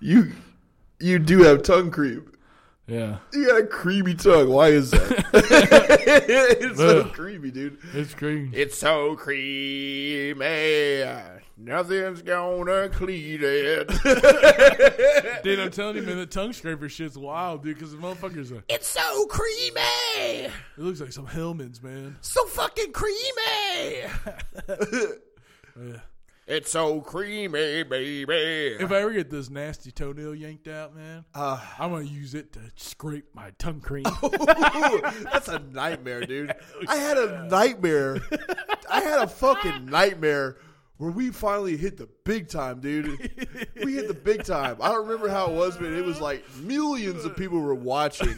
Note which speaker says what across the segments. Speaker 1: you you do have tongue cream.
Speaker 2: Yeah,
Speaker 1: You got a creamy tongue. Why is that? it's so
Speaker 2: Ugh.
Speaker 1: creamy, dude.
Speaker 2: it's green.
Speaker 1: It's so creamy. Nothing's gonna clean it.
Speaker 2: Dude, I'm telling you, man, the tongue scraper shit's wild, dude. Because the motherfuckers, are, it
Speaker 1: it's so creamy.
Speaker 2: looks like some Hellman's, man.
Speaker 1: So fucking creamy.
Speaker 2: Yeah.
Speaker 1: It's so creamy, baby.
Speaker 2: If I ever get this nasty toenail yanked out, man,
Speaker 1: Uh, Oh,
Speaker 2: I'm gonna use it to scrape my tongue cream.
Speaker 1: Ooh, that's a nightmare, dude. I had a nightmare. I had a fucking nightmare where we finally hit the big time, dude. We hit the big time. I don't remember how it was, but it was like millions of people were watching,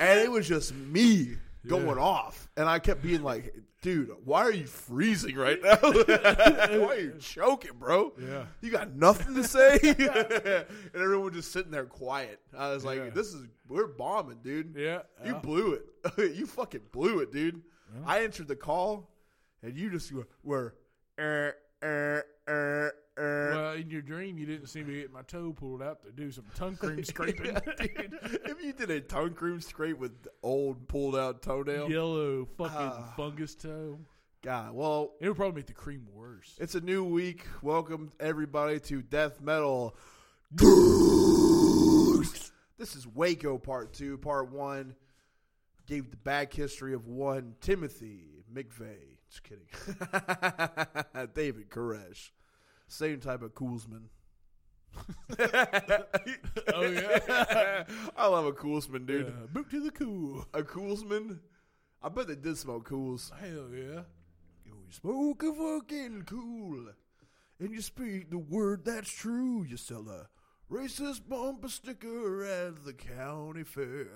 Speaker 1: and it was just me going off, and I kept being like. Dude, why are you freezing right now? why are you choking, bro?
Speaker 2: Yeah.
Speaker 1: You got nothing to say? and everyone was just sitting there quiet. I was like,
Speaker 2: Yeah.
Speaker 1: this is, we're bombing, dude.
Speaker 2: yeah,
Speaker 1: You
Speaker 2: uh,
Speaker 1: blew it. you fucking blew it, dude. I answered the call, and you just were. were er, er, er, er.
Speaker 2: well, in your dream, you didn't see me getting my toe pulled out to do some tongue cream scraping.
Speaker 1: Dude, if you did a tongue cream scrape with old pulled out toenail,
Speaker 2: Yellow fucking
Speaker 1: Ah.
Speaker 2: fungus toe.
Speaker 1: God, well,
Speaker 2: It would probably make the cream worse.
Speaker 1: it's a new week. Welcome everybody to Death Metal. This is Waco Part Two. Part One gave the back history of one Timothy McVeigh. Just kidding. David Koresh. Same type of Koolsman.
Speaker 2: oh yeah,
Speaker 1: I love a Koolsman, dude.
Speaker 2: Yeah, boot to the cool.
Speaker 1: A Koolsman. I bet they did smoke Cools.
Speaker 2: Hell yeah.
Speaker 1: You smoke a fucking cool, and you speak the word that's true. You sell a racist bumper sticker at the county fair.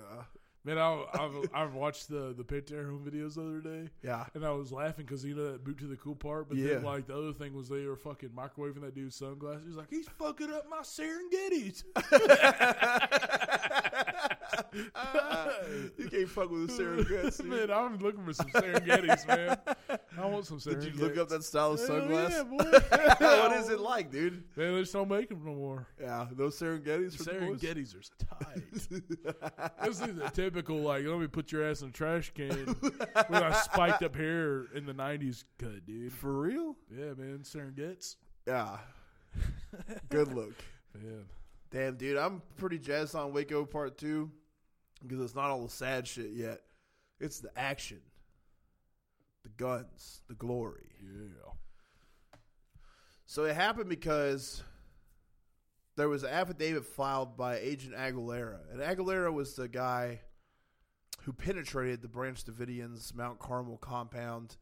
Speaker 2: Man, I, I've, I've watched the the Pantera videos the other day,
Speaker 1: Yeah.
Speaker 2: and I was laughing because you know that boot to the cool part. But
Speaker 1: Yeah.
Speaker 2: then, like the other thing was they were fucking microwaving that dude's sunglasses. He's like, he's fucking up my Serengetis.
Speaker 1: you can't fuck with the Serengeti.
Speaker 2: man, I'm looking for some Serengetis, man. I want some Serengetis.
Speaker 1: Did you look up that style of
Speaker 2: Hell
Speaker 1: sunglass?
Speaker 2: Yeah, boy.
Speaker 1: what is it like, dude?
Speaker 2: Man, they just don't make them no more.
Speaker 1: Yeah, no Serengetis for the boys.
Speaker 2: Serengetis are tight. this is the typical like, let me put your ass in a trash can when I spiked up hair in the '90s cut, dude.
Speaker 1: For real?
Speaker 2: Yeah, man, Serengets.
Speaker 1: Yeah. Good look.
Speaker 2: Man,
Speaker 1: Damn, dude, I'm pretty jazzed on Waco Part Two because it's not all the sad shit yet. It's the action, the guns, the glory.
Speaker 2: yeah.
Speaker 1: So it happened because there was an affidavit filed by Agent Aguilera, and Aguilera was the guy who penetrated the Branch Davidians' Mount Carmel compound.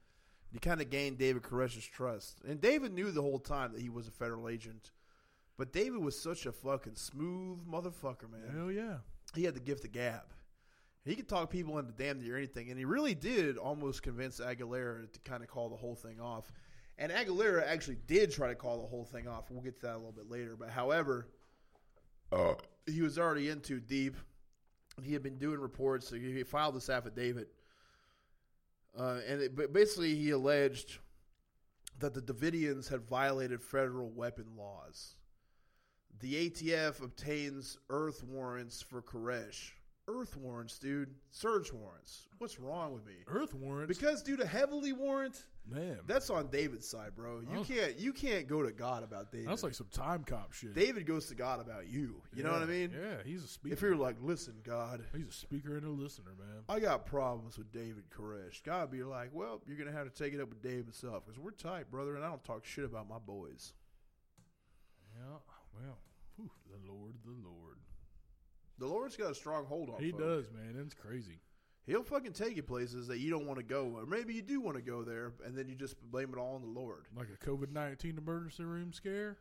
Speaker 1: He kind of gained David Koresh's trust, and David knew the whole time that he was a federal agent. But David was such a fucking smooth motherfucker, man
Speaker 2: Hell yeah.
Speaker 1: he had the gift of gab. He could talk people into damn near anything, and he really did almost convince Aguilera to kind of call the whole thing off. And Aguilera actually did try to call the whole thing off. We'll get to that a little bit later. But however, he was already in too deep. He had been doing reports. So he filed this affidavit, uh, and it, but basically he alleged that the Davidians had violated federal weapon laws. The ATF obtains earth warrants for Koresh. Earth warrants, dude. Search warrants. What's wrong with me?
Speaker 2: Earth warrants.
Speaker 1: Because, dude, a heavily warrant.
Speaker 2: man,
Speaker 1: That's on David's side, bro. You
Speaker 2: Oh.
Speaker 1: can't you can't go to God about David.
Speaker 2: that's like some time cop shit.
Speaker 1: David goes to God about you. You know what I
Speaker 2: Yeah,
Speaker 1: mean?
Speaker 2: Yeah, he's a speaker.
Speaker 1: If you're like, listen, God,
Speaker 2: he's a speaker and a listener, man.
Speaker 1: I got problems with David Koresh. God be like, well, you're gonna have to take it up with Dave himself because we're tight, brother, and I don't talk shit about my boys.
Speaker 2: Yeah, oh, well, whew, the Lord, the Lord.
Speaker 1: The Lord's got a strong hold on.
Speaker 2: he
Speaker 1: folk.
Speaker 2: does, man. It's crazy.
Speaker 1: He'll fucking take you places that you don't want to go, or maybe you do want to go there, and then you just blame it all on the Lord.
Speaker 2: Like a COVID nineteen emergency room scare.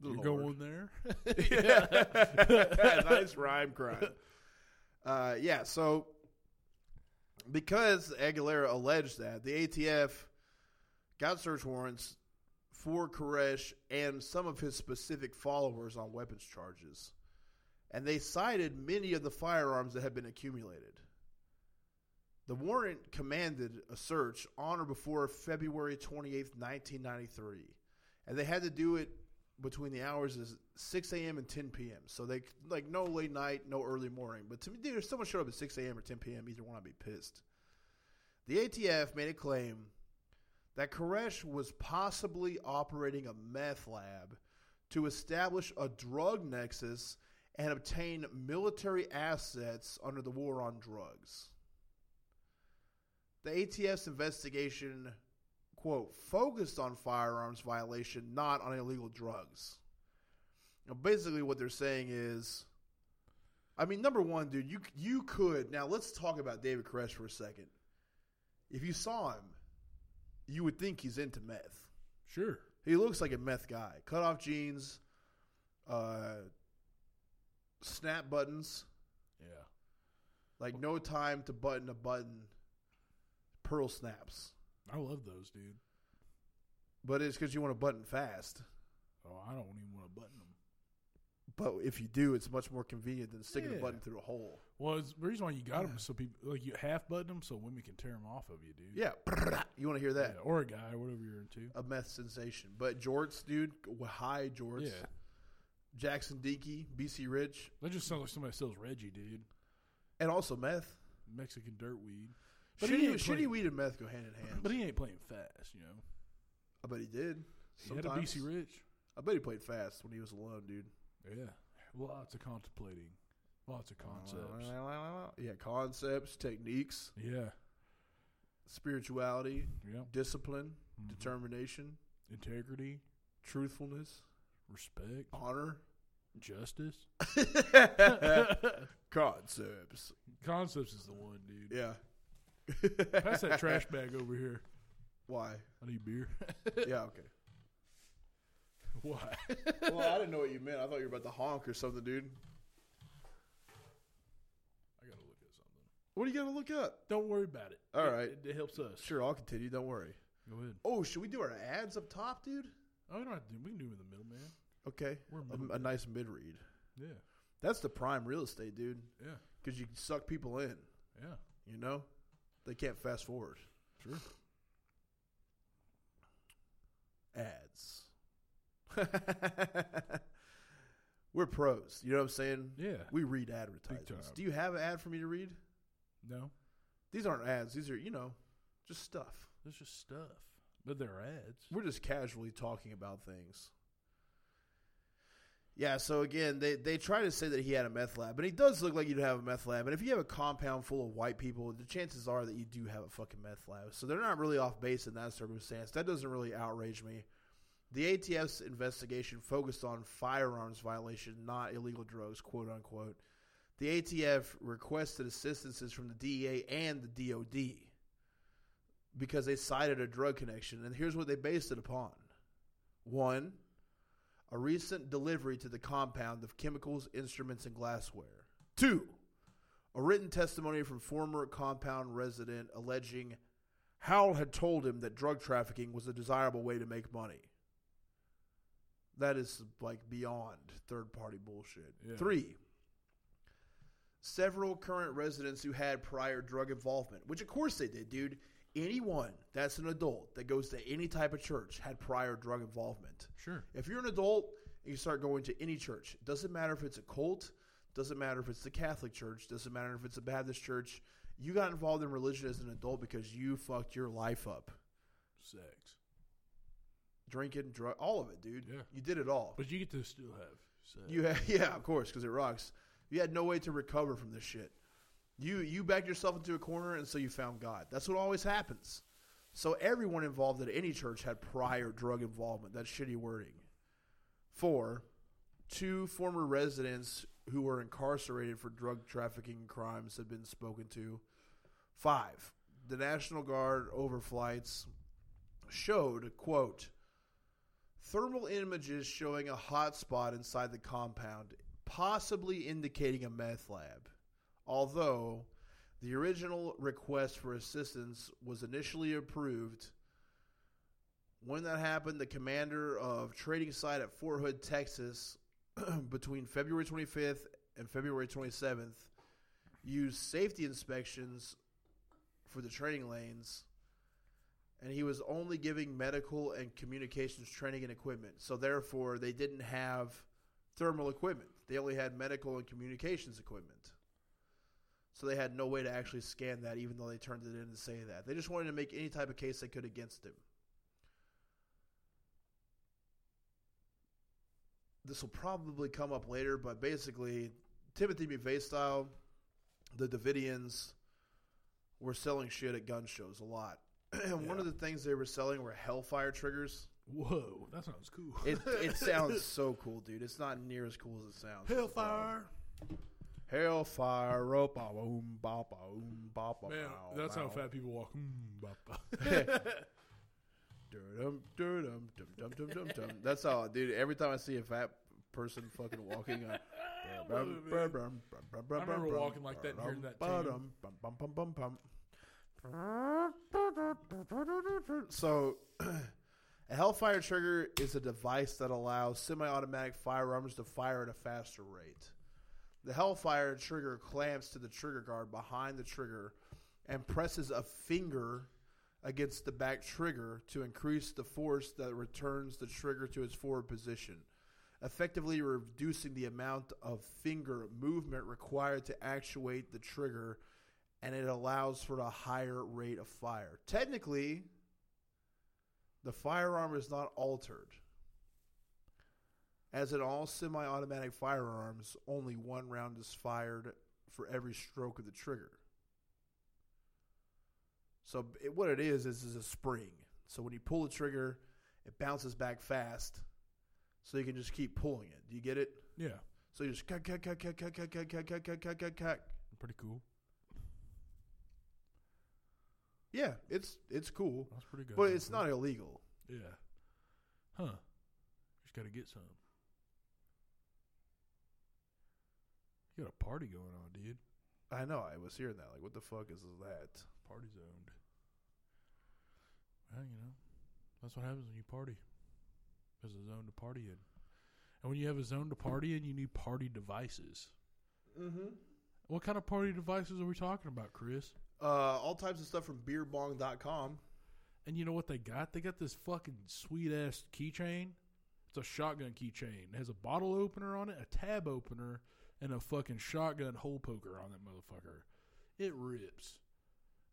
Speaker 1: The
Speaker 2: you're
Speaker 1: Lord.
Speaker 2: going there.
Speaker 1: yeah. nice rhyme crime. Uh, yeah, so because Aguilera alleged that, the ATF got search warrants for Koresh and some of his specific followers on weapons charges. And they cited many of the firearms that had been accumulated. The warrant commanded a search on or before February 28th, 1993. And they had to do it between the hours is 6 a.m. and 10 p.m. So they like no late night, no early morning. But to me, dude, if someone showed up at 6 a.m. or 10 p.m., either one, I'd be pissed. The ATF made a claim that Koresh was possibly operating a meth lab to establish a drug nexus and obtain military assets under the war on drugs. The ATF's investigation, quote, focused on firearms violation, not on illegal drugs. Now, basically, what they're saying is, I mean, number one, dude, you you could now let's talk about David Koresh for a second. If you saw him, you would think he's into meth.
Speaker 2: Sure.
Speaker 1: He looks like a meth guy. Cut off jeans, uh, snap buttons,
Speaker 2: Yeah.
Speaker 1: like no time to button a button, pearl snaps.
Speaker 2: I love those, dude.
Speaker 1: But it's because you want to button fast.
Speaker 2: Oh, I don't even want to button them.
Speaker 1: But if you do, it's much more convenient than sticking
Speaker 2: Yeah.
Speaker 1: a button through a hole.
Speaker 2: Well, it's the reason why you got them so people like you half button them so women can tear them off of you, dude.
Speaker 1: Yeah, you want to hear that?
Speaker 2: Yeah, or a guy, whatever you're into.
Speaker 1: A meth sensation. But jorts, dude, high jorts.
Speaker 2: Yeah.
Speaker 1: Jackson Deakey, BC Rich,
Speaker 2: That just sounds like somebody sells Reggie, dude.
Speaker 1: and also meth.
Speaker 2: Mexican dirt weed. But he
Speaker 1: Shitty,
Speaker 2: ain't
Speaker 1: shitty
Speaker 2: playing-
Speaker 1: weed and meth go hand in hand.
Speaker 2: But he ain't playing fast, you know.
Speaker 1: I bet he did.
Speaker 2: He had a
Speaker 1: Sometimes.
Speaker 2: BC Rich.
Speaker 1: I bet he played fast when he was alone, dude.
Speaker 2: Yeah. Lots of contemplating. Lots of concepts.
Speaker 1: Uh, Yeah, concepts, techniques,
Speaker 2: Yeah.
Speaker 1: spirituality,
Speaker 2: Yeah.
Speaker 1: discipline,
Speaker 2: Mhm.
Speaker 1: determination,
Speaker 2: Integrity,
Speaker 1: truthfulness,
Speaker 2: respect,
Speaker 1: honor,
Speaker 2: justice.
Speaker 1: concepts.
Speaker 2: Concepts is the one, dude.
Speaker 1: Yeah.
Speaker 2: Pass that trash bag over here.
Speaker 1: Why?
Speaker 2: I need beer.
Speaker 1: Yeah, okay.
Speaker 2: Why?
Speaker 1: Well, I didn't know what you meant. I thought you were about to honk or something, dude.
Speaker 2: I gotta look at something.
Speaker 1: What are you going to look up?
Speaker 2: Don't worry about it.
Speaker 1: All
Speaker 2: It-
Speaker 1: right.
Speaker 2: It, it helps us.
Speaker 1: Sure, I'll continue. Don't worry.
Speaker 2: Go ahead.
Speaker 1: Oh, should we do our ads up top, dude?
Speaker 2: Oh, we don't have to do. We can do it in the middle, man.
Speaker 1: Okay.
Speaker 2: We're
Speaker 1: A-
Speaker 2: middle
Speaker 1: a nice mid read.
Speaker 2: Yeah.
Speaker 1: That's the prime real estate, dude,
Speaker 2: Yeah.
Speaker 1: because you can suck people in,
Speaker 2: Yeah.
Speaker 1: you know? They can't fast forward.
Speaker 2: Sure.
Speaker 1: ads. We're pros. You know what I'm saying?
Speaker 2: Yeah.
Speaker 1: We read advertisements.
Speaker 2: time.
Speaker 1: Do you have an ad for me to read?
Speaker 2: No.
Speaker 1: These aren't ads. These are, you know, just stuff.
Speaker 2: It's just stuff. But they're ads.
Speaker 1: We're just casually talking about things. Yeah, so again, they, they try to say that he had a meth lab, but he does look like you'd have a meth lab. And if you have a compound full of white people, the chances are that you do have a fucking meth lab. So they're not really off base in that circumstance. That doesn't really outrage me. The ATF's investigation focused on firearms violation, not illegal drugs, quote unquote. The ATF requested assistances from the DEA and the DOD because they cited a drug connection. And here's what they based it upon one, a recent delivery to the compound of chemicals, instruments, and glassware. Two, a written testimony from former compound resident alleging Howell had told him that drug trafficking was a desirable way to make money. That is like beyond third party bullshit.
Speaker 2: Yeah.
Speaker 1: Three, several current residents who had prior drug involvement, which of course they did, dude. Anyone that's an adult that goes to any type of church had prior drug involvement.
Speaker 2: Sure.
Speaker 1: If you're an adult and you start going to any church, doesn't matter if it's a cult, doesn't matter if it's the Catholic Church, doesn't matter if it's a Baptist church, you got involved in religion as an adult because you fucked your life up.
Speaker 2: Sex.
Speaker 1: Drinking, drug, all of it, dude.
Speaker 2: Yeah.
Speaker 1: You did it all.
Speaker 2: But you get to still have sex.
Speaker 1: You had, yeah, of course, because it rocks. You had no way to recover from this shit. You you backed yourself into a corner, and so you found God. That's what always happens. So everyone involved at any church had prior drug involvement. That's shitty wording. Four, two former residents who were incarcerated for drug trafficking crimes had been spoken to. Five, the National Guard overflights showed quote thermal images showing a hot spot inside the compound, possibly indicating a meth lab. Although the original request for assistance was initially approved. When that happened, the commander of trading site at Fort Hood, Texas, between February 25th and February 27th, used safety inspections for the trading lanes and he was only giving medical and communications training and equipment. So therefore, they didn't have thermal equipment. They only had medical and communications equipment. So they had no way to actually scan that, even though they turned it in and say that. They just wanted to make any type of case they could against him. This will probably come up later, but basically, Timothy McVeigh style, the Davidians were selling shit at gun shows a lot. And one
Speaker 2: Yeah.
Speaker 1: of the things they were selling were Hellfire triggers.
Speaker 2: Whoa, that sounds cool.
Speaker 1: It, it sounds so cool, dude. It's not near as cool as it sounds.
Speaker 2: Hellfire.
Speaker 1: Hellfire, rope, ah, boom, bop, ah, boom, bop, ah,
Speaker 2: Man,
Speaker 1: bow,
Speaker 2: that's how
Speaker 1: bow.
Speaker 2: fat people walk. Mm, bop, bop.
Speaker 1: Dum, dum, dum, dum, dum, dum, dum. That's how, dude. Every time I see a fat person fucking walking, I,
Speaker 2: love it, man. I remember walking like that and hearing that tune.
Speaker 1: So, a Hellfire trigger is a device that allows semi-automatic firearms to fire at a faster rate. The Hellfire trigger clamps to the trigger guard behind the trigger and presses a finger against the back trigger to increase the force that returns the trigger to its forward position, effectively reducing the amount of finger movement required to actuate the trigger, and it allows for a higher rate of fire. Technically, the firearm is not altered. As in all semi automatic firearms, only one round is fired for every stroke of the trigger. So it, what it is is is a spring. So when you pull the trigger, it bounces back fast, so you can just keep pulling it. Do you get it?
Speaker 2: yeah,
Speaker 1: So you just cut, cut, cut, cut, cut, cut, cut, cut, cut, cut, cut, cut, cut.
Speaker 2: pretty cool.
Speaker 1: Yeah, it's it's cool,
Speaker 2: That's pretty good.
Speaker 1: but it's not illegal.
Speaker 2: Yeah. Huh. Just got to get some. You got a party going on, dude.
Speaker 1: I know. I was hearing that. Like, what the fuck is that?
Speaker 2: Party zoned. Well, you know, that's what happens when you party. There's a zone to party in. And when you have a zone to party in, you need party devices.
Speaker 1: Mm-hmm.
Speaker 2: What kind of party devices are we talking about, Chris?
Speaker 1: Uh, all types of stuff from beerbong.com.
Speaker 2: And you know what they got? They got this fucking sweet ass keychain. It's a shotgun keychain. It has a bottle opener on it, a tab opener, and a fucking shotgun hole poker on that motherfucker. It rips.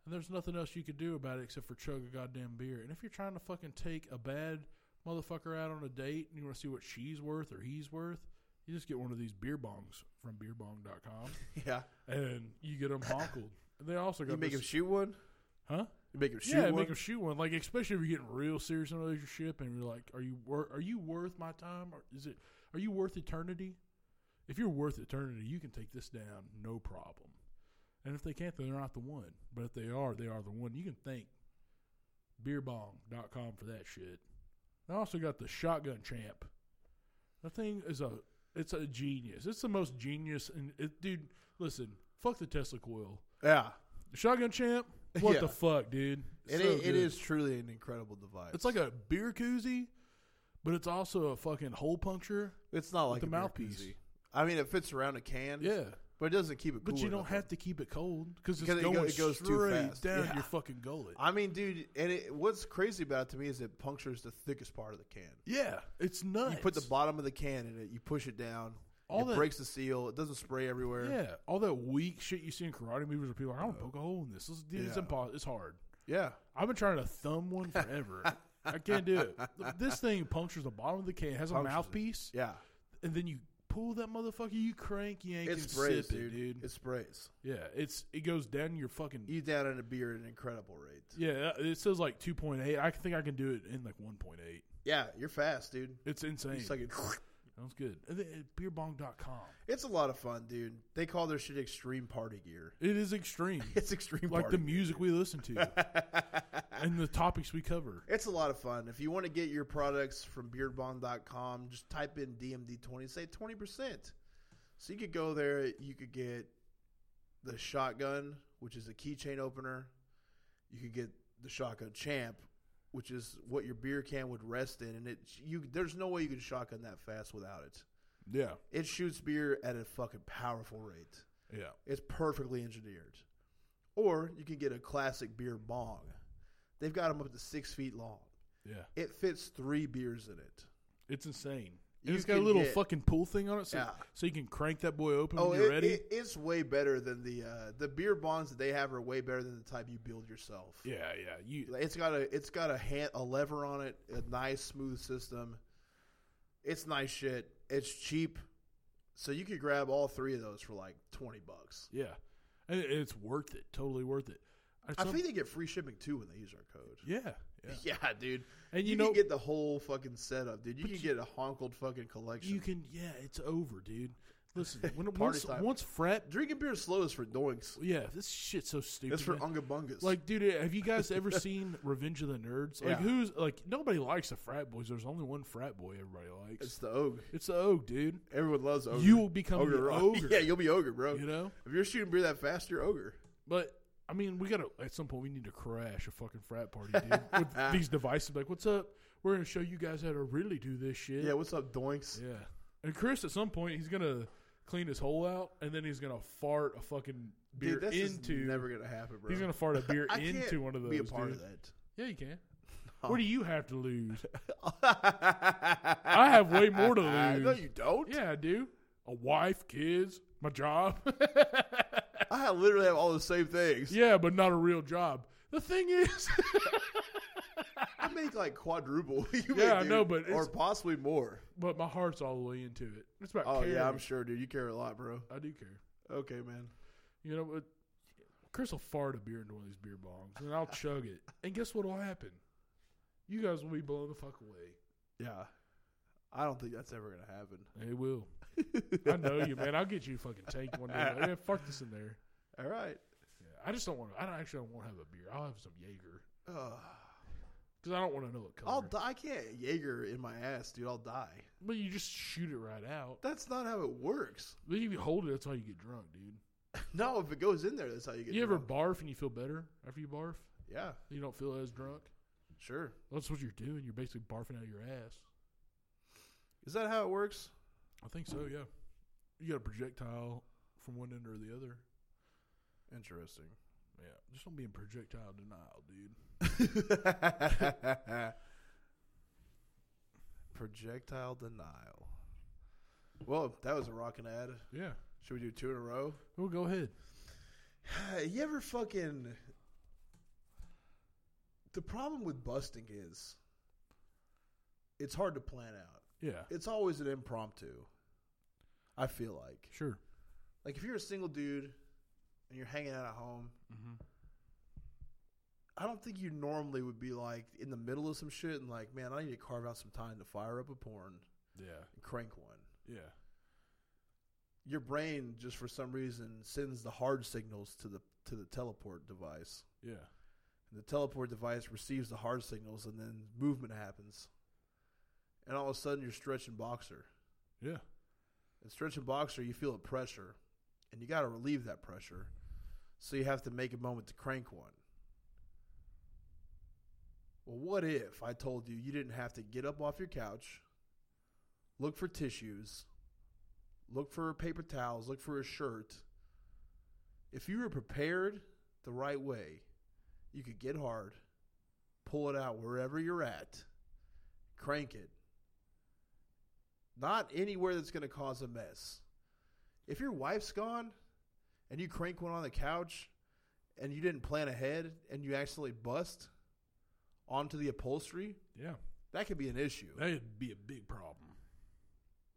Speaker 2: And there's nothing else you could do about it except for chug a goddamn beer. And if you're trying to fucking take a bad motherfucker out on a date and you want to see what she's worth or he's worth, you just get one of these beer bongs from beerbong.com
Speaker 1: Yeah,
Speaker 2: and you get them honkled. And they also got
Speaker 1: you make
Speaker 2: this,
Speaker 1: him shoot one.
Speaker 2: huh?
Speaker 1: You make him shoot
Speaker 2: yeah,
Speaker 1: one.
Speaker 2: make them shoot one. Like especially if you're getting real serious in a relationship, and you're like, "Are you wor- are you worth my time? Or is it are you worth eternity? If you're worth eternity, you can take this down, no problem. And if they can't, then they're not the one. But if they are, they are the one. You can thank beerbong.com for that shit. I also got the shotgun champ. That thing is a it's a genius. It's the most genius. And it, dude, listen, fuck the Tesla coil.
Speaker 1: yeah,
Speaker 2: The shotgun champ. What
Speaker 1: Yeah.
Speaker 2: the fuck, dude?
Speaker 1: it,
Speaker 2: So
Speaker 1: i- it
Speaker 2: good.
Speaker 1: is truly an incredible device.
Speaker 2: It's like a beer koozie, but it's also a fucking hole puncture.
Speaker 1: it's not like
Speaker 2: the
Speaker 1: a beer
Speaker 2: mouthpiece.
Speaker 1: koozie. I it fits around a can.
Speaker 2: Yeah,
Speaker 1: but it doesn't keep it.
Speaker 2: but
Speaker 1: cool
Speaker 2: you
Speaker 1: or
Speaker 2: don't
Speaker 1: nothing.
Speaker 2: have to keep it cold because it's
Speaker 1: Because it go-
Speaker 2: going
Speaker 1: it goes too
Speaker 2: straight
Speaker 1: fast.
Speaker 2: down
Speaker 1: Yeah.
Speaker 2: your fucking gullet.
Speaker 1: I mean, dude, and it, what's crazy about it to me is it punctures the thickest part of the can.
Speaker 2: yeah, it's nuts.
Speaker 1: You put the bottom of the can in it, you push it down,
Speaker 2: All
Speaker 1: it
Speaker 2: that-
Speaker 1: breaks the seal, it doesn't spray everywhere.
Speaker 2: yeah, all that weak shit you see in karate movies where people are, I don't poke a hole in this. This- dude, It's
Speaker 1: Yeah.
Speaker 2: impossible. It's hard.
Speaker 1: Yeah.
Speaker 2: I've been trying to thumb one forever. I can't do it. This thing punctures the bottom of the can, has a
Speaker 1: Punctures it.
Speaker 2: mouthpiece,
Speaker 1: Yeah.
Speaker 2: and then you pull that motherfucker. You crank yank
Speaker 1: It
Speaker 2: and
Speaker 1: sprays,
Speaker 2: sip
Speaker 1: dude.
Speaker 2: it, dude.
Speaker 1: It sprays.
Speaker 2: yeah, it's it goes down your fucking
Speaker 1: You down in a beer at an incredible rate.
Speaker 2: Yeah, uh, it says like 2.8. I think I can do it in like 1.8.
Speaker 1: Yeah, you're fast, dude.
Speaker 2: It's insane.
Speaker 1: It's like uh, a,
Speaker 2: Sounds good. And then at beerbong.com.
Speaker 1: it's a lot of fun, dude. They call their shit extreme party gear.
Speaker 2: It is extreme.
Speaker 1: It's extreme
Speaker 2: like
Speaker 1: party.
Speaker 2: the music we listen to and the topics we cover.
Speaker 1: it's a lot of fun. If you want to get your products from beardbond.com, just type in DMD20, say 20%. So you could go there, you could get the shotgun, which is a keychain opener. You could get the shotgun champ, which is what your beer can would rest in and it you there's no way you could shotgun that fast without it.
Speaker 2: Yeah.
Speaker 1: It shoots beer at a fucking powerful rate.
Speaker 2: Yeah.
Speaker 1: It's perfectly engineered. Or you can get a classic beer bong, They've got them up to six feet long.
Speaker 2: Yeah,
Speaker 1: It fits three beers in it.
Speaker 2: it's insane.
Speaker 1: You
Speaker 2: And it's got a
Speaker 1: can
Speaker 2: little
Speaker 1: get-
Speaker 2: fucking pull thing on it, so
Speaker 1: Yeah.
Speaker 2: so you can crank that boy open
Speaker 1: Oh,
Speaker 2: when you're
Speaker 1: it,
Speaker 2: ready.
Speaker 1: it- it's way better than the uh, the beer bonds that they have are way better than the type you build yourself.
Speaker 2: yeah, yeah. You
Speaker 1: Like, It's got a it's got a hand, a lever on it, a nice smooth system. It's nice shit. It's cheap, so you could grab all three of those for like twenty bucks.
Speaker 2: yeah, and it, it's worth it. Totally worth it. I-
Speaker 1: I
Speaker 2: some-
Speaker 1: think they get free shipping too when they use our code.
Speaker 2: yeah, yeah.
Speaker 1: Yeah, dude.
Speaker 2: And
Speaker 1: You,
Speaker 2: you, know
Speaker 1: can get the whole fucking setup, dude. You
Speaker 2: But
Speaker 1: can
Speaker 2: you-
Speaker 1: get a honkled fucking collection.
Speaker 2: you can. Yeah, it's over, dude. Listen, when,
Speaker 1: Party
Speaker 2: once
Speaker 1: time.
Speaker 2: once frat.
Speaker 1: Drinking beer slow is for doinks.
Speaker 2: Yeah, this shit's so stupid.
Speaker 1: That's for
Speaker 2: man.
Speaker 1: unga bungas.
Speaker 2: Like, dude, have you guys ever seen Revenge of the Nerds?
Speaker 1: Yeah.
Speaker 2: Like, who's like nobody likes the frat boys. There's only one frat boy everybody likes.
Speaker 1: it's
Speaker 2: It's,
Speaker 1: the ogre.
Speaker 2: the Oak, dude.
Speaker 1: Everyone loves ogre.
Speaker 2: You will become
Speaker 1: ogre,
Speaker 2: the
Speaker 1: rock.
Speaker 2: ogre.
Speaker 1: Yeah, you'll be ogre, bro.
Speaker 2: you know.
Speaker 1: If you're shooting beer that fast, you're ogre.
Speaker 2: But I mean, we gotta at some point we need to crash a fucking frat party, dude. with these devices, like, what's up? We're gonna show you guys how to really do this shit.
Speaker 1: Yeah, what's up, doinks?
Speaker 2: Yeah. And Chris, at some point, he's gonna clean his hole out, and then he's gonna fart a fucking beer
Speaker 1: Dude, that's just
Speaker 2: into.
Speaker 1: never gonna happen, bro.
Speaker 2: he's gonna fart a beer
Speaker 1: I can't
Speaker 2: into one of those.
Speaker 1: Be a part
Speaker 2: dude.
Speaker 1: of that.
Speaker 2: Yeah, you can. What do you have to lose?
Speaker 1: I
Speaker 2: have way more to
Speaker 1: No,
Speaker 2: lose.
Speaker 1: you don't.
Speaker 2: yeah, I do. A wife, kids, my job.
Speaker 1: I literally have all the same things.
Speaker 2: yeah, but not a real job. The thing is,
Speaker 1: I make like quadruple. You
Speaker 2: Yeah,
Speaker 1: make,
Speaker 2: I
Speaker 1: dude,
Speaker 2: know, but
Speaker 1: or
Speaker 2: it's-
Speaker 1: possibly more.
Speaker 2: but my heart's all the way into it. It's about
Speaker 1: Oh
Speaker 2: caring.
Speaker 1: yeah, I'm sure, dude. You care a lot, bro.
Speaker 2: I do care.
Speaker 1: Okay, man.
Speaker 2: You know, but Chris will fart a beer into one of these beer bongs, and I'll chug it. And guess what will happen? You guys will be blown the fuck away.
Speaker 1: Yeah, I don't think that's ever gonna happen.
Speaker 2: It will. I know you, man. I'll get you fucking tanked one day. Like, "Yeah, fart this in there.
Speaker 1: All right.
Speaker 2: Yeah, I just don't want to. I don't actually don't want to have a beer. I'll have some Jaeger
Speaker 1: Ugh.
Speaker 2: because I don't want to know what color.
Speaker 1: I'll die. I can't Jaeger in my ass, dude. I'll die.
Speaker 2: But you just shoot it right out.
Speaker 1: That's not how it works.
Speaker 2: But if you hold it, that's how you get drunk, dude.
Speaker 1: No, if it goes in there, that's how you get.
Speaker 2: you ever
Speaker 1: drunk.
Speaker 2: barf and you feel better after you barf?
Speaker 1: Yeah,
Speaker 2: You don't feel as drunk?
Speaker 1: sure.
Speaker 2: That's what you're doing. You're basically barfing out your ass.
Speaker 1: Is that how it works?
Speaker 2: I think so, yeah. You got a projectile from one end or the other.
Speaker 1: Interesting.
Speaker 2: Yeah. Just don't be in projectile denial, dude.
Speaker 1: Projectile denial. Well, that was a rockin' ad.
Speaker 2: Yeah.
Speaker 1: Should we do two in a row?
Speaker 2: Well, go ahead.
Speaker 1: you ever fucking. The problem with busting is it's hard to plan out.
Speaker 2: Yeah.
Speaker 1: It's always an impromptu. I feel like.
Speaker 2: Sure.
Speaker 1: Like if you're a single dude and you're hanging out at home,
Speaker 2: Mm-hmm.
Speaker 1: I don't think you normally would be like in the middle of some shit and like, man, I need to carve out some time to fire up a porn
Speaker 2: Yeah.
Speaker 1: and crank one.
Speaker 2: Yeah.
Speaker 1: Your brain just for some reason sends the hard signals to the to the teleport device.
Speaker 2: Yeah.
Speaker 1: And the teleport device receives the hard signals and then movement happens. And all of a sudden you're stretching boxer.
Speaker 2: Yeah.
Speaker 1: And stretching boxer you feel a pressure and you gotta relieve that pressure. So you have to make a moment to crank one. Well, what if I told you you didn't have to get up off your couch, look for tissues, look for paper towels, look for a shirt? If you were prepared the right way, you could get hard, pull it out wherever you're at, crank it. Not anywhere that's going to cause a mess. If your wife's gone and you crank one on the couch and you didn't plan ahead and you accidentally bust onto the upholstery,
Speaker 2: Yeah.
Speaker 1: that could be an issue.
Speaker 2: That'd be a big problem.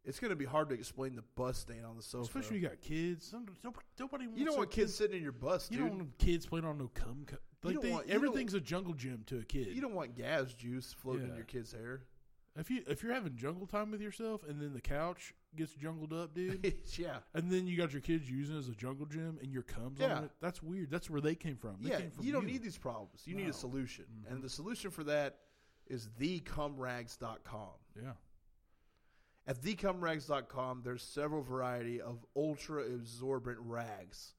Speaker 1: It's going to be hard to explain the bust stain on the sofa.
Speaker 2: Especially if you got kids. Some, nobody, nobody wants
Speaker 1: you don't
Speaker 2: their
Speaker 1: want kids sitting in your bus,
Speaker 2: You
Speaker 1: dude.
Speaker 2: don't want kids playing on no cum. cum.
Speaker 1: You
Speaker 2: Like
Speaker 1: don't
Speaker 2: they,
Speaker 1: want- you don't-
Speaker 2: everything's a jungle gym to a kid.
Speaker 1: You don't want gas juice floating in
Speaker 2: Yeah.
Speaker 1: your kid's hair.
Speaker 2: if you if you're having jungle time with yourself, and then the couch gets jungled up, dude.
Speaker 1: yeah.
Speaker 2: And then you got your kids using it as a jungle gym, and your cums
Speaker 1: Yeah.
Speaker 2: on it. That's weird. That's where they came from. They
Speaker 1: yeah,
Speaker 2: came from
Speaker 1: you don't need these problems. You need
Speaker 2: No. Mm-hmm.
Speaker 1: a solution. And the solution for that is thecumrags.com.
Speaker 2: Yeah,
Speaker 1: At thecumrags.com, there's several variety of ultra absorbent rags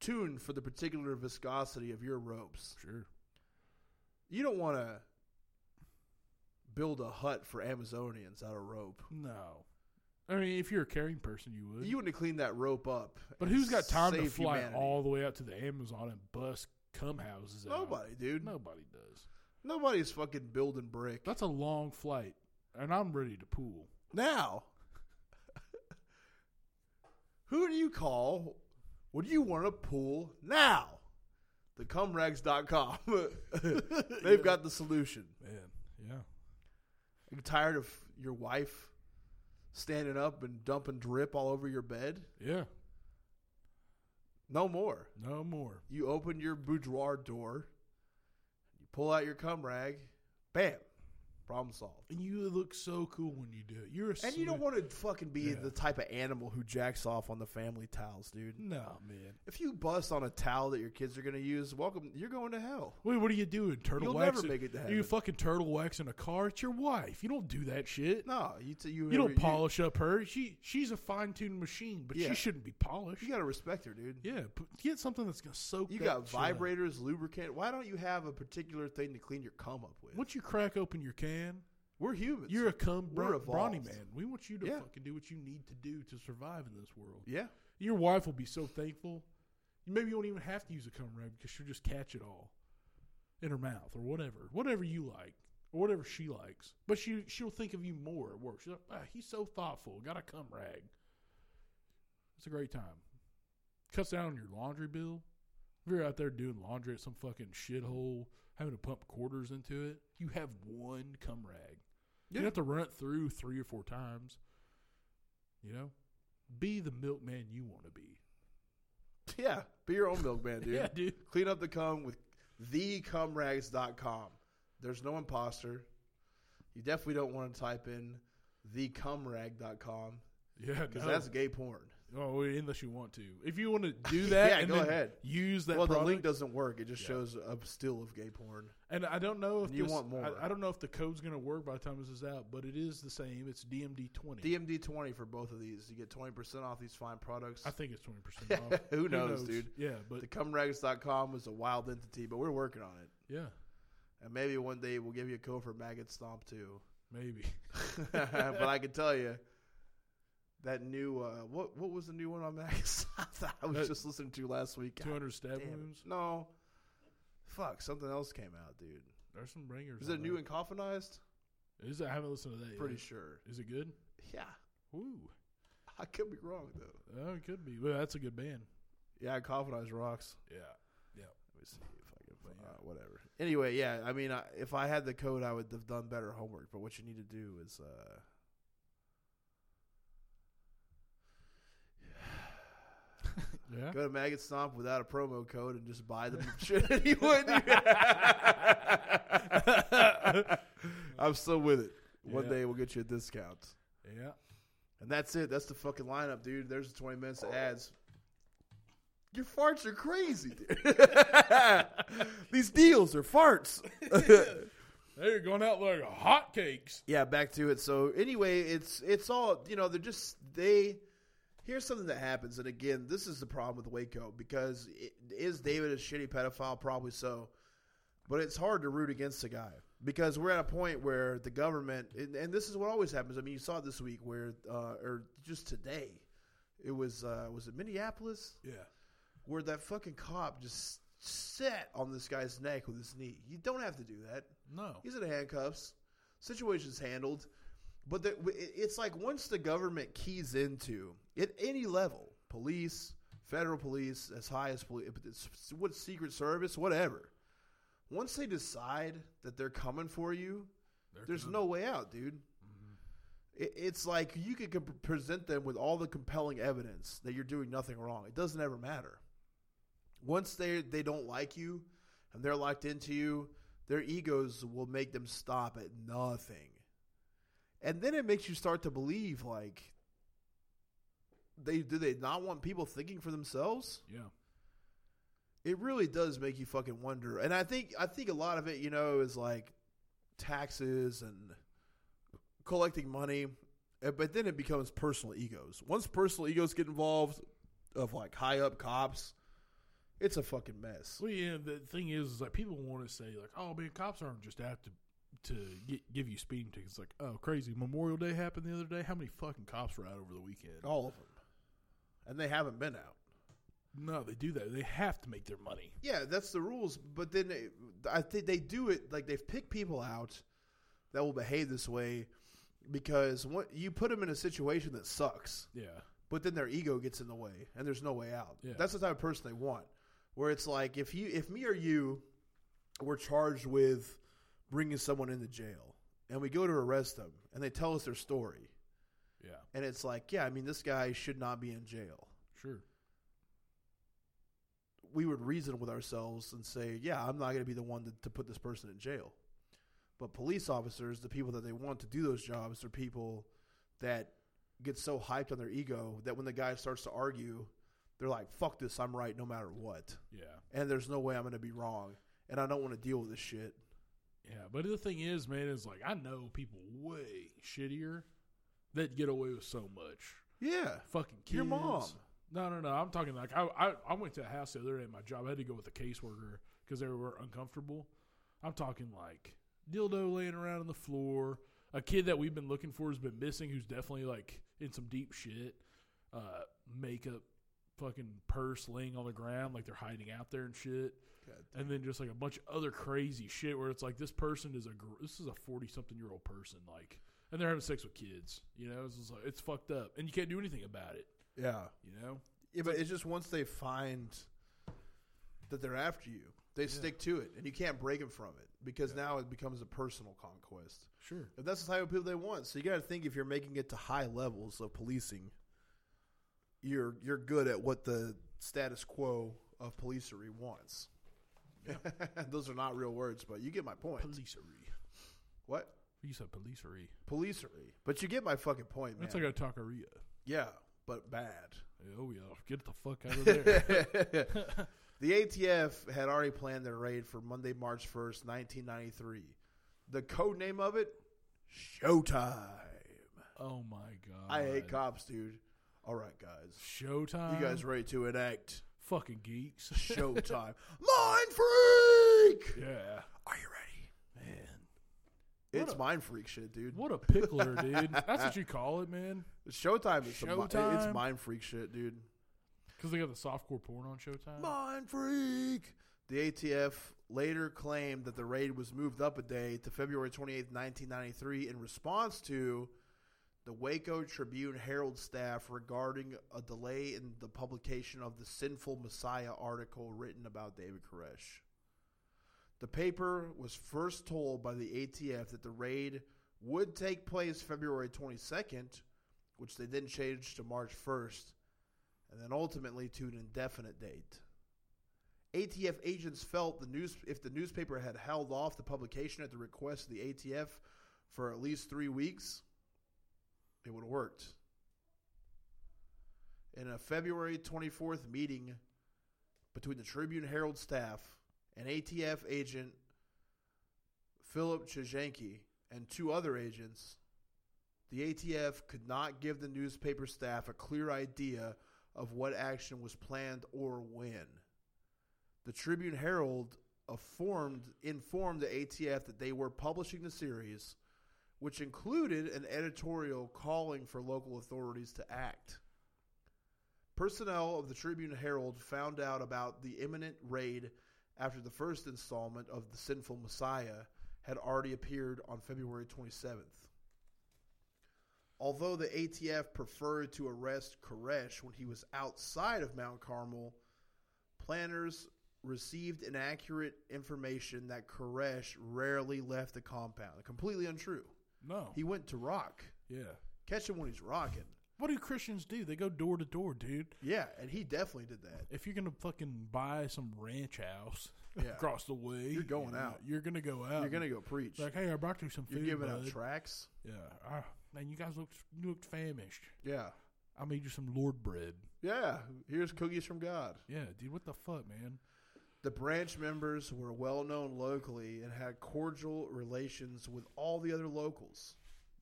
Speaker 1: tuned for the particular viscosity of your ropes.
Speaker 2: sure.
Speaker 1: You don't want to build a hut for Amazonians out of rope.
Speaker 2: No, I mean if you're a caring person, you would.
Speaker 1: You wouldn't have cleaned that rope up.
Speaker 2: but
Speaker 1: and
Speaker 2: who's got time to
Speaker 1: saved
Speaker 2: fly
Speaker 1: humanity.
Speaker 2: all the way out to the Amazon and bust cum houses out.
Speaker 1: Nobody, dude.
Speaker 2: Nobody does.
Speaker 1: Nobody's fucking building brick.
Speaker 2: That's a long flight, and I'm ready to pool.
Speaker 1: Now, who do you call Would you want to pool now? The cumrags.com. They've got the solution.
Speaker 2: Man, yeah.
Speaker 1: Are you tired of your wife standing up and dumping drip all over your bed?
Speaker 2: Yeah.
Speaker 1: No more.
Speaker 2: No more.
Speaker 1: You open your boudoir door, you pull out your cum rag, bam, problem solved.
Speaker 2: And you look so cool when you do it. You're a
Speaker 1: And you don't
Speaker 2: sweet-
Speaker 1: want to fucking be
Speaker 2: Yeah.
Speaker 1: the type of animal who jacks off on the family towels, dude.
Speaker 2: No, man.
Speaker 1: If you bust on a towel that your kids are going to use, welcome, you're going to hell.
Speaker 2: Wait, what are you doing? Turtle
Speaker 1: You'll
Speaker 2: wax?
Speaker 1: never make it to
Speaker 2: You
Speaker 1: heaven.
Speaker 2: fucking turtle wax in a car? It's your wife. You don't do that shit.
Speaker 1: No, you t- you,
Speaker 2: you don't polish up her. She she's a fine tuned machine, but
Speaker 1: Yeah.
Speaker 2: she shouldn't be polished.
Speaker 1: You, got to respect her, dude.
Speaker 2: yeah, put, get something that's gonna soak.
Speaker 1: You
Speaker 2: that
Speaker 1: got
Speaker 2: shit up.
Speaker 1: vibrators, lubricant. Why don't you have a particular thing to clean your cum up with?
Speaker 2: Once you crack open your can,
Speaker 1: We're humans.
Speaker 2: you're a cum
Speaker 1: we're
Speaker 2: bro- brawny
Speaker 1: evolved.
Speaker 2: man. We want you to
Speaker 1: Yeah.
Speaker 2: fucking do what you need to do to survive in this world.
Speaker 1: yeah.
Speaker 2: Your wife will be so thankful. Maybe you won't even have to use a cum rag because she'll just catch it all in her mouth or whatever, whatever you like or whatever she likes. But she she'll think of you more at work. She's like, ah, he's so thoughtful. Got a cum rag. It's a great time. Cuts down on your laundry bill. If you're out there doing laundry at some fucking shithole, having to pump quarters into it, you have one cum rag.
Speaker 1: Yeah.
Speaker 2: You don't have to run it through three or four times. You know, be the milkman you want to be.
Speaker 1: Yeah. Be your own milkman, dude.
Speaker 2: Yeah, dude.
Speaker 1: Clean up the cum with thecumrags.com. There's no imposter. You definitely don't want to type in thecumrag.com
Speaker 2: Yeah,
Speaker 1: because that's gay porn.
Speaker 2: oh, unless you want to. If you want to do that,
Speaker 1: Yeah,
Speaker 2: and
Speaker 1: go
Speaker 2: then
Speaker 1: ahead.
Speaker 2: Use that.
Speaker 1: Well, the
Speaker 2: product-
Speaker 1: link doesn't work. It just
Speaker 2: Yeah.
Speaker 1: shows a still of gay porn.
Speaker 2: And I don't know if
Speaker 1: You
Speaker 2: this-
Speaker 1: want more.
Speaker 2: I, I don't know if the code's going to work by the time this is out, but it is the same. It's DMD twenty. I
Speaker 1: DMD twenty for both of these. You get twenty percent off these fine products.
Speaker 2: think it's twenty percent off.
Speaker 1: Who knows, dude?
Speaker 2: Yeah, but
Speaker 1: The cumrags.com is a wild entity, but we're working on it.
Speaker 2: yeah,
Speaker 1: And maybe one day we'll give you a code for maggot stomp too.
Speaker 2: maybe.
Speaker 1: but I can tell you that new uh, what what was the new one on maggot stomp that I was
Speaker 2: That-
Speaker 1: just listening to last week?
Speaker 2: Two hundred stab
Speaker 1: God damn it.
Speaker 2: wounds.
Speaker 1: No, fuck, something else came out, dude.
Speaker 2: There's some bringers.
Speaker 1: Is it
Speaker 2: on
Speaker 1: new
Speaker 2: there.
Speaker 1: and coffinized?
Speaker 2: Is it? I haven't listened to that.
Speaker 1: Pretty
Speaker 2: yet.
Speaker 1: sure.
Speaker 2: Is it good?
Speaker 1: Yeah,
Speaker 2: Ooh,
Speaker 1: I could be wrong though.
Speaker 2: oh, it could be. Well, that's a good band.
Speaker 1: Yeah, coffinized rocks.
Speaker 2: Yeah, yeah.
Speaker 1: Let me see if I can. Find,
Speaker 2: But yeah.
Speaker 1: uh, whatever. Anyway, yeah. I mean, I, if I had the code, I would have done better homework. But what you need to do is, uh,
Speaker 2: Yeah.
Speaker 1: Go to Maggot Stomp without a promo code and just buy the shit anyway. dude. I'm still with it. One
Speaker 2: Yeah.
Speaker 1: day we'll get you a discount.
Speaker 2: Yeah.
Speaker 1: And that's it. That's the fucking lineup, dude. There's the 20 minutes of ads. Your farts are crazy, dude. These deals are farts.
Speaker 2: They're going out like hotcakes.
Speaker 1: yeah, back to it. So anyway, it's it's all you know. They're just they. Here's something that happens, and again, this is the problem with Waco because it, is David a shitty pedophile? Probably so, but it's hard to root against the guy because we're at a point where the government, and, and this is what always happens. I mean, you saw it this week where, uh, or just today, it was uh, was it Minneapolis
Speaker 2: Yeah.
Speaker 1: where that fucking cop just sat on this guy's neck with his knee. You don't have to do that.
Speaker 2: No.
Speaker 1: He's in handcuffs. Situation's handled. But the, w- it- it's like once the government keys into at any level, police, federal police, as high as police, what Secret Service, whatever. Once they decide that they're coming for you, there's no way out, dude. It, it's like you could comp- present them with all the compelling evidence that you're doing nothing wrong. It doesn't ever matter. Once they they don't like you and they're locked into you, their egos will make them stop at nothing. And then it makes you start to believe like they do they not want people thinking for themselves?
Speaker 2: Yeah.
Speaker 1: it really does make you fucking wonder. And I think I think a lot of it, you know, is like taxes and collecting money, Uh, but then it becomes personal egos. Once personal egos get involved, of like high up cops, it's a fucking mess.
Speaker 2: Well, yeah. The thing is, is like people want to say like, "Oh man, cops aren't just out to to get, give you speeding tickets." Like, oh, crazy! Memorial Day happened the Oh. other day. How many fucking cops were out over the weekend?
Speaker 1: All of them, and they haven't been out.
Speaker 2: No, they do that. They have to make their money.
Speaker 1: Yeah, that's the rules. But then it, I think they do it like they've picked people out that will behave this way because what, you put them in a situation that sucks,
Speaker 2: Yeah.
Speaker 1: but then their ego gets in the way and there's no way out.
Speaker 2: Yeah.
Speaker 1: That's the type of person they want. Where it's like if you, if me or you, were charged with bringing someone into jail and we go to arrest them and they tell us their story
Speaker 2: Yeah.
Speaker 1: and it's like, yeah, I mean, this guy should not be in jail.
Speaker 2: Sure.
Speaker 1: we would reason with ourselves and say, yeah, I'm not going to be the one to, to put this person in jail. But police officers, the people that they want to do those jobs, are people that get so hyped on their ego that when the guy starts to argue, they're like, fuck this, I'm right no matter what.
Speaker 2: Yeah.
Speaker 1: And there's no way I'm going to be wrong. And I don't want to deal with this shit.
Speaker 2: Yeah. But the thing is, man, is like I know people way shittier that get away with so much.
Speaker 1: Yeah.
Speaker 2: Fucking kids.
Speaker 1: Your mom.
Speaker 2: No, no, no. I'm talking like I, I, I went to a house the other day at my job. I had to go with a caseworker because they were uncomfortable. I'm talking like dildo laying around on the floor. A kid that we've been looking for has been missing, who's definitely like in some deep shit. Uh, makeup, fucking purse laying on the ground, like they're hiding out there and shit. And then just like a bunch of other crazy shit where it's like this person is a gr- this is a forty something year old person like, and they're having sex with kids. You know, it's just like it's fucked up, and you can't do anything about it.
Speaker 1: Yeah.
Speaker 2: You know,
Speaker 1: Yeah, but it's just once they find that they're after you, they stick to it. And you can't break them from it because now it becomes a personal conquest.
Speaker 2: sure.
Speaker 1: If that's the type of people they want, so you got to think if you're making it to high levels of policing, you're you're good at what the status quo of policery wants. Those are not real words, but you get my point.
Speaker 2: Policery.
Speaker 1: what
Speaker 2: You said policery.
Speaker 1: policery? But you get my fucking point, man.
Speaker 2: That's like a taqueria.
Speaker 1: yeah, but bad.
Speaker 2: Oh yeah, get the fuck out of there.
Speaker 1: The ATF had already planned their raid for Monday, March first, nineteen ninety three. The code name of it, Showtime.
Speaker 2: oh my god.
Speaker 1: I hate cops, dude. All right, guys.
Speaker 2: Showtime.
Speaker 1: You guys ready to enact
Speaker 2: fucking geeks.
Speaker 1: Showtime? Mind Freak!
Speaker 2: yeah.
Speaker 1: Are you ready?
Speaker 2: Man,
Speaker 1: It's Mind Freak shit, dude.
Speaker 2: what a pickler, dude. That's what you call it, man.
Speaker 1: Showtime is some mi-
Speaker 2: Showtime.
Speaker 1: it's Mind Freak shit, dude.
Speaker 2: Because they got the softcore porn on Showtime.
Speaker 1: Mind Freak! The ATF later claimed that the raid was moved up a day to February 28th, 1993, in response to the Waco Tribune Herald staff regarding a delay in the publication of the Sinful Messiah article written about David Koresh. The paper was first told by the ATF that the raid would take place February 22nd, which they then changed to March 1st, and then ultimately to an indefinite date. ATF agents felt the news if the newspaper had held off the publication at the request of the ATF for at least three weeks, it would have worked. In a February 24th meeting between the Tribune Herald staff and ATF agent Philip Chajanki and two other agents, the ATF could not give the newspaper staff a clear idea of what action was planned or when. The Tribune Herald informed, informed the ATF that they were publishing the series, which included an editorial calling for local authorities to act. Personnel of the Tribune Herald found out about the imminent raid after the first installment of The Sinful Messiah had already appeared on February 27th. Although the ATF preferred to arrest Koresh when he was outside of Mount Carmel, planners received inaccurate information that Koresh rarely left the compound. Completely untrue.
Speaker 2: No.
Speaker 1: He went to rock.
Speaker 2: yeah.
Speaker 1: Catch him when he's rocking.
Speaker 2: What do Christians do? They go door to door, dude.
Speaker 1: Yeah, and he definitely did that.
Speaker 2: If you're gonna fucking buy some ranch house
Speaker 1: Yeah.
Speaker 2: across the way,
Speaker 1: You're going
Speaker 2: you know,
Speaker 1: out.
Speaker 2: You're gonna go out.
Speaker 1: You're gonna go preach.
Speaker 2: like, hey, I brought you some food.
Speaker 1: You're giving out
Speaker 2: bud.
Speaker 1: tracks.
Speaker 2: Yeah. Ah, man, you guys looked you looked famished.
Speaker 1: Yeah,
Speaker 2: I made you some Lord bread.
Speaker 1: yeah. Here's cookies from God.
Speaker 2: Yeah, dude. What the fuck, man?
Speaker 1: The branch members were well known locally and had cordial relations with all the other locals.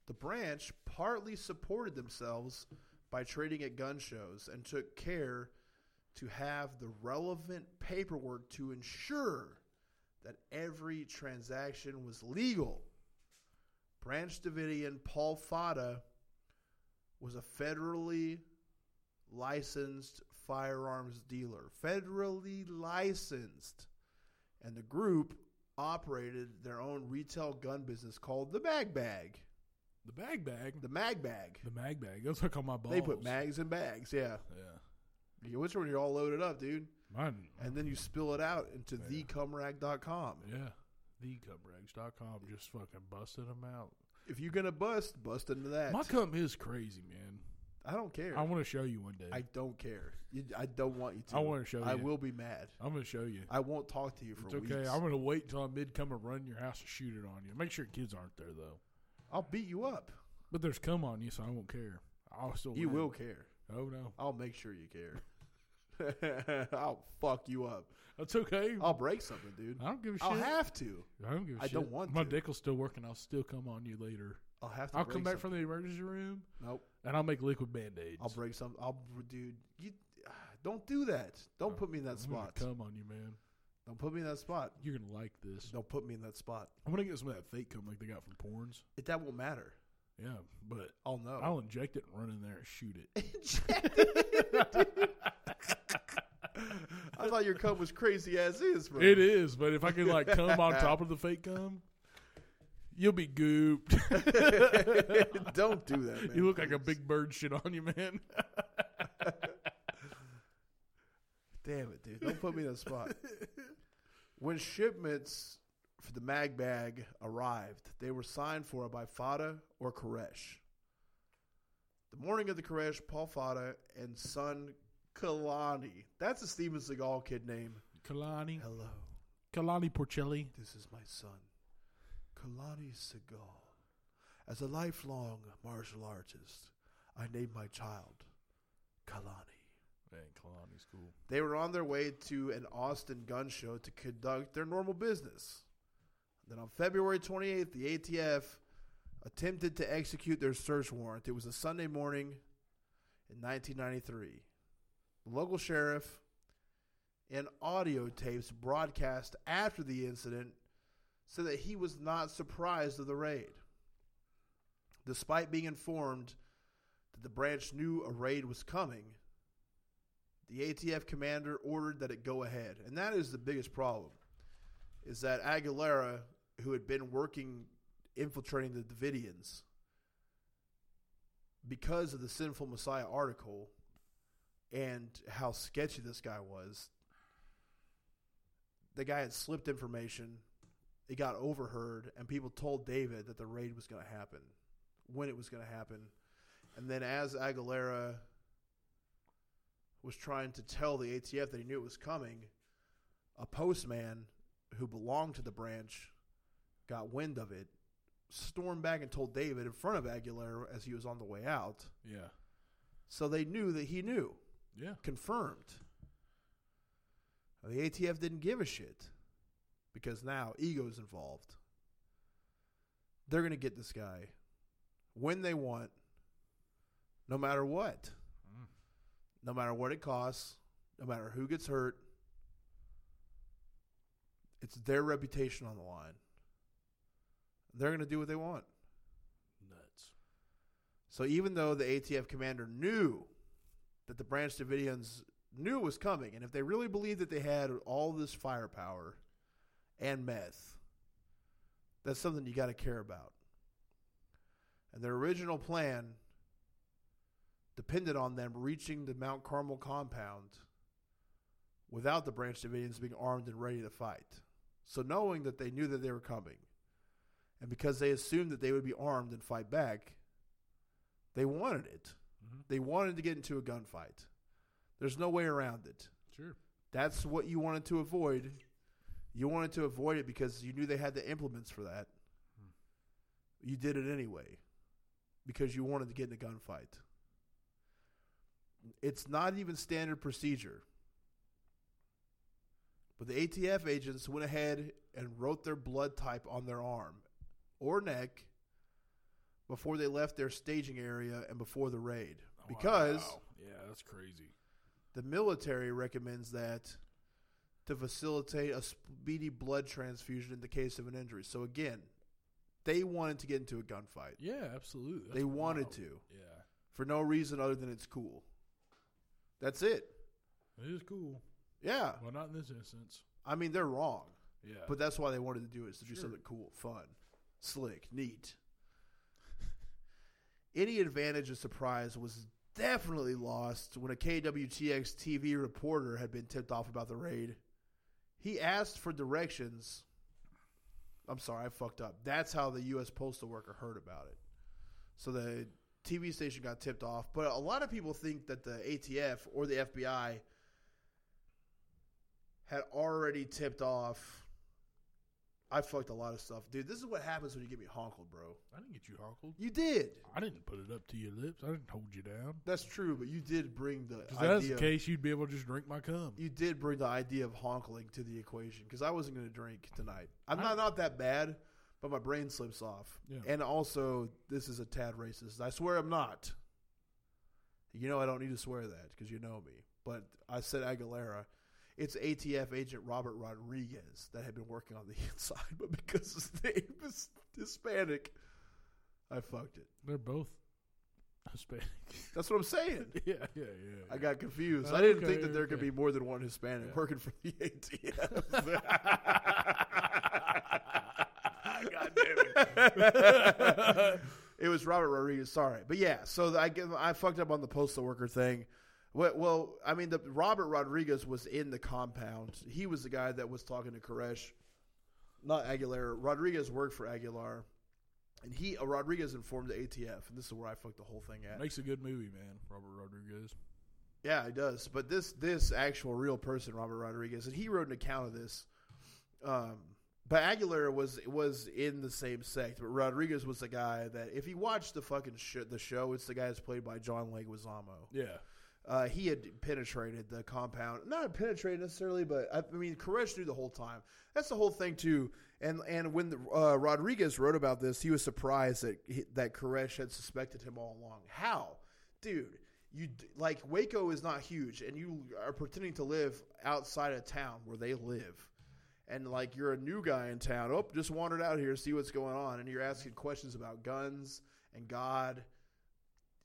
Speaker 1: The branch partly supported themselves by trading at gun shows and took care to have the relevant paperwork to ensure that every transaction was legal. Branch Davidian Paul Fada was a federally licensed firearms dealer, federally licensed. And the group operated their own retail gun business called the Mag Bag.
Speaker 2: The bag bag.
Speaker 1: The Mag Bag.
Speaker 2: The mag bag. That's what I call my balls.
Speaker 1: They put mags in bags, yeah.
Speaker 2: Yeah.
Speaker 1: You get which one you're all loaded up, dude.
Speaker 2: Mine.
Speaker 1: And then you spill it out into
Speaker 2: Yeah.
Speaker 1: thecumrag.com.
Speaker 2: Yeah. TheCupRags.com. Just fucking busting them out.
Speaker 1: If you're going to bust, bust into that.
Speaker 2: My company is crazy, man.
Speaker 1: I don't care.
Speaker 2: I want to show you one day.
Speaker 1: I don't care. You, I don't want you to.
Speaker 2: I wanna show
Speaker 1: I
Speaker 2: you.
Speaker 1: will be mad.
Speaker 2: I, am going to show you.
Speaker 1: I won't talk to you for
Speaker 2: It's okay.
Speaker 1: weeks.
Speaker 2: I'm going to wait till I'm mid come and run your house and shoot it on you. Make sure your kids aren't there, though.
Speaker 1: I'll beat you up.
Speaker 2: But there's cum on you, so I won't care. I'll still
Speaker 1: You
Speaker 2: win.
Speaker 1: will care.
Speaker 2: Oh, no.
Speaker 1: I'll make sure you care. I'll fuck you up.
Speaker 2: That's okay.
Speaker 1: I'll break something, dude.
Speaker 2: I don't give a
Speaker 1: I'll
Speaker 2: shit.
Speaker 1: have to.
Speaker 2: I don't give a
Speaker 1: I
Speaker 2: shit.
Speaker 1: don't want
Speaker 2: My
Speaker 1: to.
Speaker 2: dick will still work, and I'll still come on you later.
Speaker 1: I'll have to.
Speaker 2: I'll
Speaker 1: break
Speaker 2: come back
Speaker 1: something.
Speaker 2: from the emergency room,
Speaker 1: Nope.
Speaker 2: and I'll make liquid band aids.
Speaker 1: I'll break something. I'll, dude. You don't do that. Don't put me in that spot.
Speaker 2: Come on you, man.
Speaker 1: Don't put me in that spot.
Speaker 2: You're gonna like this.
Speaker 1: Don't put me in that spot.
Speaker 2: I'm gonna get some of that fake cum like they got from porns.
Speaker 1: It, that won't matter.
Speaker 2: Yeah, but
Speaker 1: I'll know.
Speaker 2: I'll inject it and run in there and shoot it.
Speaker 1: I thought your cum was crazy as is, bro.
Speaker 2: It is, but if I can like come on top of the fake cum, you'll be gooped.
Speaker 1: don't do that. Man,
Speaker 2: you look like a
Speaker 1: please.
Speaker 2: big bird shit on you, man.
Speaker 1: Damn it, dude. Don't put me in that spot. when shipments for the mag bag arrived, they were signed for by Fada or Koresh. The morning of the Koresh, Paul Fada and son Kalani. That's a Steven Seagal kid name.
Speaker 2: Kalani,
Speaker 1: Hello,
Speaker 2: Kalani Porcelli.
Speaker 1: this is my son, Kalani Seagal. As a lifelong martial artist, I named my child Kalani.
Speaker 2: Man, Kalani's cool.
Speaker 1: They were on their way to an Austin gun show to conduct their normal business. Then on February 28th, the ATF attempted to execute their search warrant. It was a Sunday morning in 1993. The local sheriff and audio tapes broadcast after the incident said that he was not surprised of the raid. Despite being informed that the branch knew a raid was coming, the ATF commander ordered that it go ahead. And that is the biggest problem is that Aguilera, who had been working infiltrating the Davidians because of the Sinful Messiah article and how sketchy this guy was, the guy had slipped information. It got overheard, and people told David that the raid was going to happen, when it was going to happen. And then, as Aguilera was trying to tell the ATF that he knew it was coming, a postman who belonged to the branch got wind of it, stormed back and told David in front of Aguilera as he was on the way out.
Speaker 2: Yeah,
Speaker 1: So they knew that he knew,
Speaker 2: yeah.
Speaker 1: confirmed. The ATF didn't give a shit because now ego's involved. They're going to get this guy when they want, no matter what
Speaker 2: Mm,
Speaker 1: no matter what it costs, no matter who gets hurt, it's their reputation on the line. They're going to do what they want.
Speaker 2: Nuts.
Speaker 1: So even though the ATF commander knew that the Branch Davidians knew it was coming, and if they really believed that they had all this firepower and meth, that's something you got to care about. And their original plan depended on them reaching the Mount Carmel compound without the Branch Davidians being armed and ready to fight. So knowing that they knew that they were coming, and because they assumed that they would be armed and fight back, they wanted it.
Speaker 2: Mhm.
Speaker 1: They wanted to get into a gunfight. There's no way around it.
Speaker 2: Sure.
Speaker 1: That's what you wanted to avoid. You wanted to avoid it because you knew they had the implements for that. You did it anyway because you wanted to get in a gunfight. It's not even standard procedure. But the ATF agents went ahead and wrote their blood type on their arm or neck before they left their staging area and before the raid. Because
Speaker 2: Wow. yeah, that's crazy.
Speaker 1: the military recommends that to facilitate a speedy blood transfusion in the case of an injury. So again, they wanted to get into a gunfight
Speaker 2: Yeah, absolutely.
Speaker 1: They wanted
Speaker 2: wild.
Speaker 1: to.
Speaker 2: Yeah.
Speaker 1: for no reason other than it's cool. That's it.
Speaker 2: It is cool.
Speaker 1: Yeah,
Speaker 2: Well, not in this instance.
Speaker 1: I mean they're wrong,
Speaker 2: Yeah.
Speaker 1: but that's why they wanted to do it is to do
Speaker 2: Sure.
Speaker 1: something cool, fun, slick, neat. Any advantage of surprise was definitely lost when a KWTX TV reporter had been tipped off about the raid. He asked for directions. I'm sorry, I fucked up. That's how the U.S. postal worker heard about it. So the TV station got tipped off. But a lot of people think that the ATF or the FBI had already tipped off. I fucked a lot of stuff. Dude, this is what happens when you get me honkled, bro.
Speaker 2: I didn't get you honkled.
Speaker 1: You did.
Speaker 2: I didn't put it up to your lips. I didn't hold you down.
Speaker 1: That's true, but you did bring the
Speaker 2: Because that's
Speaker 1: idea.
Speaker 2: the case, you'd be able to just drink my cum.
Speaker 1: You did bring the idea of honkling to the equation because I wasn't going to drink tonight. I'm
Speaker 2: I-
Speaker 1: not not that bad, but my brain slips off.
Speaker 2: Yeah.
Speaker 1: And also, this is a tad racist. I swear I'm not. You know I don't need to swear that because you know me. But I said Aguilera. It's ATF agent Robert Rodriguez that had been working on the inside, but because his name is Hispanic, I fucked it.
Speaker 2: They're both Hispanic.
Speaker 1: That's what I'm saying.
Speaker 2: yeah, yeah, yeah.
Speaker 1: I got confused.
Speaker 2: Oh,
Speaker 1: I didn't
Speaker 2: okay,
Speaker 1: think that there could
Speaker 2: okay.
Speaker 1: be more than one Hispanic
Speaker 2: Yeah.
Speaker 1: working for the ATF.
Speaker 2: God damn it.
Speaker 1: it was Robert Rodriguez. Sorry, but yeah. So the, I give, I fucked up on the postal worker thing. Well, well I mean, the Robert Rodriguez was in the compound. He was the guy that was talking to Koresh, not Aguilera. Rodriguez worked for Aguilar, and he uh, Rodriguez informed the ATF, and this is where I fucked the whole thing at.
Speaker 2: Makes a good movie, man. Robert Rodriguez.
Speaker 1: Yeah, it does. But this this actual real person, Robert Rodriguez, and he wrote an account of this. Um, but Aguilera was was in the same sect, but Rodriguez was the guy that if you watch the fucking sh- the show, it's the guy that's played by John Leguizamo.
Speaker 2: Yeah.
Speaker 1: Uh, he had penetrated the compound, not penetrated necessarily, but I, I mean, Koresh knew the whole time. That's the whole thing too. And and when the, uh, Rodriguez wrote about this, he was surprised that he- that Koresh had suspected him all along. How, dude? You d- like Waco is not huge, and you are pretending to live outside of town where they live, and like you're a new guy in town. Oh, just wandered out here, see what's going on, and you're asking questions about guns and God.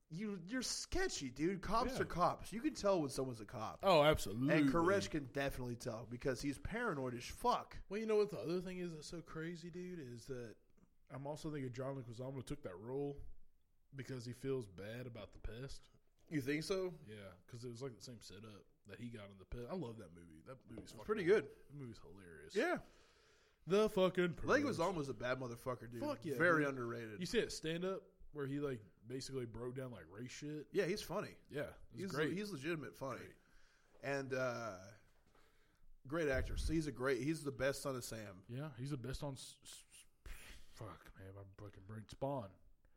Speaker 1: You you're sketchy, dude. Cops
Speaker 2: Yeah.
Speaker 1: are cops. You can tell when someone's a cop,
Speaker 2: Oh, absolutely.
Speaker 1: and Koresh can definitely tell because he's paranoid as fuck.
Speaker 2: Well, you know what the other thing is that's so crazy, dude, is that I'm also thinking John Leguizamo took that role because he feels bad about the pest.
Speaker 1: You think so?
Speaker 2: Yeah, because it was like the same setup that he got in the pest. I love that movie. That movie's fucking
Speaker 1: pretty good.
Speaker 2: That movie's hilarious.
Speaker 1: Yeah,
Speaker 2: The fucking
Speaker 1: Leg was
Speaker 2: Purge.
Speaker 1: almost a bad motherfucker, dude.
Speaker 2: Fuck yeah,
Speaker 1: very
Speaker 2: dude.
Speaker 1: underrated.
Speaker 2: You see it stand up where he like basically broke down like race shit.
Speaker 1: yeah, he's funny.
Speaker 2: Yeah, it's
Speaker 1: he's
Speaker 2: great.
Speaker 1: he's legitimate funny, and uh, great actor. So he's a great. He's the best son of Sam.
Speaker 2: yeah, he's the best on. S- s- s- fuck man, my fucking brain spawn.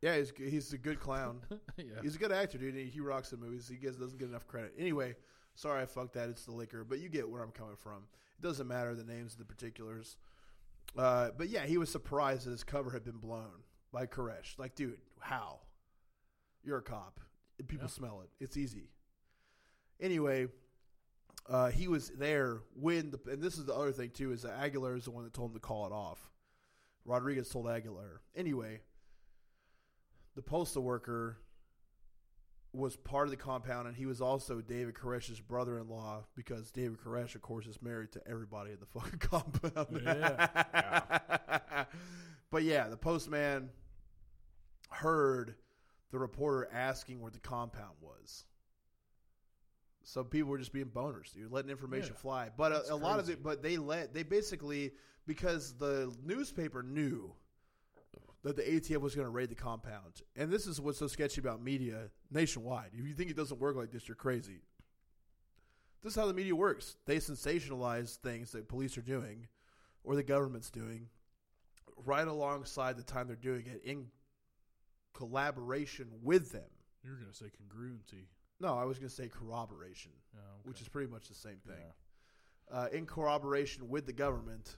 Speaker 1: Yeah, he's he's a good clown.
Speaker 2: yeah,
Speaker 1: He's a good actor, dude. and He rocks the movies. He gets doesn't get enough credit. Anyway, sorry I fucked that. It's the liquor, but you get where I'm coming from. It doesn't matter the names of the particulars. Uh, but yeah, he was surprised that his cover had been blown by Koresh. Like, dude, how? You're a cop. People
Speaker 2: Yeah.
Speaker 1: smell it. It's easy. Anyway, uh, he was there when the and this is the other thing too is that Aguilar is the one that told him to call it off. Rodriguez told Aguilar. Anyway, the postal worker was part of the compound, and he was also David Koresh's brother-in-law because David Koresh, of course, is married to everybody in the fucking compound.
Speaker 2: Yeah.
Speaker 1: but yeah, the postman heard the reporter asking where the compound was. So people were just being boners, dude, letting information
Speaker 2: Yeah.
Speaker 1: fly. But
Speaker 2: That's
Speaker 1: a, a lot of
Speaker 2: crazy.
Speaker 1: it, but they let they basically because the newspaper knew that the ATF was going to raid the compound, and this is what's so sketchy about media nationwide. If you think it doesn't work like this, you're crazy. This is how the media works. They sensationalize things that police are doing, or the government's doing, right alongside the time they're doing it in collaboration with them.
Speaker 2: you're gonna say congruency,
Speaker 1: No, I was going to say corroboration,
Speaker 2: yeah, Oh, okay.
Speaker 1: which is pretty much the same
Speaker 2: yeah.
Speaker 1: thing. Uh, in corroboration with the government,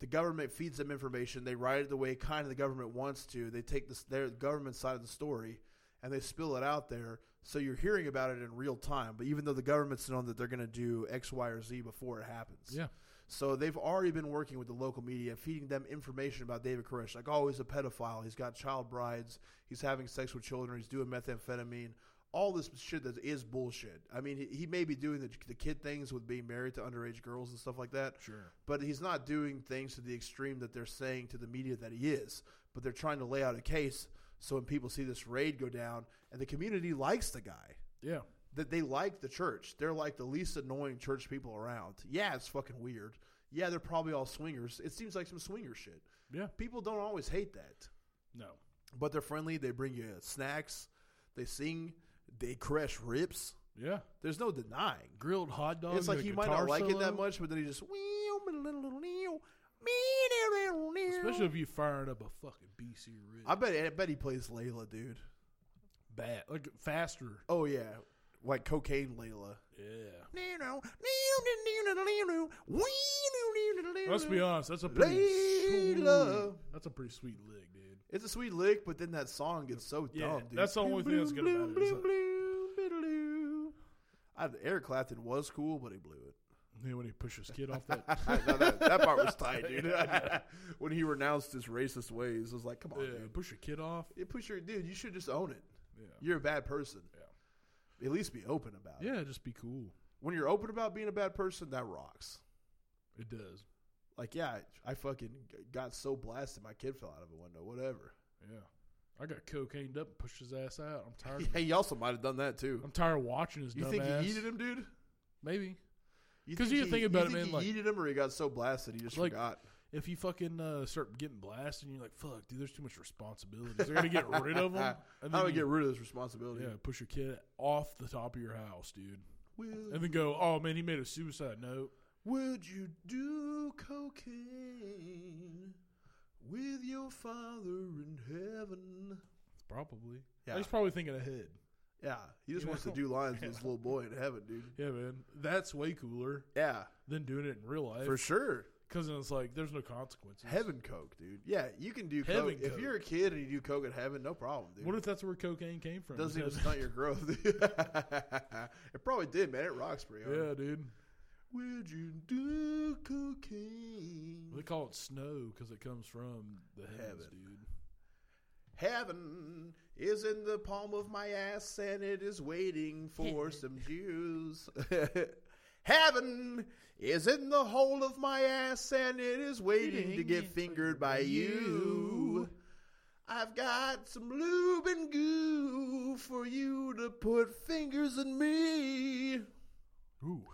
Speaker 1: the government feeds them information. They write it the way kind of the government wants to. They take this, their government side of the story and they spill it out there. So you're hearing about it in real time. But even though the government's known that they're going to do X, Y, or Z before it happens.
Speaker 2: Yeah.
Speaker 1: So they've already been working with the local media, feeding them information about David Koresh. Like, oh, he's a pedophile. He's got child brides. He's having sex with children. He's doing methamphetamine. all this shit that is bullshit. I mean, he, he may be doing the, the kid things with being married to underage girls and stuff like that,
Speaker 2: Sure.
Speaker 1: but he's not doing things to the extreme that they're saying to the media that he is. But they're trying to lay out a case so when people see this raid go down, and the community likes the guy.
Speaker 2: Yeah.
Speaker 1: That they like the church. They're like the least annoying church people around. Yeah, it's fucking weird. Yeah, they're probably all swingers. It seems like some swinger shit.
Speaker 2: Yeah.
Speaker 1: People don't always hate that,
Speaker 2: No.
Speaker 1: but they're friendly. They bring you snacks. They sing. They crash rips.
Speaker 2: Yeah.
Speaker 1: There's no denying.
Speaker 2: Grilled hot dogs.
Speaker 1: It's like
Speaker 2: and a
Speaker 1: he might
Speaker 2: guitar
Speaker 1: not like it that
Speaker 2: solo.
Speaker 1: much, but then he just.
Speaker 2: Especially if you fired up a fucking BC rig.
Speaker 1: I bet. I bet he plays Layla, dude.
Speaker 2: bad. Like faster.
Speaker 1: Oh yeah, like cocaine Layla.
Speaker 2: Yeah. Let's
Speaker 1: Let's
Speaker 2: be honest. That's a pretty sweet.
Speaker 1: Layla.
Speaker 2: That's a pretty sweet lick, dude.
Speaker 1: It's a sweet lick, but then that song gets so
Speaker 2: Yeah,
Speaker 1: dumb, dude.
Speaker 2: that's the only thing that's good about it, is that-
Speaker 1: I, Eric Clapton was cool, but he blew it.
Speaker 2: Yeah, when he pushed his kid off that.
Speaker 1: No, that, that part was tight, dude. when he renounced his racist ways, it was like, come on,
Speaker 2: yeah,
Speaker 1: dude.
Speaker 2: push your kid off.
Speaker 1: You push your dude. You should just own it.
Speaker 2: Yeah.
Speaker 1: You're a bad person.
Speaker 2: Yeah.
Speaker 1: At least be open about it.
Speaker 2: Yeah, just be cool.
Speaker 1: When you're open about being a bad person, that rocks.
Speaker 2: It does.
Speaker 1: Like, yeah, I, I fucking g- got so blasted, my kid fell out of a window. Whatever.
Speaker 2: Yeah. I got cocaine up and pushed his ass out. I'm tired. of-
Speaker 1: Yeah, he also might have done that too.
Speaker 2: I'm tired of watching his
Speaker 1: You
Speaker 2: dumb
Speaker 1: think
Speaker 2: ass.
Speaker 1: he yeeted him, dude?
Speaker 2: Maybe.
Speaker 1: You
Speaker 2: 'Cause you think about it,
Speaker 1: think
Speaker 2: man, like-
Speaker 1: he yeeted him, or he got so blasted he just
Speaker 2: Like-
Speaker 1: forgot.
Speaker 2: if you fucking uh, start getting blasted and you're like, fuck, dude, there's too much responsibilities. They're going to get rid of them. And
Speaker 1: How do
Speaker 2: then
Speaker 1: we get
Speaker 2: you-
Speaker 1: rid of this responsibility?
Speaker 2: Yeah, push your kid off the top of your house, dude.
Speaker 1: Will,
Speaker 2: And then go, oh, man, he made a suicide note.
Speaker 1: would you do cocaine with your father in heaven?
Speaker 2: Probably.
Speaker 1: Yeah.
Speaker 2: He's probably thinking ahead.
Speaker 1: Yeah, he just
Speaker 2: You
Speaker 1: wants
Speaker 2: know?
Speaker 1: to do lines with his little boy in heaven, dude.
Speaker 2: Yeah, man. That's way cooler
Speaker 1: Yeah,
Speaker 2: than doing it in real life.
Speaker 1: for sure.
Speaker 2: Because then it's like, there's no consequences.
Speaker 1: Heaven coke, dude. Yeah, you can do
Speaker 2: Heaven
Speaker 1: coke. if
Speaker 2: coke.
Speaker 1: you're a kid and you do coke in heaven. No problem, dude.
Speaker 2: What if that's where cocaine came from?
Speaker 1: doesn't even
Speaker 2: Because-
Speaker 1: stunt your growth. dude. it probably did, man. It rocks pretty hard.
Speaker 2: Yeah, dude.
Speaker 1: Would you do cocaine?
Speaker 2: They call it snow because it comes from the heavens,
Speaker 1: Heaven.
Speaker 2: dude.
Speaker 1: Heaven is in the palm of my ass and it is waiting for some Jews. Heaven is in the hole of my ass and it is waiting to get fingered by you. I've got some lube and goo for you to put fingers in me.
Speaker 2: Ooh.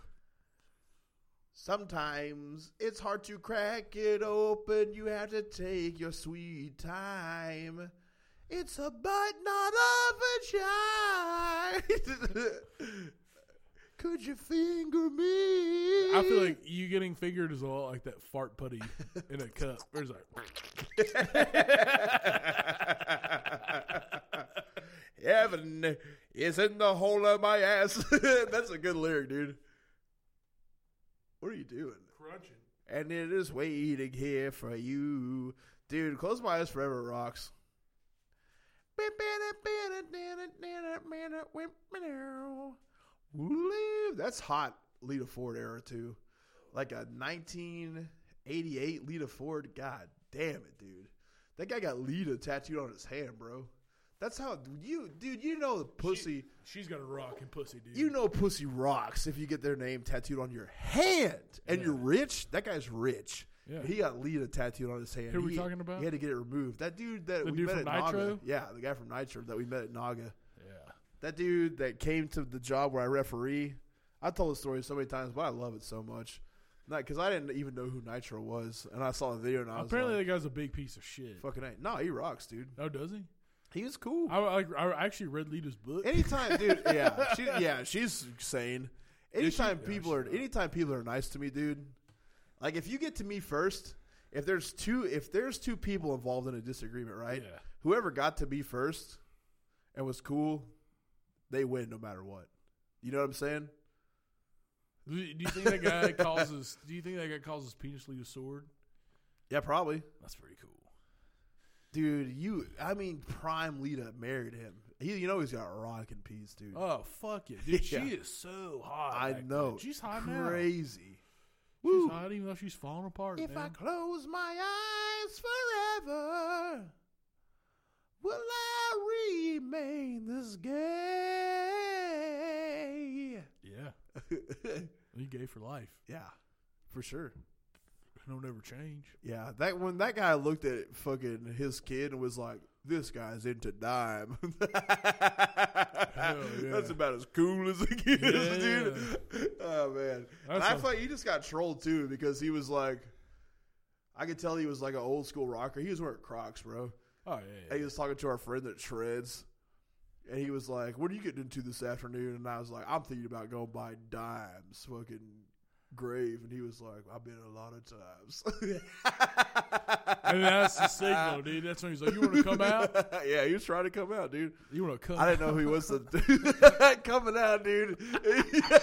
Speaker 1: Sometimes it's hard to crack it open. You have to take your sweet time. It's a butt, not a vagina. Could you finger me?
Speaker 2: I feel like you getting fingered is a lot like that fart putty in a cup. There's like,
Speaker 1: heaven is in the hole of my ass. That's a good lyric, dude. What are you doing?
Speaker 2: crunching.
Speaker 1: and it is waiting here for you. Dude, Close My Eyes Forever rocks. That's hot Lita Ford era, too. Like a 1988 Lita Ford. God damn it, dude. That guy got Lita tattooed on his hand, bro. That's how you, dude, you know the pussy.
Speaker 2: She's got a rocking pussy, dude.
Speaker 1: You know pussy rocks if you get their name tattooed on your hand and you're rich. That guy's rich.
Speaker 2: Yeah.
Speaker 1: He got Lita tattooed on his hand.
Speaker 2: Who are we
Speaker 1: He-
Speaker 2: talking about?
Speaker 1: He had to get it removed. That dude that
Speaker 2: The
Speaker 1: we
Speaker 2: dude
Speaker 1: met
Speaker 2: from
Speaker 1: at Naga.
Speaker 2: Nitro?
Speaker 1: Yeah, the guy from Nitro that we met at Naga.
Speaker 2: yeah.
Speaker 1: That dude that came to the job where I referee. I told the story so many times, but I love it so much. Not because I didn't even know who Nitro was, and I saw the video and I was
Speaker 2: Apparently,
Speaker 1: like,
Speaker 2: that guy's a big piece of shit.
Speaker 1: "Fucking ain't. no, he rocks, dude.
Speaker 2: Oh, does he?
Speaker 1: He was cool.
Speaker 2: I, I, I actually read Lita's book.
Speaker 1: Anytime, dude. Yeah, she, yeah, she's sane. Anytime
Speaker 2: yeah,
Speaker 1: people
Speaker 2: she
Speaker 1: are,
Speaker 2: will.
Speaker 1: anytime people are nice to me, dude. Like if you get to me first, if there's two, if there's two people involved in a disagreement, right?
Speaker 2: Yeah.
Speaker 1: Whoever got to me first and was cool, they win no matter what. You know what I'm saying?
Speaker 2: Do you do you think that guy calls his? Do you think that guy calls his penis Lita's sword?
Speaker 1: Yeah, probably,
Speaker 2: That's pretty cool.
Speaker 1: dude. You, I mean, Prime Lita married him. He, you know, he's got a rock in peace, dude.
Speaker 2: Oh fuck yeah, dude!
Speaker 1: Yeah.
Speaker 2: She is so hot.
Speaker 1: I
Speaker 2: back
Speaker 1: know.
Speaker 2: then. she's hot now.
Speaker 1: Crazy.
Speaker 2: She's hot even though she's falling apart.
Speaker 1: If
Speaker 2: man.
Speaker 1: I close my eyes forever, Will I remain this gay?
Speaker 2: Yeah. You gay for life.
Speaker 1: yeah, for sure.
Speaker 2: Don't ever change.
Speaker 1: Yeah, that when that guy looked at fucking his kid and was like, "This guy's into dime." That's about as cool as it gets, dude. Oh man, and
Speaker 2: That's
Speaker 1: I
Speaker 2: a-
Speaker 1: thought he just got trolled too because he was like, I could tell he was like an old school rocker. He was wearing Crocs, bro.
Speaker 2: Oh
Speaker 1: And
Speaker 2: yeah.
Speaker 1: he
Speaker 2: yeah.
Speaker 1: was talking to our friend that shreds, and he was like, "What are you getting into this afternoon?" And I was like, "I'm thinking about going by dimes, fucking grave." And he was like, "I've been a lot of times."
Speaker 2: I mean, that's the signal, dude. That's when he's like, "You want to come out?
Speaker 1: yeah, he was trying to come out, dude.
Speaker 2: You want to come?"
Speaker 1: I didn't know who he was. To coming out, dude.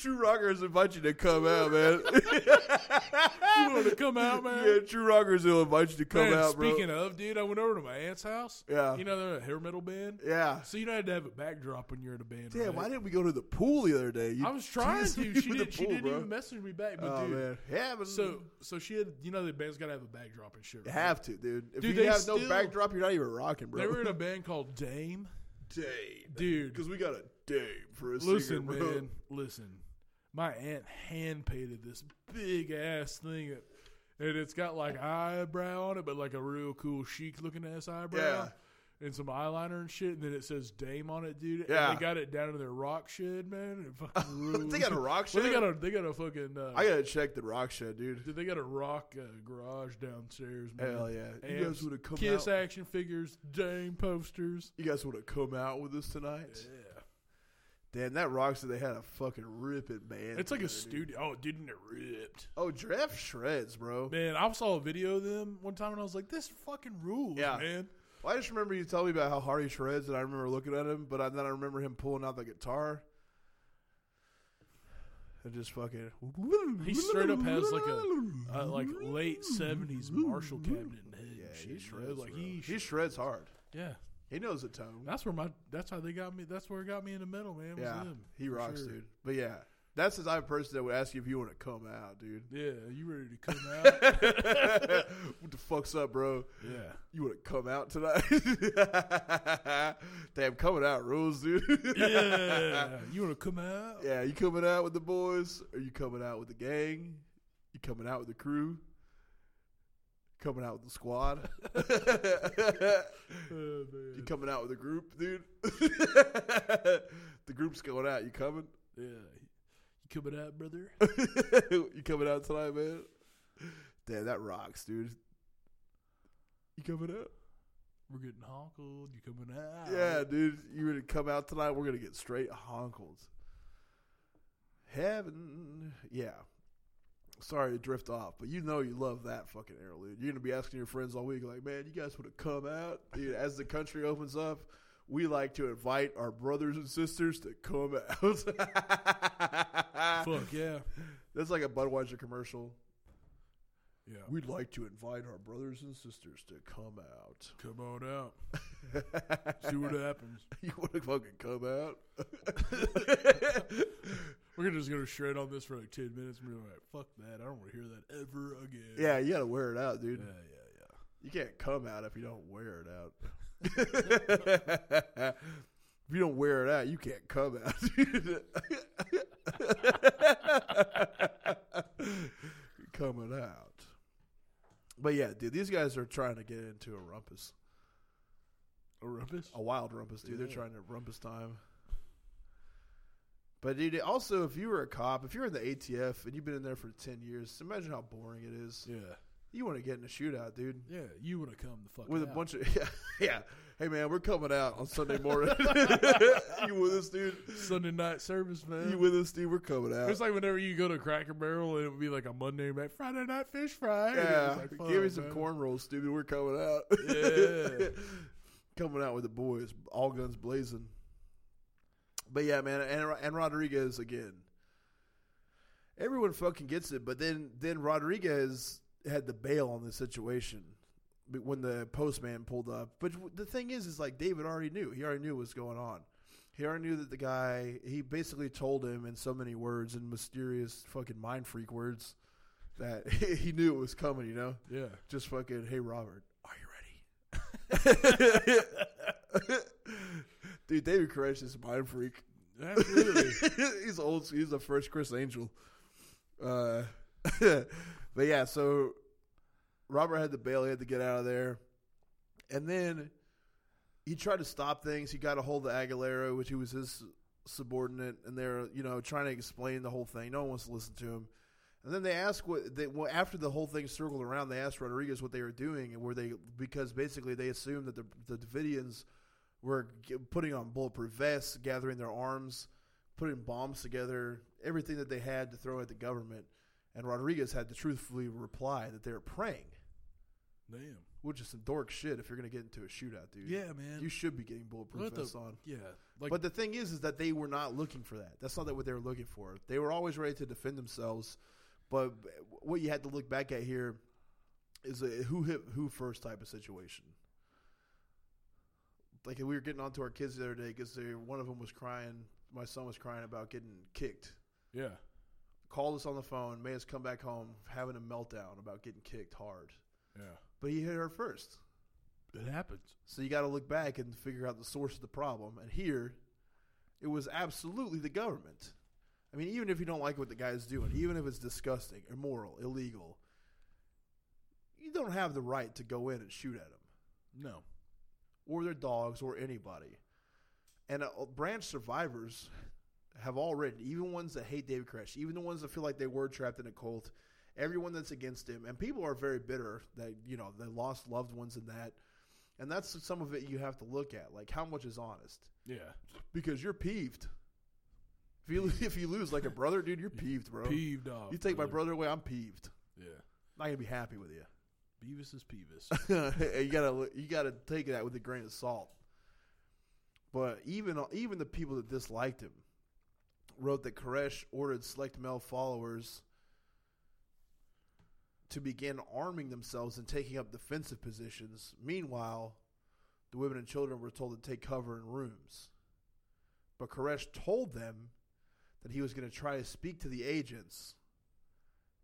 Speaker 1: True rockers invite you to come out, man.
Speaker 2: You want to come out, man?
Speaker 1: yeah, true rockers will invite you to come
Speaker 2: Man,
Speaker 1: out, bro.
Speaker 2: speaking of, dude, I went over to my aunt's house.
Speaker 1: Yeah.
Speaker 2: You know, they're a hair metal band.
Speaker 1: yeah.
Speaker 2: So you don't have to have a backdrop when you're in a band.
Speaker 1: Damn,
Speaker 2: right?
Speaker 1: why didn't we go to the pool the other day? You
Speaker 2: I was trying
Speaker 1: teased me
Speaker 2: to. She,
Speaker 1: with
Speaker 2: did,
Speaker 1: the
Speaker 2: she
Speaker 1: pool,
Speaker 2: didn't
Speaker 1: bro.
Speaker 2: even message me back. But
Speaker 1: Oh
Speaker 2: dude,
Speaker 1: man, yeah, but
Speaker 2: so so she had. You know, the band's got to have a backdrop and shit.
Speaker 1: you
Speaker 2: right?
Speaker 1: have to, dude. If
Speaker 2: Dude,
Speaker 1: you
Speaker 2: they
Speaker 1: have no
Speaker 2: still-
Speaker 1: backdrop, you're not even rocking, bro.
Speaker 2: They were in a band called Dame,
Speaker 1: day,
Speaker 2: dude.
Speaker 1: because we got a day for a singer,
Speaker 2: Listen,
Speaker 1: bro.
Speaker 2: man, listen. My aunt hand painted this big ass thing, and it's got like eyebrow on it, but like a real cool chic looking ass eyebrow.
Speaker 1: Yeah.
Speaker 2: And some eyeliner and shit, and then it says Dame on it, dude. And
Speaker 1: Yeah.
Speaker 2: they got it down in their rock shed, man. and It fucking rules.
Speaker 1: They got a rock
Speaker 2: Well, they
Speaker 1: shed?
Speaker 2: got a they got a fucking. Uh,
Speaker 1: I gotta check the rock shed, dude.
Speaker 2: Dude, they got a rock uh, garage downstairs, man.
Speaker 1: Hell yeah. You
Speaker 2: Amps,
Speaker 1: guys would've come
Speaker 2: Kiss
Speaker 1: out-
Speaker 2: action figures, Dame posters.
Speaker 1: You guys want to come out with us tonight?
Speaker 2: Yeah,
Speaker 1: Damn, that rock shed. They had a fucking ripping band.
Speaker 2: it's like
Speaker 1: there,
Speaker 2: a
Speaker 1: dude.
Speaker 2: studio. Oh, dude, and it ripped.
Speaker 1: Oh, Jeff shreds, bro.
Speaker 2: Man, I saw a video of them one time, and I was like, "This fucking rules,
Speaker 1: Yeah.
Speaker 2: man."
Speaker 1: Well, I just remember you telling me about how hard he shreds, and I remember looking at him, but I, then I remember him pulling out the guitar and just fucking.
Speaker 2: He straight up has like a, a Uh, like late seventies Marshall cabinet in the head.
Speaker 1: Yeah,
Speaker 2: and shit,
Speaker 1: he shreds.
Speaker 2: bro. like
Speaker 1: bro.
Speaker 2: he,
Speaker 1: he shreds hard.
Speaker 2: yeah.
Speaker 1: He knows the tone.
Speaker 2: That's where my that's how they got me. That's where it got me in the metal, man. was
Speaker 1: yeah,
Speaker 2: them,
Speaker 1: he
Speaker 2: for
Speaker 1: rocks,
Speaker 2: sure.
Speaker 1: dude. But yeah, that's the type of person that would ask you if you want to come out, dude.
Speaker 2: Yeah, you ready to come out?
Speaker 1: what the fuck's up, bro?
Speaker 2: yeah.
Speaker 1: You want to come out tonight? Damn, coming out rules, dude.
Speaker 2: yeah. You want to come out?
Speaker 1: Yeah, you coming out with the boys? Are you coming out with the gang? You coming out with the crew? Coming out with the squad?
Speaker 2: Oh,
Speaker 1: you
Speaker 2: man.
Speaker 1: coming out with the group, dude? the group's going out. You coming?
Speaker 2: Yeah. You coming out, brother?
Speaker 1: you coming out tonight, man? Damn, that rocks, dude. You coming out?
Speaker 2: We're getting honkled. You coming out?
Speaker 1: Yeah, dude. You gonna come out tonight? We're gonna get straight honkled. Heaven, yeah. Sorry to drift off, but you know you love that fucking interlude. You're gonna be asking your friends all week, like, man, you guys would have come out. Dude, as the country opens up, we like to invite our brothers and sisters to come out.
Speaker 2: Fuck yeah.
Speaker 1: That's like a Budweiser commercial.
Speaker 2: Yeah.
Speaker 1: We'd like to invite our brothers and sisters to come out.
Speaker 2: Come on out. See what happens.
Speaker 1: You want to fucking come out?
Speaker 2: We're gonna just gonna shred on this for like ten minutes. And be like, fuck that. I don't want to hear that ever again.
Speaker 1: Yeah, you gotta wear it out, dude.
Speaker 2: Yeah. Yeah.
Speaker 1: You can't come out if you don't wear it out. if you don't wear it out, you can't come out. dude. Coming out. But yeah, dude, these guys are trying to get into a rumpus.
Speaker 2: Yeah. A rumpus.
Speaker 1: A wild rumpus, dude. They're
Speaker 2: Yeah.
Speaker 1: trying to rumpus time. But dude, also if you were a cop, if you're in the ATF and you've been in there for ten years, imagine how boring it is.
Speaker 2: Yeah.
Speaker 1: You want to get in a shootout, dude.
Speaker 2: Yeah. You want to come the fuck
Speaker 1: with a
Speaker 2: out.
Speaker 1: bunch of yeah, yeah. Hey man, we're coming out on Sunday morning. you with us, dude?
Speaker 2: Sunday night service, man.
Speaker 1: You with us, dude? We're coming
Speaker 2: it's
Speaker 1: out.
Speaker 2: like whenever you go to Cracker Barrel, and it would be like a Monday night, Friday night fish fry. and it
Speaker 1: yeah,
Speaker 2: was like, fuck,
Speaker 1: give me some
Speaker 2: man.
Speaker 1: corn rolls, dude. We're coming out.
Speaker 2: Yeah.
Speaker 1: coming out with the boys, all guns blazing. But yeah, man, and and Rodriguez again. Everyone fucking gets it, but then then Rodriguez had the bail on the situation b- when the postman pulled up. But w- the thing is, is like David already knew. He already knew what was going on. He already knew that the guy. He basically told him in so many words and mysterious fucking mind freak words that he knew it was coming. You know
Speaker 2: Yeah.
Speaker 1: just fucking, hey Robert, are you ready? Dude, David Koresh is a mind freak.
Speaker 2: Absolutely.
Speaker 1: he's old. He's the first Chris Angel. Uh, but yeah, so Robert had to bail. He had to get out of there, and then he tried to stop things. He got a hold of Aguilera, which he was his subordinate, and they're you know trying to explain the whole thing. No one wants to listen to him. And then they asked what they well, after the whole thing circled around. They asked Rodriguez what they were doing and were they because basically they assumed that the the Davidians were g- putting on bulletproof vests, gathering their arms, putting bombs together, everything that they had to throw at the government. And Rodriguez had to truthfully reply that they were praying,
Speaker 2: Damn.
Speaker 1: which is some dork shit. If you're going to get into a shootout, dude,
Speaker 2: Yeah, man.
Speaker 1: you should be getting bulletproof
Speaker 2: What the-
Speaker 1: vests on.
Speaker 2: yeah. Like
Speaker 1: but the thing is, is that they were not looking for that. That's not what they were looking for. They were always ready to defend themselves. But what you had to look back at here is a who hit who first type of situation. Like we were getting onto our kids the other day because one of them was crying. My son was crying about getting kicked.
Speaker 2: yeah.
Speaker 1: Called us on the phone. Made us come back home having a meltdown about getting kicked hard.
Speaker 2: Yeah.
Speaker 1: But he hit her first.
Speaker 2: It happens.
Speaker 1: So you got to look back and figure out the source of the problem. And here, it was absolutely the government. I mean, even if you don't like what the guy's doing, even if it's disgusting, immoral, illegal, you don't have the right to go in and shoot at them
Speaker 2: No.
Speaker 1: or their dogs or anybody. And uh, branch survivors have already, even ones that hate David Koresh, even the ones that feel like they were trapped in a cult, everyone that's against him, and people are very bitter that you know they lost loved ones in that, and that's some of it you have to look at, like how much is honest
Speaker 2: Yeah.
Speaker 1: because you're peeved. If you if you lose like a brother, dude, you're peeved, bro.
Speaker 2: Peeved off.
Speaker 1: You take my brother away, I'm peeved.
Speaker 2: Yeah.
Speaker 1: Not gonna be happy with you.
Speaker 2: Beavis is Peevis.
Speaker 1: you gotta you gotta take that with a grain of salt. But even even the people that disliked him wrote that Koresh ordered select male followers to begin arming themselves and taking up defensive positions. Meanwhile, the women and children were told to take cover in rooms. But Koresh told them that he was going to try to speak to the agents,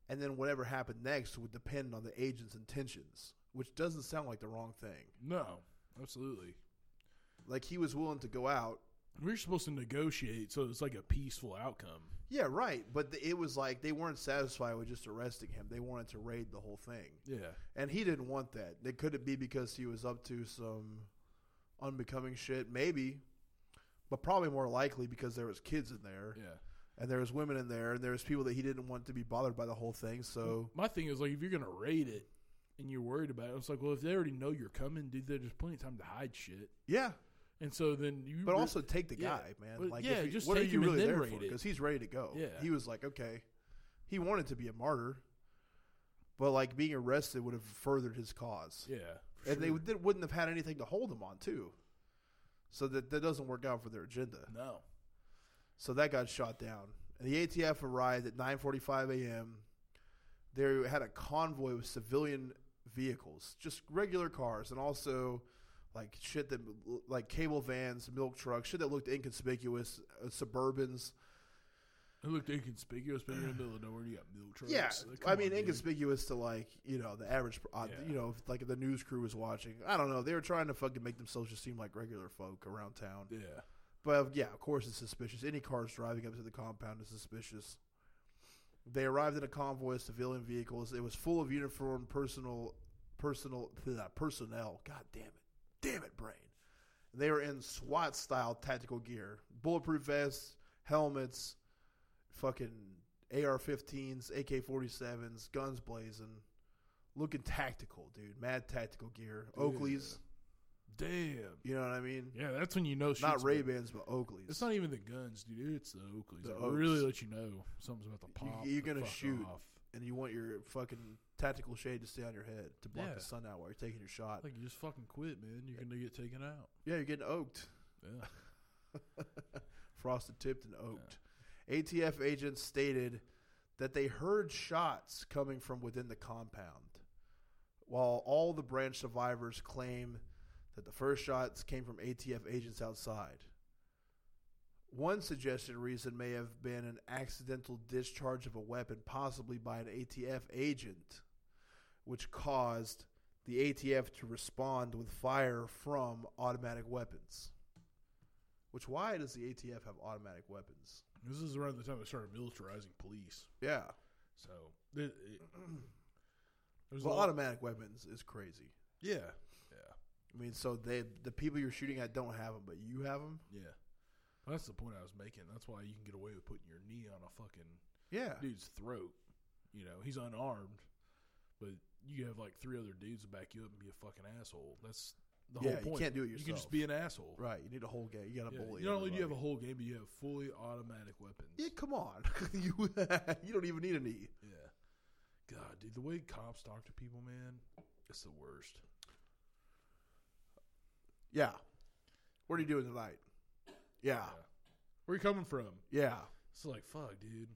Speaker 1: and then whatever happened next would depend on the agents' intentions, which doesn't sound like the wrong thing.
Speaker 2: no. Absolutely.
Speaker 1: Like he was willing to go out.
Speaker 2: We are supposed to negotiate, so it's like a peaceful outcome.
Speaker 1: Yeah, right. But th- it was like they weren't satisfied with just arresting him. They wanted to raid the whole thing.
Speaker 2: Yeah.
Speaker 1: And he didn't want that. It could it be because he was up to some unbecoming shit? Maybe. But probably more likely because there was kids in there
Speaker 2: Yeah.
Speaker 1: and there was women in there and there was people that he didn't want to be bothered by the whole thing. So
Speaker 2: My thing is like if you're gonna raid it and you're worried about it, it's like, well, if they already know you're coming, dude, there's plenty of time to hide shit.
Speaker 1: yeah,
Speaker 2: And so then you
Speaker 1: but
Speaker 2: re-
Speaker 1: also take the
Speaker 2: yeah.
Speaker 1: guy, man.
Speaker 2: But
Speaker 1: like,
Speaker 2: yeah,
Speaker 1: if you,
Speaker 2: just
Speaker 1: what
Speaker 2: take
Speaker 1: are you
Speaker 2: him and
Speaker 1: really
Speaker 2: then
Speaker 1: there
Speaker 2: rate
Speaker 1: for?
Speaker 2: it.
Speaker 1: Because he's ready to go.
Speaker 2: Yeah.
Speaker 1: he was like, okay, he wanted to be a martyr, but like being arrested would have furthered his cause,
Speaker 2: Yeah. for
Speaker 1: and they
Speaker 2: sure.
Speaker 1: would, they wouldn't have had anything to hold him on too. So that that doesn't work out for their agenda.
Speaker 2: No.
Speaker 1: So that got shot down. And the ATF arrived at 9:45 a.m. They had a convoy with civilian vehicles, just regular cars, and also like shit that like cable vans, milk trucks, shit that looked inconspicuous, uh, Suburbans.
Speaker 2: It looked inconspicuous, but you're in the middle of nowhere. You got mule trucks.
Speaker 1: Yeah,
Speaker 2: Like,
Speaker 1: I
Speaker 2: come
Speaker 1: mean
Speaker 2: on, dude.
Speaker 1: inconspicuous to like you know the average, uh,
Speaker 2: Yeah.
Speaker 1: you know if, like the news crew was watching. I don't know. They were trying to fucking make themselves just seem like regular folk around town.
Speaker 2: Yeah.
Speaker 1: But yeah, of course it's suspicious. Any cars driving up to the compound is suspicious. They arrived in a convoy of civilian vehicles. It was full of uniformed personal, personal bleh, personnel. God damn it, damn it, brain. They were in SWAT style tactical gear, bulletproof vests, helmets, fucking AR-15s, AK-47s, guns blazing, looking tactical, dude. Mad tactical gear, Oakleys.
Speaker 2: Damn.
Speaker 1: You know what I mean?
Speaker 2: Yeah, that's when you know. shit's
Speaker 1: not
Speaker 2: been-
Speaker 1: Ray Bans, but Oakleys.
Speaker 2: It's not even the guns, dude. It's the Oakleys.
Speaker 1: The
Speaker 2: That really
Speaker 1: Oaks.
Speaker 2: let you know something's about to pop.
Speaker 1: you're
Speaker 2: the
Speaker 1: gonna
Speaker 2: fuck
Speaker 1: shoot.
Speaker 2: Off.
Speaker 1: and you want your fucking tactical shade to stay on your head to block
Speaker 2: Yeah.
Speaker 1: the sun out while you're taking your shot.
Speaker 2: Like you just fucking quit, man. You're gonna get taken out.
Speaker 1: yeah, you're getting oaked,
Speaker 2: Yeah.
Speaker 1: frosted tipped and oaked. ATF agents stated that they heard shots coming from within the compound, while all the branch survivors claim that the first shots came from ATF agents outside. One suggested reason may have been an accidental discharge of a weapon, possibly by an ATF agent, which caused the ATF to respond with fire from automatic weapons. Which why does the ATF have automatic weapons?
Speaker 2: This is around the time they started militarizing police.
Speaker 1: Yeah,
Speaker 2: So it, it, there's
Speaker 1: well,
Speaker 2: a lot of
Speaker 1: automatic weapons is crazy.
Speaker 2: yeah, yeah,
Speaker 1: I mean, so they the people you're shooting at don't have them, but you have them.
Speaker 2: yeah. Well, that's the point I was making. That's why you can get away with putting your knee on a fucking
Speaker 1: Yeah,
Speaker 2: dude's throat. You know, he's unarmed, but you have like three other dudes to back you up and be a fucking asshole. That's the
Speaker 1: yeah,
Speaker 2: whole point.
Speaker 1: you can't do it yourself.
Speaker 2: You can just be an asshole.
Speaker 1: right. You need a whole game. You got to
Speaker 2: Yeah,
Speaker 1: bully.
Speaker 2: not only do you have a
Speaker 1: everybody.
Speaker 2: whole game, but you have fully automatic weapons.
Speaker 1: yeah, come on, you you don't even need a knee.
Speaker 2: Yeah. God, dude, the way cops talk to people, man, it's the worst.
Speaker 1: Yeah, what are you doing tonight? Yeah,
Speaker 2: Where you coming from?
Speaker 1: yeah,
Speaker 2: It's like, fuck, dude.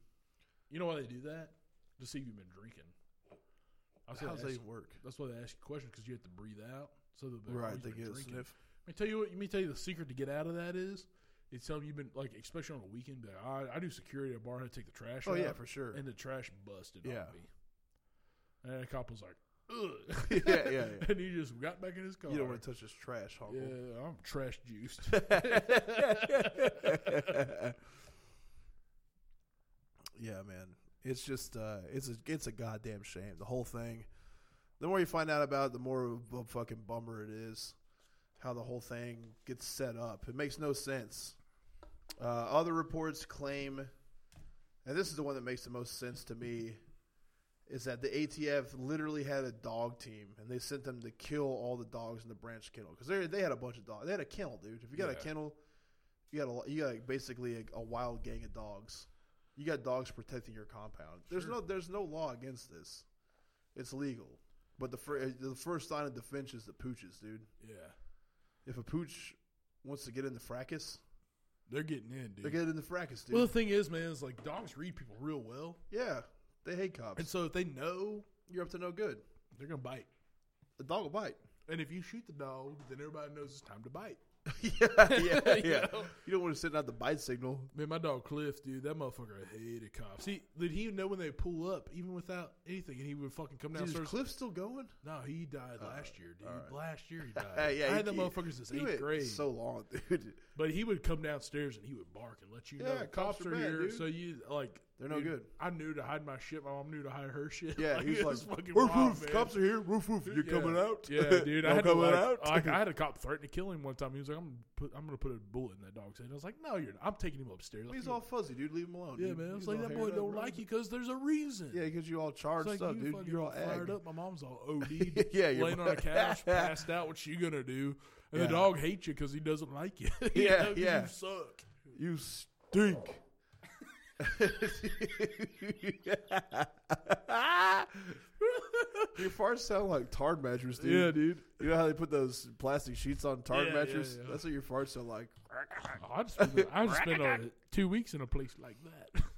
Speaker 2: You know why they do that? To see if you've been drinking. I was
Speaker 1: How
Speaker 2: gonna
Speaker 1: does that
Speaker 2: ask,
Speaker 1: even work?
Speaker 2: that's why they ask you questions because you have to breathe out. So they'll be like,
Speaker 1: right,
Speaker 2: "Oh,
Speaker 1: they
Speaker 2: you've been
Speaker 1: get a
Speaker 2: drinking."
Speaker 1: sniff.
Speaker 2: Let me tell you what. Let me tell you the secret to get out of that is. It's something you've been like, especially on a weekend. be Like, "Ah, I, do security at a bar. I take the trash.
Speaker 1: Oh
Speaker 2: out,
Speaker 1: yeah, for sure.
Speaker 2: and the trash busted
Speaker 1: Yeah.
Speaker 2: on me. And the cop was like, "Ugh,"
Speaker 1: yeah, yeah, yeah.
Speaker 2: and he just got back in his car.
Speaker 1: You don't want to touch this trash, Uncle.
Speaker 2: yeah, I'm trash juiced.
Speaker 1: yeah, man. It's just uh, it's a it's a goddamn shame. The whole thing. The more you find out about it, the more of a fucking bummer it is. How the whole thing gets set up. It makes no sense. Uh, other reports claim, and this is the one that makes the most sense to me, is that the ATF literally had a dog team and they sent them to kill all the dogs in the branch kennel because they they had a bunch of dogs. They had a kennel, dude. If you got a
Speaker 2: Yeah.
Speaker 1: kennel, you got a, lo- you got basically a, a wild gang of dogs. You got dogs protecting your compound. There's
Speaker 2: Sure.
Speaker 1: no there's no law against this. It's legal. But the fir- the first sign of defense is the pooches, dude.
Speaker 2: yeah,
Speaker 1: If a pooch wants to get in the fracas,
Speaker 2: they're getting in, dude.
Speaker 1: they get in the fracas, dude.
Speaker 2: well, the thing is, man, is like dogs read people real well,
Speaker 1: yeah, they hate cops.
Speaker 2: and so if they know,
Speaker 1: You're up to no good.
Speaker 2: they're gonna bite.
Speaker 1: A dog will bite.
Speaker 2: And if you shoot the dog, then everybody knows it's time to bite.
Speaker 1: yeah, yeah, yeah.
Speaker 2: You know?
Speaker 1: You don't want to send out the bite signal.
Speaker 2: Man, my dog Cliff, dude, that motherfucker hated cops. He did he know when they pull up, even without anything, and he would fucking come
Speaker 1: Dude, is
Speaker 2: downstairs.
Speaker 1: Cliff still going?
Speaker 2: no, he died last year, dude.
Speaker 1: alright.
Speaker 2: Last year he
Speaker 1: Yeah,
Speaker 2: died. I had the
Speaker 1: he-
Speaker 2: motherfuckers since
Speaker 1: he
Speaker 2: eighth
Speaker 1: went
Speaker 2: grade.
Speaker 1: So long, dude.
Speaker 2: but he would come downstairs and he would bark and let you know
Speaker 1: Yeah,
Speaker 2: the
Speaker 1: cops
Speaker 2: cops,
Speaker 1: are
Speaker 2: are,
Speaker 1: bad,
Speaker 2: here.
Speaker 1: dude.
Speaker 2: So you like
Speaker 1: They're no
Speaker 2: dude,
Speaker 1: good.
Speaker 2: I knew to hide my shit. My mom knew to hide her shit.
Speaker 1: Yeah, he
Speaker 2: it
Speaker 1: was like,
Speaker 2: fucking
Speaker 1: "Roof,
Speaker 2: wild,
Speaker 1: roof,
Speaker 2: man."
Speaker 1: cops are here. Roof, roof, you're
Speaker 2: Yeah.
Speaker 1: coming out."
Speaker 2: Yeah, dude. I
Speaker 1: "Y'all
Speaker 2: had to,
Speaker 1: coming
Speaker 2: like-
Speaker 1: out.
Speaker 2: like, I had a cop threaten to kill him one time. He was like, "I'm put, I'm gonna put a bullet in that dog's head." I was like, "No, you're. not. I'm taking him upstairs." Like,
Speaker 1: He's
Speaker 2: you-
Speaker 1: all fuzzy, dude. Leave him alone.
Speaker 2: Yeah,
Speaker 1: dude.
Speaker 2: man. It's
Speaker 1: He's
Speaker 2: like
Speaker 1: all
Speaker 2: that
Speaker 1: haired
Speaker 2: boy
Speaker 1: up,
Speaker 2: don't
Speaker 1: bro.
Speaker 2: like you because there's a reason.
Speaker 1: Yeah, because you all charged
Speaker 2: it's like
Speaker 1: up,
Speaker 2: you
Speaker 1: dude.
Speaker 2: fucking
Speaker 1: You're all
Speaker 2: fired
Speaker 1: agged.
Speaker 2: up. My mom's all OD,
Speaker 1: Yeah, you're-
Speaker 2: laying on a couch, passed out. What you gonna do? And
Speaker 1: Yeah.
Speaker 2: the dog hates you because he doesn't like you. You
Speaker 1: Yeah,
Speaker 2: know, 'cause
Speaker 1: yeah.
Speaker 2: You suck.
Speaker 1: You stink. Your farts sound like tarred mattress, dude.
Speaker 2: Yeah, dude.
Speaker 1: You know how they put those plastic sheets on tarred
Speaker 2: Yeah, yeah,
Speaker 1: mattress?
Speaker 2: yeah.
Speaker 1: That's what your farts sound like.
Speaker 2: I just spent, I just spent uh, two weeks in a place like that.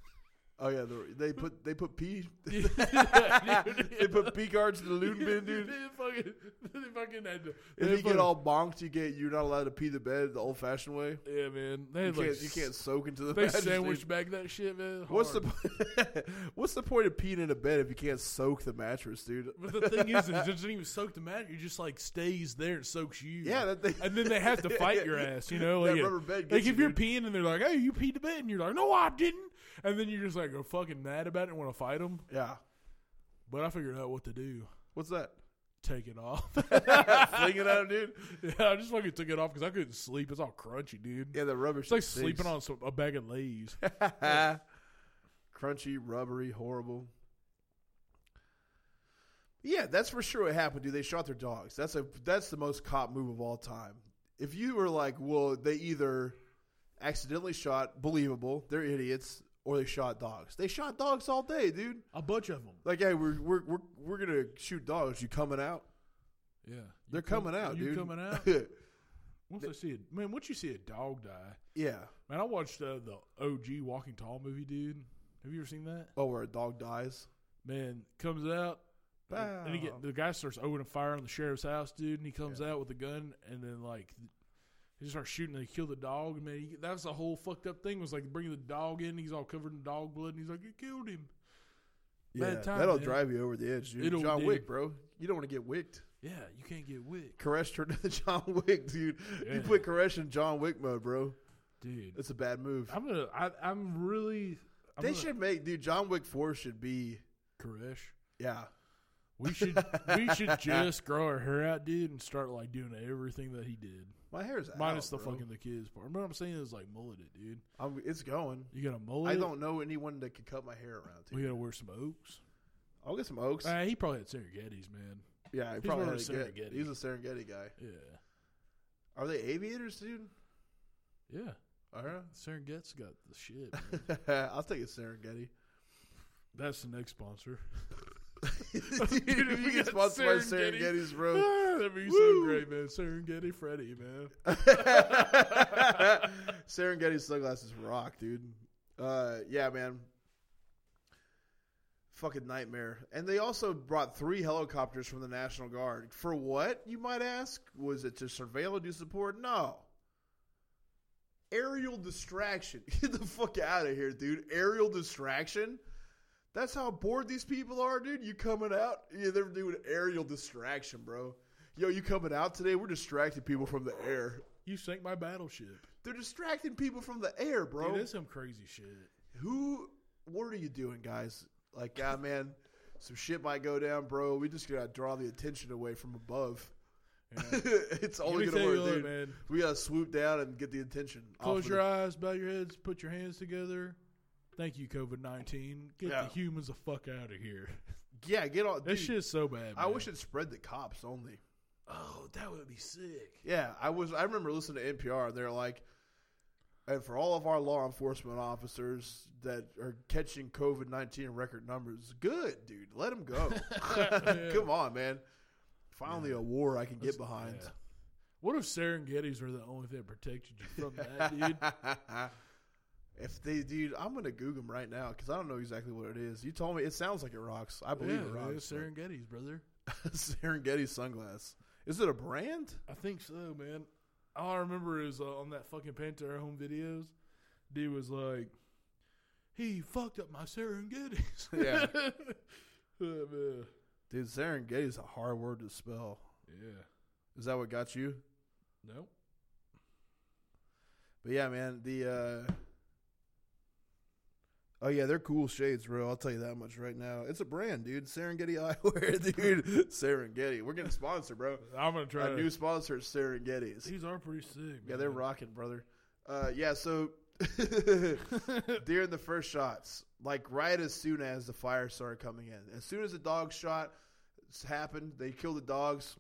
Speaker 1: Oh yeah, the, they put they put pee
Speaker 2: Yeah, dude.
Speaker 1: they put pee guards in the loot bin,
Speaker 2: They
Speaker 1: dude.
Speaker 2: fucking, they fucking had to.
Speaker 1: If
Speaker 2: they
Speaker 1: you get
Speaker 2: fucking-
Speaker 1: all bonked, you get you're not allowed to pee the bed the old fashioned way.
Speaker 2: yeah, man. They
Speaker 1: You
Speaker 2: had like
Speaker 1: can't you can't soak into the
Speaker 2: They
Speaker 1: mattress, dude.
Speaker 2: sandwich back that shit, man.
Speaker 1: What's
Speaker 2: hard.
Speaker 1: the po- what's the point of peeing in a bed if you can't soak the mattress, dude?
Speaker 2: But the thing is, it doesn't even soak the mat. It just like stays there and soaks you.
Speaker 1: Yeah, that thing-
Speaker 2: and then they have to fight your ass. You know,
Speaker 1: That
Speaker 2: like,
Speaker 1: rubber bed
Speaker 2: like
Speaker 1: gets
Speaker 2: if
Speaker 1: you,
Speaker 2: you're peeing and they're like, "Hey, you peed the bed," and you're like, "No, I didn't," and then you're just like, "Go fucking mad about it and want to fight them."
Speaker 1: Yeah.
Speaker 2: But I figured out what to do.
Speaker 1: What's that?
Speaker 2: Take it off.
Speaker 1: Fling it at him, dude.
Speaker 2: yeah, I just fucking took it off because I couldn't sleep. It's all crunchy, dude.
Speaker 1: Yeah, the rubber.
Speaker 2: It's like sleeping on some, a bag of Lay's.
Speaker 1: on crunchy, rubbery, horrible. Yeah, that's for sure what happened, dude. They shot their dogs. That's a that's the most cop move of all time. If you were like, well, they either accidentally shot, believable, they're idiots, or they shot dogs. They shot dogs all day, dude.
Speaker 2: a bunch of them.
Speaker 1: Like, hey, we're we're we're, we're gonna shoot dogs. You coming out?
Speaker 2: Yeah,
Speaker 1: They're
Speaker 2: You come-
Speaker 1: coming out,
Speaker 2: You
Speaker 1: dude.
Speaker 2: coming out? Once I see it, man. Once you see a dog die,
Speaker 1: yeah.
Speaker 2: Man, I watched uh, the OG Walking Tall movie, dude. Have you ever seen that?
Speaker 1: Oh, where a dog dies.
Speaker 2: Man, comes out. And he
Speaker 1: Bow.
Speaker 2: get, the guy starts opening fire on the sheriff's house, dude, and he comes out with a gun, and then like he starts shooting, and they kill the dog. And man, he, that was the whole fucked up thing was like bringing the dog in. He's all covered in dog blood, and he's like, "You killed him."
Speaker 1: Yeah,
Speaker 2: Bad time,
Speaker 1: that'll
Speaker 2: man.
Speaker 1: drive you over the edge, dude.
Speaker 2: It'll
Speaker 1: John
Speaker 2: do.
Speaker 1: Wick, bro. You don't want to get wicked.
Speaker 2: Yeah, you can't get wick,
Speaker 1: Koresh turned into John Wick, dude.
Speaker 2: Yeah.
Speaker 1: You put Koresh in John Wick mode, bro.
Speaker 2: dude.
Speaker 1: That's a bad move.
Speaker 2: I'm gonna. I, I'm really. I'm
Speaker 1: they
Speaker 2: gonna-
Speaker 1: should make dude John Wick Four should be
Speaker 2: Koresh.
Speaker 1: yeah.
Speaker 2: We should. we should just grow our hair out, dude, and start like doing everything that he did,
Speaker 1: My hair's
Speaker 2: minus
Speaker 1: out,
Speaker 2: the
Speaker 1: bro.
Speaker 2: fucking the kids part. But what I'm saying is like mullet it, dude.
Speaker 1: I'm, it's going.
Speaker 2: You got a mullet.
Speaker 1: I
Speaker 2: it?
Speaker 1: don't know anyone that could cut my hair around. Dude.
Speaker 2: We gotta wear some oaks.
Speaker 1: I'll get some oaks.
Speaker 2: Uh, he probably had Serengetis, man.
Speaker 1: yeah, he
Speaker 2: he's
Speaker 1: probably
Speaker 2: more
Speaker 1: had
Speaker 2: of a
Speaker 1: a good-
Speaker 2: Serengeti.
Speaker 1: He's a Serengeti guy.
Speaker 2: Yeah,
Speaker 1: Are they aviators, dude?
Speaker 2: yeah.
Speaker 1: Are
Speaker 2: Serengeti's got the shit. man.
Speaker 1: I'll take a Serengeti.
Speaker 2: That's the next sponsor.
Speaker 1: dude, if
Speaker 2: we
Speaker 1: we get
Speaker 2: got
Speaker 1: sponsored by
Speaker 2: Serengeti.
Speaker 1: Serengetis, bro.
Speaker 2: That'd be so
Speaker 1: Woo.
Speaker 2: great, man. Serengeti Freddy, man.
Speaker 1: Serengeti sunglasses rock, dude. Uh, yeah, man. Fucking nightmare. And they also brought three helicopters from the National Guard. For what, you might ask? Was it to surveil and do support? No. Aerial distraction. Get the fuck out of here, dude. Aerial distraction? That's how bored these people are, dude. You coming out? Yeah, they're doing aerial distraction, bro. Yo, you coming out today? We're distracting people from the air.
Speaker 2: You sank my battleship.
Speaker 1: They're distracting people from the air, bro.
Speaker 2: Dude, that's some crazy shit.
Speaker 1: Who? What are you doing, guys? Like, God, man, some shit might go down, bro. We just gotta draw the attention away from above.
Speaker 2: Yeah.
Speaker 1: it's only
Speaker 2: me
Speaker 1: gonna
Speaker 2: tell
Speaker 1: work,
Speaker 2: you what,
Speaker 1: dude.
Speaker 2: man.
Speaker 1: We gotta swoop down and get the attention. off
Speaker 2: Close
Speaker 1: of
Speaker 2: your
Speaker 1: the-
Speaker 2: eyes, bow your heads, put your hands together. Thank you, COVID nineteen. Get
Speaker 1: Yeah.
Speaker 2: the humans the fuck out of here.
Speaker 1: Yeah, get all.
Speaker 2: This
Speaker 1: dude,
Speaker 2: shit's so bad.
Speaker 1: I
Speaker 2: man.
Speaker 1: wish it spread the cops only.
Speaker 2: Oh, that would be sick.
Speaker 1: Yeah, I was. I remember listening to NPR. They're like, and for all of our law enforcement officers that are catching COVID nineteen record numbers, good dude, let them go.
Speaker 2: Yeah.
Speaker 1: Come on, man. Finally, a war I can get behind.
Speaker 2: Yeah. What if Serengetis were the only thing that protected you from that, dude?
Speaker 1: if they, dude, I'm gonna Google them right now because I don't know exactly what it is. You told me it sounds like it rocks. I believe it
Speaker 2: yeah,
Speaker 1: rocks. but-
Speaker 2: Serengetis, brother.
Speaker 1: Serengeti sunglass. Is it a brand?
Speaker 2: I think so, man. All I remember is uh, on that fucking Pantera home videos, dude was like, he fucked up my Serengetis.
Speaker 1: Yeah.
Speaker 2: Oh, man.
Speaker 1: Dude, Serengeti is a hard word to spell.
Speaker 2: Yeah.
Speaker 1: Is that what got you?
Speaker 2: No.
Speaker 1: But yeah, man, the uh Oh yeah, they're cool shades, bro. I'll tell you that much right now. It's a brand, dude. Serengeti eyewear, dude. Serengeti. We're getting sponsored, bro.
Speaker 2: I'm going to try
Speaker 1: Our
Speaker 2: to.
Speaker 1: new sponsor is Serengeti's.
Speaker 2: These are pretty sick.
Speaker 1: Yeah, they're
Speaker 2: man.
Speaker 1: rocking, brother. Uh yeah, so during the first shots, like right as soon as the fire started coming in. As soon as the dog shot happened, they killed the dogs.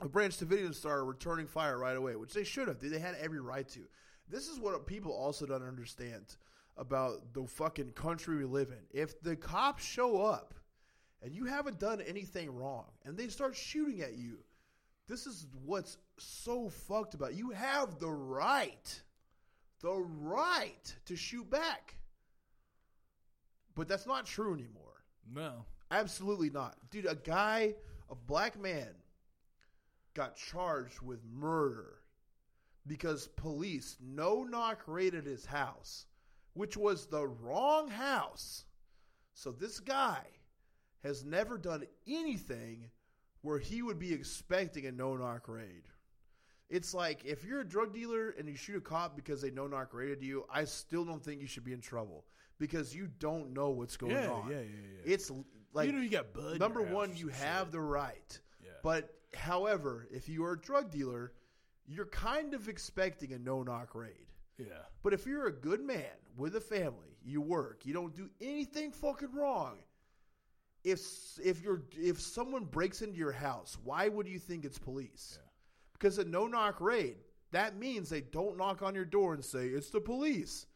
Speaker 1: The Branch Davidians started returning fire right away, which they should have. dude. They had every right to. This is what people also don't understand about the fucking country we live in. If the cops show up and you haven't done anything wrong and they start shooting at you, this is what's so fucked about. it. You have the right, the right to shoot back. But that's not true anymore.
Speaker 2: No.
Speaker 1: Absolutely not. Dude, a guy, a black man, got charged with murder because police no knock raided his house, which was the wrong house. So this guy has never done anything where he would be expecting a no knock raid. It's like if you're a drug dealer and you shoot a cop because they no knock raided you, I still don't think you should be in trouble because you don't know what's going
Speaker 2: Yeah,
Speaker 1: on.
Speaker 2: yeah, yeah, yeah.
Speaker 1: It's l- like
Speaker 2: you know, you got Bud. in
Speaker 1: number
Speaker 2: your
Speaker 1: one,
Speaker 2: house
Speaker 1: you
Speaker 2: and
Speaker 1: have
Speaker 2: shit.
Speaker 1: the right.
Speaker 2: Yeah.
Speaker 1: But however, if you are a drug dealer, you're kind of expecting a no knock raid.
Speaker 2: Yeah.
Speaker 1: But if you're a good man with a family, you work, you don't do anything fucking wrong. If s- if you're if someone breaks into your house, why would you think it's police?
Speaker 2: Yeah.
Speaker 1: Because a no knock raid that means they don't knock on your door and say it's the police.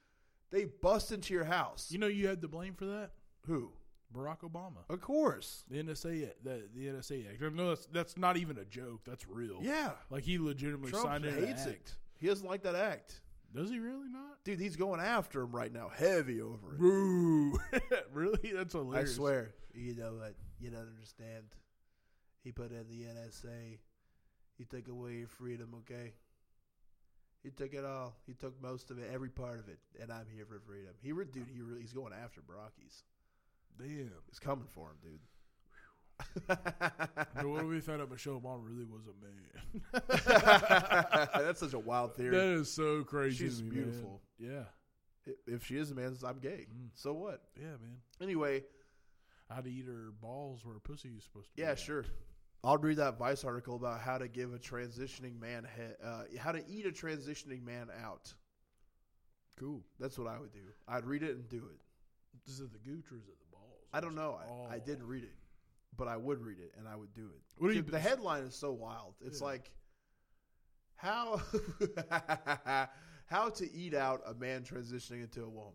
Speaker 1: They bust into your house.
Speaker 2: You know, you had the blame for that?
Speaker 1: Who?
Speaker 2: Barack Obama.
Speaker 1: Of course.
Speaker 2: The NSA, Act- the, the NSA Act. No, that's, that's not even a joke. That's real.
Speaker 1: Yeah.
Speaker 2: Like he legitimately
Speaker 1: Trump
Speaker 2: signed into
Speaker 1: hates
Speaker 2: the
Speaker 1: it.
Speaker 2: act.
Speaker 1: He doesn't like that act.
Speaker 2: Does he really not?
Speaker 1: Dude, he's going after him right now, heavy over it.
Speaker 2: Boo! really? That's
Speaker 1: I
Speaker 2: hilarious.
Speaker 1: swear. You know what? You don't understand. He put in the NSA. He took away your freedom, okay? He took it all. He took most of it, every part of it, and I'm here for freedom. He, re- dude, he really, he's going after Brockies.
Speaker 2: Damn.
Speaker 1: He's coming for him, dude.
Speaker 2: But what if we found out Michelle Obama really was a man?
Speaker 1: That's such a wild
Speaker 2: that
Speaker 1: theory.
Speaker 2: is so crazy.
Speaker 1: She's
Speaker 2: to me, man.
Speaker 1: beautiful. I- If she is a man, I'm gay.
Speaker 2: Mm.
Speaker 1: So what?
Speaker 2: Yeah, yeah, man.
Speaker 1: Anyway,
Speaker 2: I'd eat her balls where her pussy is supposed to. be.
Speaker 1: yeah, sure. I'll read that Vice article about how to give a transitioning man he- uh, how to eat a transitioning man out.
Speaker 2: Cool.
Speaker 1: That's what I would do. I'd read it and do it.
Speaker 2: Is it the gooch or is it the balls?
Speaker 1: I don't know.
Speaker 2: Oh.
Speaker 1: I, I didn't read it, but I would read it and I would do it.
Speaker 2: What do you?
Speaker 1: Dude, the headline is so wild. It's
Speaker 2: Yeah.
Speaker 1: like how how to eat out a man transitioning into a woman.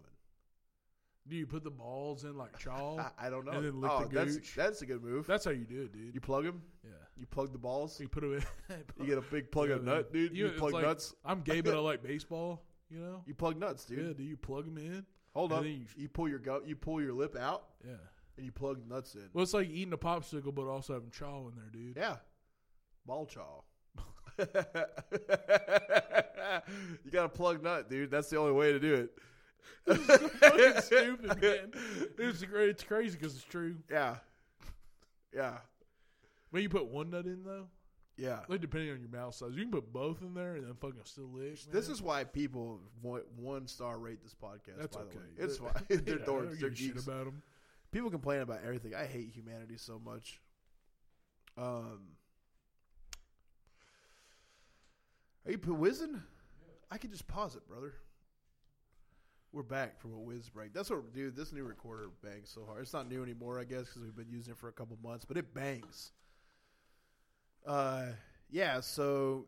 Speaker 2: Do you put the balls in like
Speaker 1: I-
Speaker 2: chaw?
Speaker 1: I, don't know.
Speaker 2: and then lick
Speaker 1: oh,
Speaker 2: the
Speaker 1: that's
Speaker 2: gooch.
Speaker 1: that's a good move.
Speaker 2: That's how you do it, dude.
Speaker 1: you plug him.
Speaker 2: yeah.
Speaker 1: You plug the balls.
Speaker 2: You put them in.
Speaker 1: You get a big plug
Speaker 2: Yeah,
Speaker 1: of
Speaker 2: man.
Speaker 1: nut, dude.
Speaker 2: You-
Speaker 1: You,
Speaker 2: it's
Speaker 1: plug
Speaker 2: like-
Speaker 1: nuts.
Speaker 2: I'm gay, but I like baseball. You know.
Speaker 1: You plug nuts, dude.
Speaker 2: Yeah. Do you plug them in?
Speaker 1: Hold
Speaker 2: and
Speaker 1: up.
Speaker 2: then you-
Speaker 1: You, pull your go- you pull your lip out
Speaker 2: Yeah.
Speaker 1: and you plug nuts in.
Speaker 2: Well, it's like eating a popsicle, but also having chaw in there, dude.
Speaker 1: Yeah. Ball chaw. you got to plug nut, dude. That's the only way to do it.
Speaker 2: Fucking stupid, man. It's great. It's crazy because it's true.
Speaker 1: Yeah. Yeah.
Speaker 2: But you put one nut in though.
Speaker 1: Yeah.
Speaker 2: Like depending on your mouth size, you can put both in there and then fucking still lick.
Speaker 1: This
Speaker 2: man.
Speaker 1: is why people want one star rate this podcast,
Speaker 2: that's
Speaker 1: by
Speaker 2: okay.
Speaker 1: the way. It's
Speaker 2: They-
Speaker 1: fine. They're
Speaker 2: yeah, I don't
Speaker 1: dorks. They're
Speaker 2: give a shit
Speaker 1: geeks.
Speaker 2: about 'em.
Speaker 1: people complain about everything. I hate humanity so much. Um, are you whizzing? I could just pause it, brother. We're back from a whiz break. That's what, dude. This new recorder bangs so hard. It's not new anymore, I guess, because we've been using it for a couple months, but it bangs. Uh, yeah. So,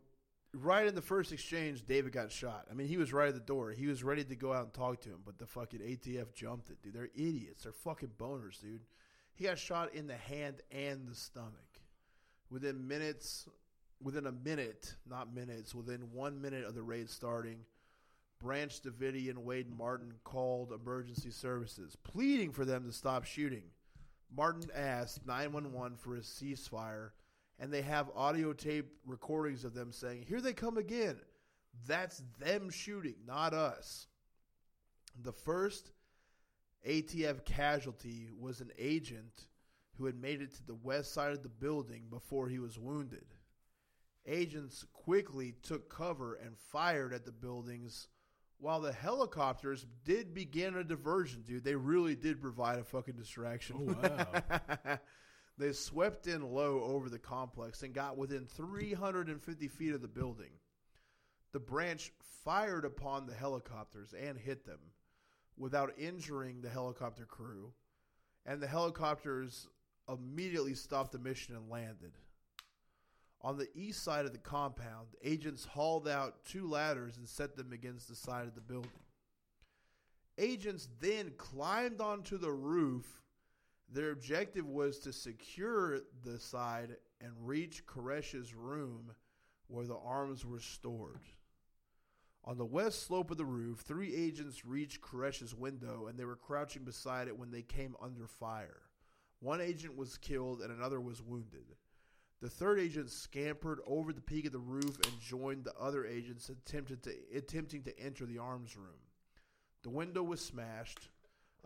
Speaker 1: right in the first exchange, David got shot. I mean, he was right at the door. He was ready to go out and talk to him, but the fucking ATF jumped it, dude. They're idiots. They're fucking boners, dude. He got shot in the hand and the stomach. Within minutes, within a minute, not minutes, within one minute of the raid starting, Branch Davidian and Wade Martin called emergency services, pleading for them to stop shooting. Martin asked 911 for a ceasefire, and they have audio tape recordings of them saying, Here they come again. That's them shooting, not us. The first ATF casualty was an agent who had made it to the west side of the building before he was wounded. Agents quickly took cover and fired at the buildings while the helicopters did begin a diversion, dude. They really did provide a fucking distraction.
Speaker 2: Oh, wow.
Speaker 1: they swept in low over the complex and got within 350 feet of the building. The branch fired upon the helicopters and hit them without injuring the helicopter crew, and the helicopters immediately stopped the mission and landed. On the east side of the compound, agents hauled out two ladders and set them against the side of the building. Agents then climbed onto the roof. Their objective was to secure the side and reach Koresh's room where the arms were stored. On the west slope of the roof, three agents reached Koresh's window and they were crouching beside it when they came under fire. One agent was killed and another was wounded. The third agent scampered over the peak of the roof and joined the other agents attempted to, attempting to enter the arms room. The window was smashed,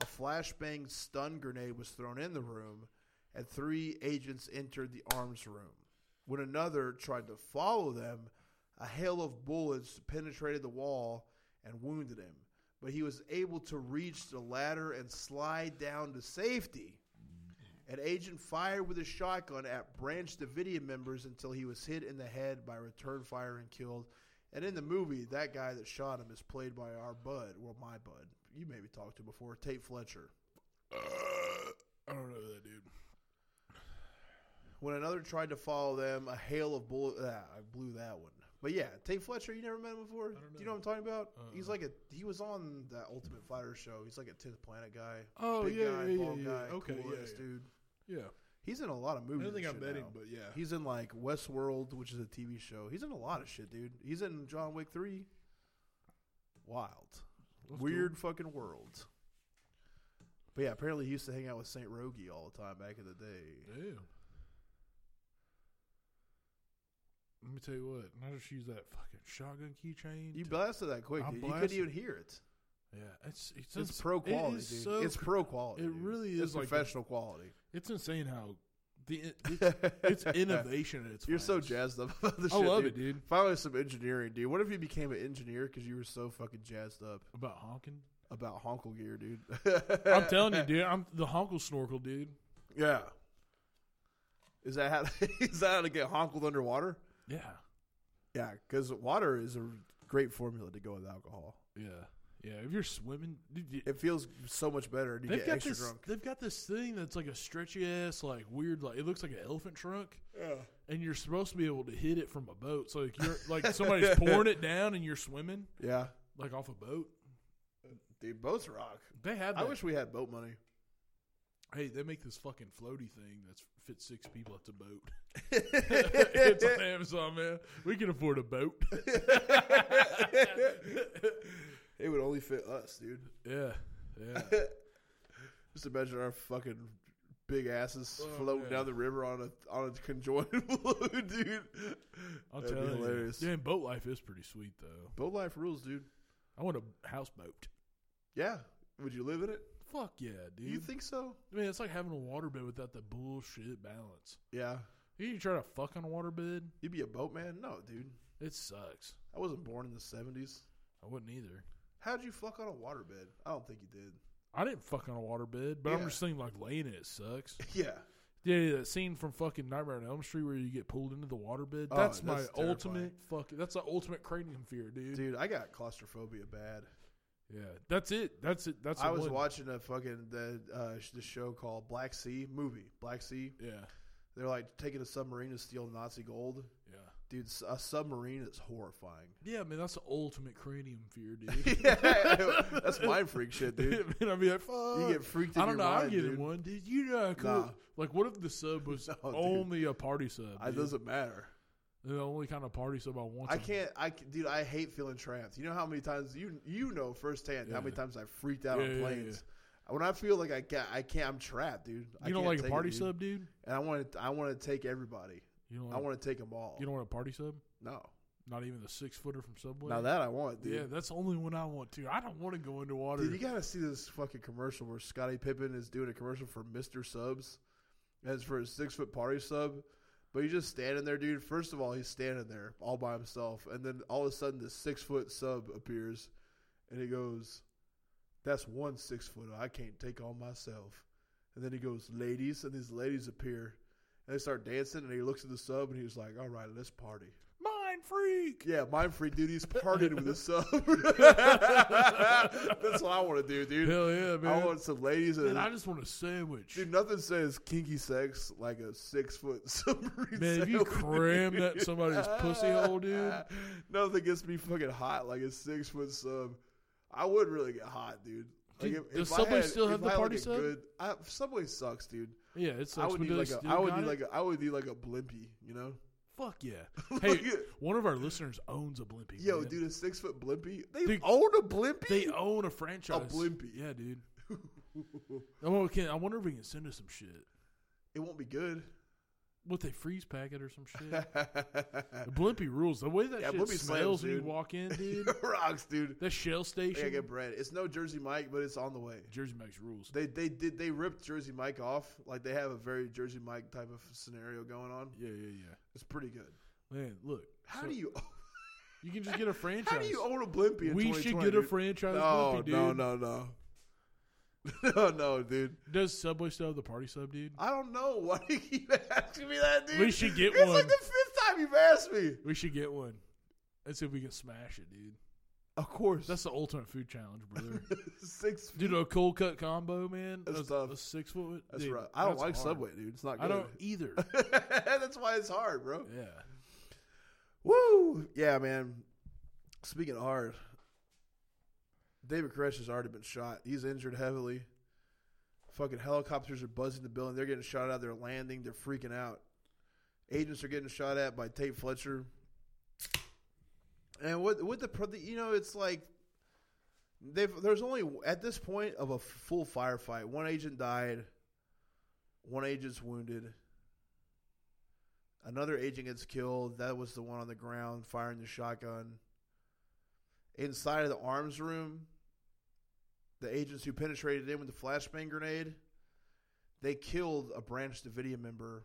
Speaker 1: a flashbang stun grenade was thrown in the room, and three agents entered the arms room. When another tried to follow them, a hail of bullets penetrated the wall and wounded him, but he was able to reach the ladder and slide down to safety. An agent fired with a shotgun at Branch Davidian members until he was hit in the head by return fire and killed. And in the movie, that guy that shot him is played by our bud, well, my bud. You maybe talked to him before, Tate Fletcher. Uh,
Speaker 2: I don't know that dude.
Speaker 1: When another tried to follow them, a hail of bullets. Ah, I blew that one. But yeah, Tate Fletcher, you never met him before.
Speaker 2: don't
Speaker 1: Do you
Speaker 2: know.
Speaker 1: know what I'm talking about?
Speaker 2: Uh-uh.
Speaker 1: He's like a he was on that Ultimate Fighter show. He's like a Tenth Planet guy.
Speaker 2: Oh
Speaker 1: Big
Speaker 2: yeah,
Speaker 1: guy,
Speaker 2: yeah,
Speaker 1: bald
Speaker 2: yeah,
Speaker 1: guy,
Speaker 2: yeah. Okay,
Speaker 1: cool
Speaker 2: yeah,
Speaker 1: ass
Speaker 2: yeah.
Speaker 1: dude.
Speaker 2: yeah.
Speaker 1: He's in a lot of
Speaker 2: I
Speaker 1: movies.
Speaker 2: don't think
Speaker 1: and
Speaker 2: I'm
Speaker 1: shit
Speaker 2: betting,
Speaker 1: now.
Speaker 2: but yeah.
Speaker 1: He's in like Westworld, which is a TV show. He's in a lot of shit, dude. He's in John Wick three. Wild,
Speaker 2: That's
Speaker 1: weird fucking world. But yeah, apparently he used to hang out with Saint Rogie all the time back in the day.
Speaker 2: Cool. Damn. Let me tell you what. I just use that fucking shotgun keychain.
Speaker 1: You
Speaker 2: to-
Speaker 1: blasted that quick.
Speaker 2: I
Speaker 1: Dude. You couldn't
Speaker 2: blasted-
Speaker 1: even hear it.
Speaker 2: yeah, it's it's,
Speaker 1: It's
Speaker 2: ins-
Speaker 1: pro
Speaker 2: it
Speaker 1: quality,
Speaker 2: is
Speaker 1: dude.
Speaker 2: so
Speaker 1: it's
Speaker 2: cr-
Speaker 1: pro quality.
Speaker 2: it
Speaker 1: dude.
Speaker 2: really
Speaker 1: It's
Speaker 2: is like the-
Speaker 1: professional quality.
Speaker 2: It's insane how The, it's, it's innovation at its
Speaker 1: You're so
Speaker 2: finest.
Speaker 1: jazzed up about this
Speaker 2: I
Speaker 1: shit.
Speaker 2: love
Speaker 1: dude.
Speaker 2: it, dude.
Speaker 1: Finally, some engineering, dude. What if you became an engineer because you were so fucking jazzed up
Speaker 2: About honking.
Speaker 1: about honkle gear, dude?
Speaker 2: I'm telling you, dude. I'm the honkle snorkel, dude.
Speaker 1: Yeah. Is that how? is that how to get honkled underwater?
Speaker 2: Yeah.
Speaker 1: Yeah, because water is a great formula to go with alcohol.
Speaker 2: Yeah. Yeah. If you're swimming, dude, you-
Speaker 1: It feels so much better. And you
Speaker 2: they've
Speaker 1: get
Speaker 2: got
Speaker 1: extra
Speaker 2: this.
Speaker 1: drunk.
Speaker 2: They've got this thing that's like a stretchy ass, like weird, like it looks like an elephant trunk, and you're supposed to be able to hit it from a boat. So like you're like somebody's pouring it down, and you're swimming
Speaker 1: Yeah,
Speaker 2: like off a boat.
Speaker 1: dude, boats rock.
Speaker 2: They have.
Speaker 1: I
Speaker 2: That.
Speaker 1: wish we had boat money.
Speaker 2: hey, they make this fucking floaty thing that's fits six people. It's a boat. it's on Amazon, man. We can afford a boat.
Speaker 1: It would only fit us, dude.
Speaker 2: yeah. Yeah.
Speaker 1: Just imagine our fucking big asses
Speaker 2: Oh,
Speaker 1: floating
Speaker 2: man.
Speaker 1: down the river on a on a conjoined balloon, dude.
Speaker 2: I'll
Speaker 1: That'd be
Speaker 2: tell you.
Speaker 1: hilarious.
Speaker 2: Damn, boat life is pretty sweet though.
Speaker 1: Boat life rules, dude.
Speaker 2: I want a houseboat.
Speaker 1: Yeah. Would you live in it?
Speaker 2: Fuck yeah, dude.
Speaker 1: You think so?
Speaker 2: I mean, it's like having a waterbed without the bullshit balance.
Speaker 1: Yeah.
Speaker 2: You try to fuck on a waterbed,
Speaker 1: You'd be a boatman? No, dude.
Speaker 2: it sucks.
Speaker 1: I wasn't born in the seventies.
Speaker 2: I wouldn't either.
Speaker 1: How'd you fuck on a waterbed? I don't think you did.
Speaker 2: I didn't fuck on a waterbed, but I'm
Speaker 1: Yeah.
Speaker 2: just saying like laying in it sucks.
Speaker 1: Yeah.
Speaker 2: Yeah, yeah, that scene from fucking Nightmare on Elm Street where you get pulled into the waterbed.
Speaker 1: Oh,
Speaker 2: that's,
Speaker 1: that's
Speaker 2: my
Speaker 1: terrifying.
Speaker 2: ultimate fucking. That's the ultimate cranium fear, dude.
Speaker 1: Dude, I got claustrophobia bad.
Speaker 2: Yeah, that's it. That's it. That's
Speaker 1: I
Speaker 2: the
Speaker 1: was
Speaker 2: one.
Speaker 1: watching a fucking the uh, sh- the show called Black Sea movie. Black Sea.
Speaker 2: Yeah,
Speaker 1: They're like taking a submarine to steal Nazi gold.
Speaker 2: yeah,
Speaker 1: Dude, s- a submarine is horrifying.
Speaker 2: yeah, man. That's the ultimate cranium fear, dude.
Speaker 1: That's mind freak shit, dude.
Speaker 2: man, I'd be like, fuck.
Speaker 1: You get freaked. In
Speaker 2: I don't
Speaker 1: your
Speaker 2: know.
Speaker 1: Mind,
Speaker 2: I'd get in
Speaker 1: dude.
Speaker 2: one, dude. You know, I could,
Speaker 1: Nah.
Speaker 2: like, what if the sub was
Speaker 1: No, dude.
Speaker 2: only a party sub? Dude?
Speaker 1: It doesn't matter.
Speaker 2: the only kind of party sub I want.
Speaker 1: I can't. I c- dude. I hate feeling trapped. You know how many times you you know firsthand how many
Speaker 2: Yeah.
Speaker 1: times I freaked out
Speaker 2: Yeah,
Speaker 1: on
Speaker 2: yeah,
Speaker 1: planes. When I feel like I got, I can't. I'm trapped, dude. I
Speaker 2: You don't
Speaker 1: can't
Speaker 2: like a
Speaker 1: take it,
Speaker 2: party
Speaker 1: dude.
Speaker 2: sub, dude.
Speaker 1: and I want to. I want to take everybody.
Speaker 2: You don't.
Speaker 1: I
Speaker 2: Like,
Speaker 1: want to take them all.
Speaker 2: you don't want a party sub.
Speaker 1: no,
Speaker 2: Not even the six footer from Subway.
Speaker 1: now that I want, dude.
Speaker 2: yeah, that's the only one I want to. I don't want to go underwater.
Speaker 1: Dude, you gotta see this fucking commercial where Scottie Pippen is doing a commercial for Mister Subs, and it's for his six foot party sub. But he's just standing there, dude. First of all, he's standing there all by himself, and then all of a sudden, this six foot sub appears, and he goes, "That's one six footer I can't take on myself." And then he goes, "Ladies," and these ladies appear, and they start dancing, and he looks at the sub, and he's like, "All right, let's party."
Speaker 2: Mind freak.
Speaker 1: Yeah, mind free dude. He's partying with a sub. That's what I want to do, dude.
Speaker 2: Hell yeah, man.
Speaker 1: I want some ladies and
Speaker 2: man, I just want a sandwich.
Speaker 1: dude. Nothing says kinky sex like a six foot submarine.
Speaker 2: man, if you
Speaker 1: sandwich.
Speaker 2: cram that in somebody's pussy hole, dude.
Speaker 1: nothing gets me fucking hot like a six foot sub. I would really get hot, dude. Like
Speaker 2: Dude,
Speaker 1: if,
Speaker 2: does
Speaker 1: if I
Speaker 2: Subway
Speaker 1: had-
Speaker 2: still
Speaker 1: if
Speaker 2: have the
Speaker 1: I had,
Speaker 2: party
Speaker 1: like a
Speaker 2: sub?
Speaker 1: Good, I, Subway sucks, dude.
Speaker 2: Yeah, it sucks.
Speaker 1: I would
Speaker 2: but
Speaker 1: need
Speaker 2: do they
Speaker 1: like a,
Speaker 2: still
Speaker 1: I would
Speaker 2: got
Speaker 1: need
Speaker 2: it?
Speaker 1: like a, I would need like a blimpie, you know?
Speaker 2: Fuck yeah. Hey,
Speaker 1: at-
Speaker 2: one of our listeners owns a Blimpie.
Speaker 1: Yo,
Speaker 2: man.
Speaker 1: dude, a six foot blimpie. They
Speaker 2: Dude,
Speaker 1: own a blimpie.
Speaker 2: They own a franchise.
Speaker 1: Blimpie.
Speaker 2: Yeah, dude. oh, okay. I wonder if we can send us some shit.
Speaker 1: it won't be good.
Speaker 2: What they freeze pack it or some shit? the Blimpie rules. The way that
Speaker 1: Yeah,
Speaker 2: shit
Speaker 1: Blimpie
Speaker 2: smells
Speaker 1: slams,
Speaker 2: when you
Speaker 1: dude.
Speaker 2: walk in, dude.
Speaker 1: Rocks, dude.
Speaker 2: that Shell
Speaker 1: I gotta
Speaker 2: Station.
Speaker 1: get bread. It's no Jersey Mike, but it's on the way.
Speaker 2: Jersey Max rules.
Speaker 1: They they did they ripped Jersey Mike off. Like they have a very Jersey Mike type of scenario going on.
Speaker 2: Yeah, yeah,
Speaker 1: It's pretty good.
Speaker 2: yeah. Man, look.
Speaker 1: How
Speaker 2: so
Speaker 1: do you
Speaker 2: You can just get a franchise.
Speaker 1: how do you own a blimpie? In
Speaker 2: we should
Speaker 1: 2020,
Speaker 2: get a
Speaker 1: dude?
Speaker 2: franchise
Speaker 1: No,
Speaker 2: Blimpie, dude.
Speaker 1: no, no, no, no, no, dude.
Speaker 2: Does Subway still have the party sub, dude?
Speaker 1: I don't know why you keep asking me that, dude.
Speaker 2: We should get
Speaker 1: it's
Speaker 2: one.
Speaker 1: like the fifth time you've asked me.
Speaker 2: We should get one. Let's see if we can smash it, dude.
Speaker 1: Of course,
Speaker 2: That's the ultimate food challenge, brother.
Speaker 1: six. Feet.
Speaker 2: Dude, a cold cut combo, man.
Speaker 1: That's
Speaker 2: a,
Speaker 1: tough.
Speaker 2: a six foot.
Speaker 1: that's
Speaker 2: dude,
Speaker 1: right. I don't
Speaker 2: that's
Speaker 1: like
Speaker 2: hard.
Speaker 1: Subway, dude. It's not good.
Speaker 2: I don't either.
Speaker 1: That's why it's hard, bro.
Speaker 2: yeah.
Speaker 1: Woo! Yeah, man. Speaking of hard, David Koresh has already been shot. He's injured heavily. Fucking helicopters are buzzing the building. They're getting shot out. They're landing. They're freaking out. Agents are getting shot at by Tate Fletcher. And what what the pro- the- you know it's like they've there's only at this point of a full firefight one agent died, one agent's wounded. Another agent gets killed. That was the one on the ground firing the shotgun. Inside of the arms room, the agents who penetrated in with the flashbang grenade, they killed a Branch Davidia member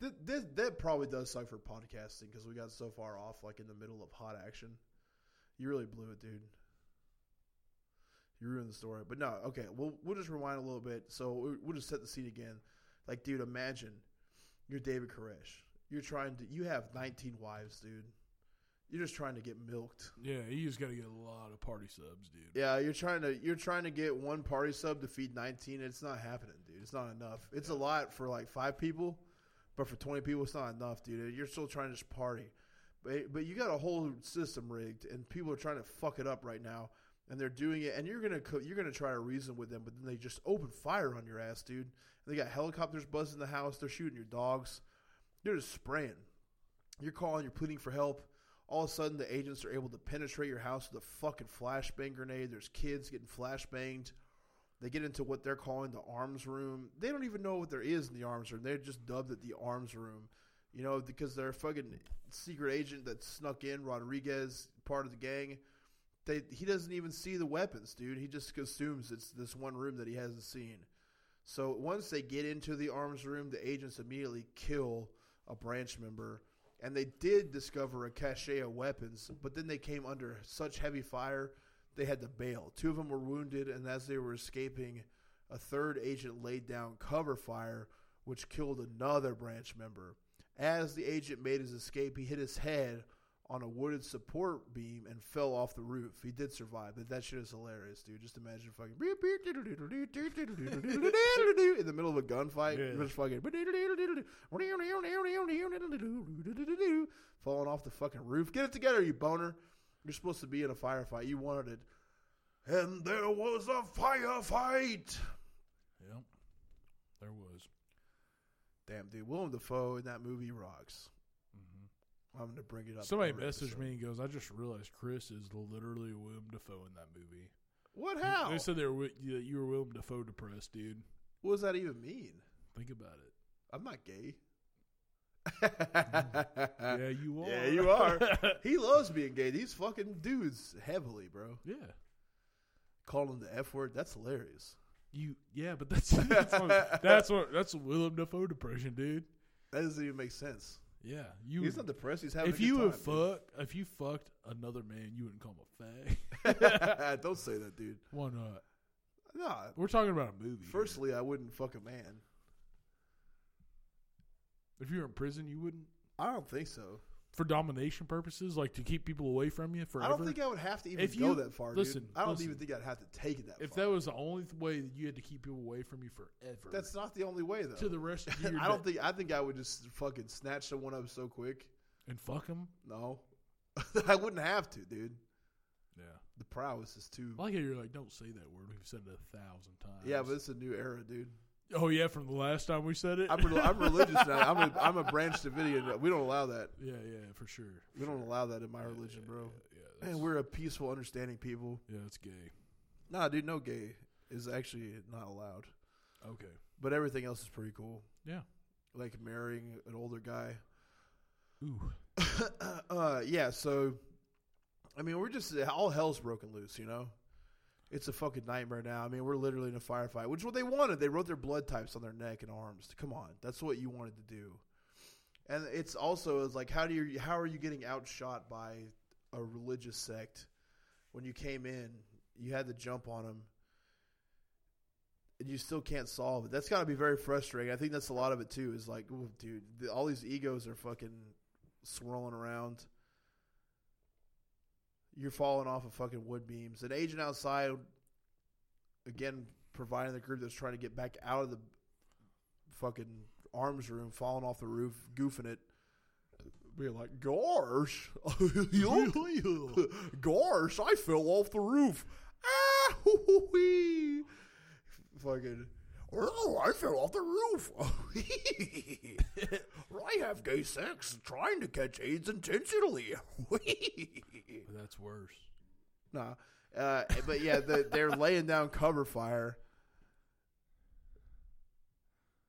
Speaker 1: Th- this, that probably does suck for podcasting because we got so far off, like in the middle of hot action. You really blew it, dude. You ruined the story. But no, okay. We'll we'll just rewind a little bit. So we- we'll just set the scene again. Like, dude, imagine you're David Koresh. You're trying to. You have 19 wives, dude. You're just trying to get milked.
Speaker 2: Yeah, you just got to get a lot of party subs, dude.
Speaker 1: Yeah, you're trying to you're trying to get one party sub to feed 19. It's not happening, dude. It's not enough. It's a lot for like five people, but for 20 people, it's not enough, dude. You're still trying to just party, but but you got a whole system rigged, and people are trying to fuck it up right now, and they're doing it, and you're gonna co- you're gonna try to reason with them, but then they just open fire on your ass, dude. They got helicopters buzzing the house. They're shooting your dogs. They're just spraying. You're calling. You're pleading for help. All of a sudden, the agents are able to penetrate your house with a fucking flashbang grenade. There's kids getting flashbanged. They get into what they're calling the arms room. They don't even know what there is in the arms room. They just dubbed it the arms room, you know, because they're a fucking secret agent that snuck in Rodriguez, part of the gang. They, he doesn't even see the weapons, dude. He just assumes it's this one room that he hasn't seen. So once they get into the arms room, the agents immediately kill a branch member. And they did discover a cache of weapons, but then they came under such heavy fire, they had to bail. Two of them were wounded, and as they were escaping, a third agent laid down cover fire, which killed another branch member. As the agent made his escape, he hit his head on a wooded support beam and fell off the roof. He did survive, but that shit is hilarious, dude. Just imagine fucking in the middle of a gunfight,
Speaker 2: Yeah.
Speaker 1: just fucking falling off the fucking roof. Get it together, you boner. You're supposed to be in a firefight. You wanted it. And there was a firefight.
Speaker 2: Yep. There was.
Speaker 1: Damn, dude, Willem Dafoe in that movie rocks.
Speaker 2: hmm
Speaker 1: I'm gonna bring it up.
Speaker 2: Somebody
Speaker 1: every
Speaker 2: messaged
Speaker 1: episode.
Speaker 2: me and goes, "I just realized Chris is literally Willem Dafoe in that movie."
Speaker 1: What? How?
Speaker 2: They said they were wi- you you were Willem Dafoe depressed, dude.
Speaker 1: What does that even mean?
Speaker 2: Think about it.
Speaker 1: I'm not gay.
Speaker 2: Mm-hmm. yeah, you are.
Speaker 1: Uh, yeah, you are. he loves being gay. These fucking dudes heavily, bro.
Speaker 2: yeah,
Speaker 1: Call him the F word. That's hilarious.
Speaker 2: you. Yeah, but that's that's what, that's, what, that's Willem Dafoe depression, dude.
Speaker 1: That doesn't even make sense.
Speaker 2: Yeah, you.
Speaker 1: He's not depressed. He's having.
Speaker 2: if
Speaker 1: a good
Speaker 2: you
Speaker 1: time,
Speaker 2: would
Speaker 1: dude.
Speaker 2: fuck, if you fucked another man, you wouldn't call him a fag.
Speaker 1: Don't say that, dude.
Speaker 2: Why not?
Speaker 1: Nah.
Speaker 2: We're talking about a movie. here.
Speaker 1: Firstly, I wouldn't fuck a man.
Speaker 2: if you were in prison, you wouldn't
Speaker 1: I don't think so.
Speaker 2: for domination purposes, like to keep people away from you forever.
Speaker 1: I don't think I would have to even
Speaker 2: If
Speaker 1: go
Speaker 2: you-
Speaker 1: that far. dude.
Speaker 2: listen,
Speaker 1: I don't
Speaker 2: listen.
Speaker 1: even think I'd have to take it that
Speaker 2: if
Speaker 1: far.
Speaker 2: that was the only th- way that you had to keep people away from you forever,
Speaker 1: That's not the only way, though.
Speaker 2: to the rest of your
Speaker 1: I don't
Speaker 2: day-
Speaker 1: think I think I would just fucking snatch someone up so quick.
Speaker 2: and fuck them.
Speaker 1: No, I wouldn't have to, dude.
Speaker 2: Yeah,
Speaker 1: The prowess is too.
Speaker 2: I like how you're like, don't say that word. We've said it a thousand times.
Speaker 1: Yeah, but it's a new era, dude.
Speaker 2: oh yeah, from the last time we said it.
Speaker 1: I'm, rel I'm religious now. I'm a, I'm a branch Davidian. We don't allow that.
Speaker 2: yeah, yeah, for sure.
Speaker 1: We don't allow that in my
Speaker 2: Yeah,
Speaker 1: religion,
Speaker 2: yeah,
Speaker 1: bro.
Speaker 2: Yeah, yeah,
Speaker 1: Man,
Speaker 2: that's-
Speaker 1: we're a peaceful, understanding people.
Speaker 2: yeah, it's gay.
Speaker 1: Nah, dude, no gay is actually not allowed.
Speaker 2: Okay.
Speaker 1: But everything else is pretty cool.
Speaker 2: Yeah.
Speaker 1: Like marrying an older guy.
Speaker 2: Ooh.
Speaker 1: uh, yeah, so I mean, we're just all hell's broken loose, you know. It's a fucking nightmare now. I mean, we're literally in a firefight, which is what they wanted. They wrote their blood types on their neck and arms. Come on, that's what you wanted to do. And it's also it's like how do you how are you getting outshot by a religious sect when you came in? You had to jump on them, and you still can't solve it. That's got to be very frustrating. I think that's a lot of it too. Is like, ooh, dude, the, all these egos are fucking swirling around. You're falling off of fucking wood beams. An agent outside, again, providing the group that's trying to get back out of the fucking arms room, falling off the roof, goofing it. Being like, gosh, gosh, I fell off the roof. Ah, hoo, hoo, wee. Fucking, oh, I fell off the roof. I have gay sex trying to catch AIDS intentionally.
Speaker 2: That's worse.
Speaker 1: nah. Uh, but yeah, the, they're laying down cover fire.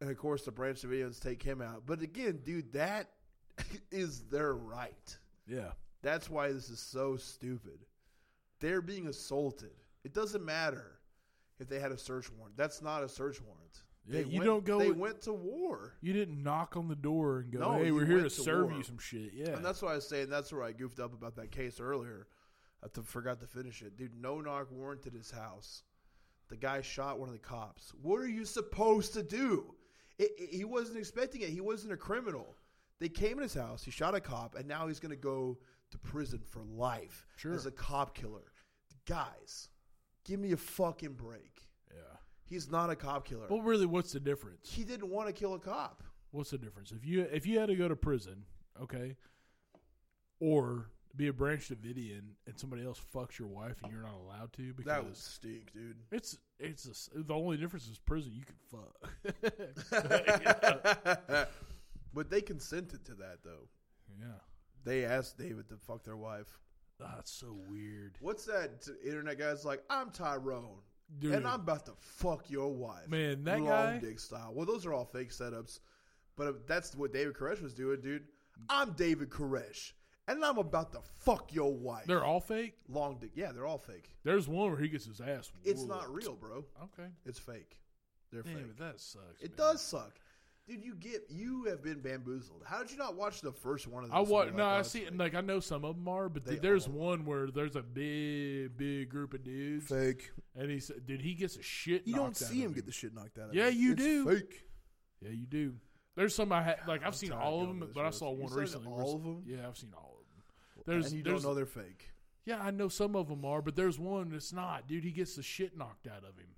Speaker 1: And of course, the branch civilians take him out. But again, dude, that is their right.
Speaker 2: Yeah.
Speaker 1: That's why this is so stupid. They're being assaulted. It doesn't matter if they had a search warrant. That's not a search warrant.
Speaker 2: Yeah,
Speaker 1: They
Speaker 2: you
Speaker 1: went-
Speaker 2: don't go.
Speaker 1: They went to war.
Speaker 2: you didn't knock on the door and go,
Speaker 1: No,
Speaker 2: "Hey,
Speaker 1: you
Speaker 2: we're here to
Speaker 1: went to
Speaker 2: serve
Speaker 1: war.
Speaker 2: you some shit." Yeah,
Speaker 1: And that's why I was saying that's where I goofed up about that case earlier. I t- forgot to finish it. Dude, no knock warrant at his house. The guy shot one of the cops. What are you supposed to do? It, it- he wasn't expecting it. He wasn't a criminal. They came in his house. He shot a cop, and now he's going to go to prison for life
Speaker 2: Sure.
Speaker 1: as a cop killer. Guys, give me a fucking break.
Speaker 2: yeah.
Speaker 1: He's not a cop killer.
Speaker 2: But really, what's the difference?
Speaker 1: he didn't want to kill a cop.
Speaker 2: What's the difference if you if you had to go to prison, okay, or be a branch Davidian and somebody else fucks your wife and you're not allowed to because
Speaker 1: That would stink, dude.
Speaker 2: it's it's a s the only difference is prison. You can fuck.
Speaker 1: but they consented to that though.
Speaker 2: yeah,
Speaker 1: They asked David to fuck their wife.
Speaker 2: that's so weird,
Speaker 1: What's that t- internet guy's like? I'm Tyrone,
Speaker 2: dude.
Speaker 1: and I'm about to fuck your wife,
Speaker 2: Man, that
Speaker 1: Long
Speaker 2: guy-
Speaker 1: dick style. Well, those are all fake setups, but if that's what David Koresh was doing, dude. I'm David Koresh, and I'm about to fuck your wife.
Speaker 2: They're all fake.
Speaker 1: long dick. Yeah, they're all fake.
Speaker 2: There's one where he gets his ass.
Speaker 1: It's
Speaker 2: whooped.
Speaker 1: not real, bro.
Speaker 2: Okay,
Speaker 1: It's fake. They're
Speaker 2: damn
Speaker 1: fake.
Speaker 2: it, that sucks.
Speaker 1: It
Speaker 2: man.
Speaker 1: does suck, dude. You get you have been bamboozled. How did you not watch the first one of? This
Speaker 2: I
Speaker 1: and
Speaker 2: wa-
Speaker 1: be like,
Speaker 2: no,
Speaker 1: "Oh,
Speaker 2: I
Speaker 1: it's
Speaker 2: see.
Speaker 1: fake."
Speaker 2: Like I know some of them are, but
Speaker 1: They
Speaker 2: th- there's
Speaker 1: are.
Speaker 2: one where there's a big, big group of dudes,
Speaker 1: fake.
Speaker 2: and he said, "Dude, he gets a shit."
Speaker 1: You don't
Speaker 2: knocked out
Speaker 1: see
Speaker 2: of
Speaker 1: him get the shit knocked out of
Speaker 2: Yeah,
Speaker 1: him.
Speaker 2: you
Speaker 1: It's
Speaker 2: do.
Speaker 1: Fake.
Speaker 2: Yeah, you do. There's some I had. Like I've
Speaker 1: I'm
Speaker 2: seen
Speaker 1: tired
Speaker 2: all of
Speaker 1: going
Speaker 2: them,
Speaker 1: to
Speaker 2: but I
Speaker 1: this
Speaker 2: saw
Speaker 1: roast.
Speaker 2: one
Speaker 1: You said
Speaker 2: recently. where
Speaker 1: all
Speaker 2: it's-
Speaker 1: of 'em?
Speaker 2: Yeah, I've seen all of them. There's,
Speaker 1: and you
Speaker 2: there's,
Speaker 1: don't know they're fake.
Speaker 2: yeah, I know some of them are, but there's one that's not, dude. He gets the shit knocked out of him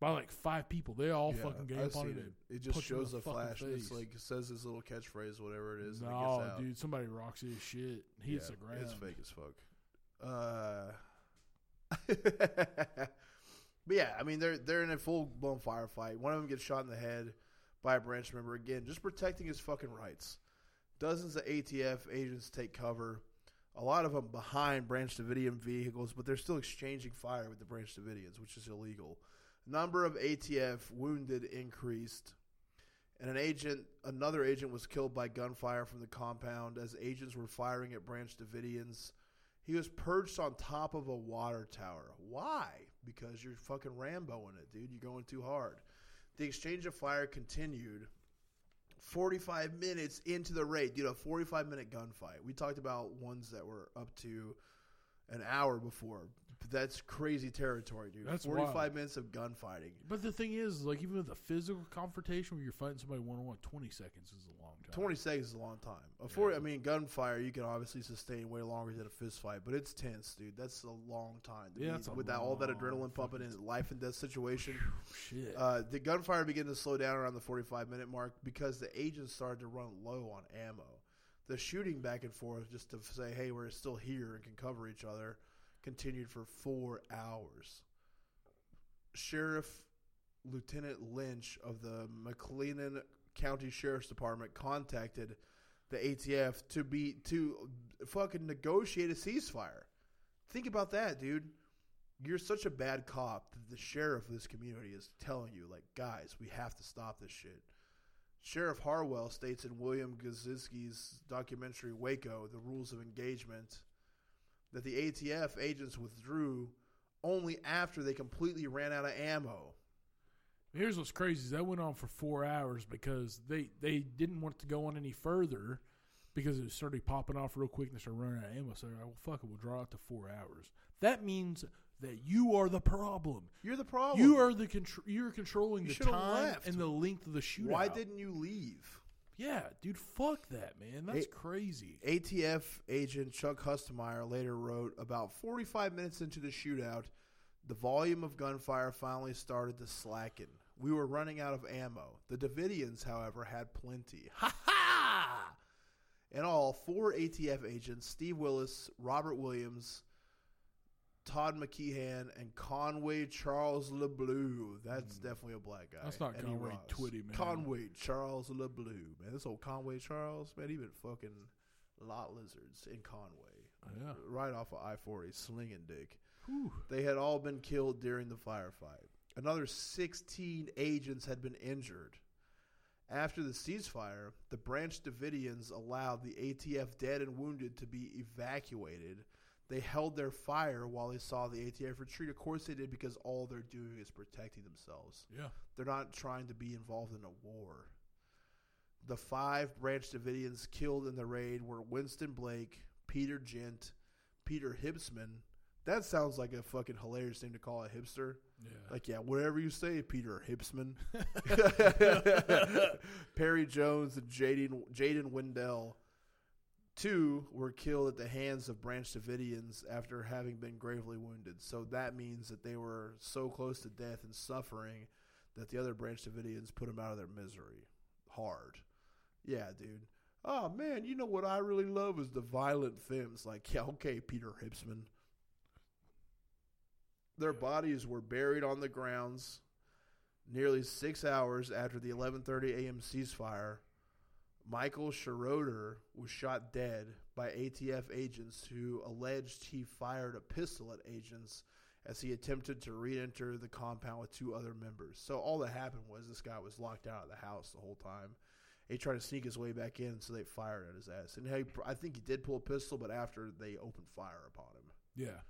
Speaker 2: by like five people. They all
Speaker 1: Yeah,
Speaker 2: fucking game
Speaker 1: I've
Speaker 2: on
Speaker 1: seen
Speaker 2: it.
Speaker 1: it. It just
Speaker 2: punch him in
Speaker 1: shows
Speaker 2: the
Speaker 1: the
Speaker 2: fucking
Speaker 1: flash. and It's
Speaker 2: face.
Speaker 1: like it says his little catchphrase, whatever it is. and it gets
Speaker 2: No,
Speaker 1: out.
Speaker 2: dude, somebody rocks his shit. He hits
Speaker 1: Yeah,
Speaker 2: the ground.
Speaker 1: It's fake as fuck. Uh, but yeah, I mean they're they're in a full blown firefight. One of them gets shot in the head by a branch member again, just protecting his fucking rights. Dozens of ATF agents take cover. A lot of them behind Branch Davidian vehicles, but they're still exchanging fire with the Branch Davidians, which is illegal. Number of ATF wounded increased and an agent, another agent, was killed by gunfire from the compound as agents were firing at Branch Davidians. He was perched on top of a water tower. Why? Because you're fucking Ramboing it, dude. You're going too hard. The exchange of fire continued. 45 minutes into the raid, dude, a 45 minute gunfight. We talked about ones that were up to an hour before. That's crazy territory, dude.
Speaker 2: That's
Speaker 1: 45
Speaker 2: wild.
Speaker 1: minutes of gunfighting.
Speaker 2: But the thing is, like, even with a physical confrontation where you're fighting somebody one on one, 20 seconds is a long time.
Speaker 1: 20 seconds is a long time. A 40, I mean, gunfire, you can obviously sustain way longer than a fist fight, but it's tense, dude. That's a long time. To
Speaker 2: Yeah,
Speaker 1: be-
Speaker 2: that's a
Speaker 1: with that, all that
Speaker 2: long
Speaker 1: adrenaline pumping in a life and death situation.
Speaker 2: Shit.
Speaker 1: Uh, the gunfire began to slow down around the 45 minute mark because the agents started to run low on ammo. The shooting back and forth just to say, hey, we're still here and can cover each other continued for four hours. Sheriff Lieutenant Lynch of the McLean County Sheriff's Department contacted the ATF to be to fucking negotiate a ceasefire. Think about that, dude. You're such a bad cop that the sheriff of this community is telling you, like, guys, we have to stop this shit. Sheriff Harwell states in William Gazinski's documentary Waco, The Rules of Engagement, that the ATF agents withdrew only after they completely ran out of ammo.
Speaker 2: Here's what's crazy is that went on for four hours because they, they didn't want it to go on any further because it started popping off real quick and they started running out of ammo. So they're like, well, fuck it, we'll draw out to four hours. That means that you are the problem.
Speaker 1: You're the problem.
Speaker 2: You are the contr- you're controlling
Speaker 1: You
Speaker 2: the
Speaker 1: should've
Speaker 2: time
Speaker 1: left.
Speaker 2: and the length of the shootout.
Speaker 1: Why didn't you leave?
Speaker 2: yeah, dude? Fuck that, man. That's
Speaker 1: It-
Speaker 2: crazy.
Speaker 1: ATF agent Chuck Hustemeyer later wrote about 45 minutes into the shootout, the volume of gunfire finally started to slacken. We were running out of ammo. The Davidians, however, had plenty. Ha ha! In all, four ATF agents Steve Willis, Robert Williams, Todd McKeehan, and Conway Charles LeBleu. That's definitely a black guy.
Speaker 2: Hmm. That's not
Speaker 1: And he
Speaker 2: Conway
Speaker 1: Ross.
Speaker 2: Twitty, man.
Speaker 1: Conway Charles LeBleu. Man, this old Conway Charles, man, he been fucking lot lizards in Conway.
Speaker 2: yeah.
Speaker 1: Right off of I 40, slinging dick.
Speaker 2: Whew.
Speaker 1: They had all been killed during the firefight. Another 16 agents had been injured. After the ceasefire, the Branch Davidians allowed the ATF dead and wounded to be evacuated. They held their fire while they saw the ATF retreat. Of course, they did because all they're doing is protecting themselves.
Speaker 2: Yeah.
Speaker 1: They're not trying to be involved in a war. The five Branch Davidians killed in the raid were Winston Blake, Peter Gent, Peter Hibsman. That sounds like a fucking hilarious name to call a hipster.
Speaker 2: Yeah.
Speaker 1: Like, yeah, whatever you say, Peter Hipsman. Perry Jones and Jaden Jaden Wendell. Two were killed at the hands of Branch Davidians after having been gravely wounded. So that means that they were so close to death and suffering that the other Branch Davidians put them out of their misery. Hard. Yeah, dude. Oh, man, you know what I really love is the violent femmes. Like, yeah, okay, Peter Hipsman. Their
Speaker 2: Yeah.
Speaker 1: bodies were buried on the grounds nearly six hours after the 11:30 a.m. ceasefire. Michael Schroeder was shot dead by ATF agents who alleged he fired a pistol at agents as he attempted to re-enter the compound with two other members. So all that happened was this guy was locked out of the house the whole time. He tried to sneak his way back in, so they fired at his ass. And he, I think he did pull a pistol, but after they opened fire upon him.
Speaker 2: Yeah.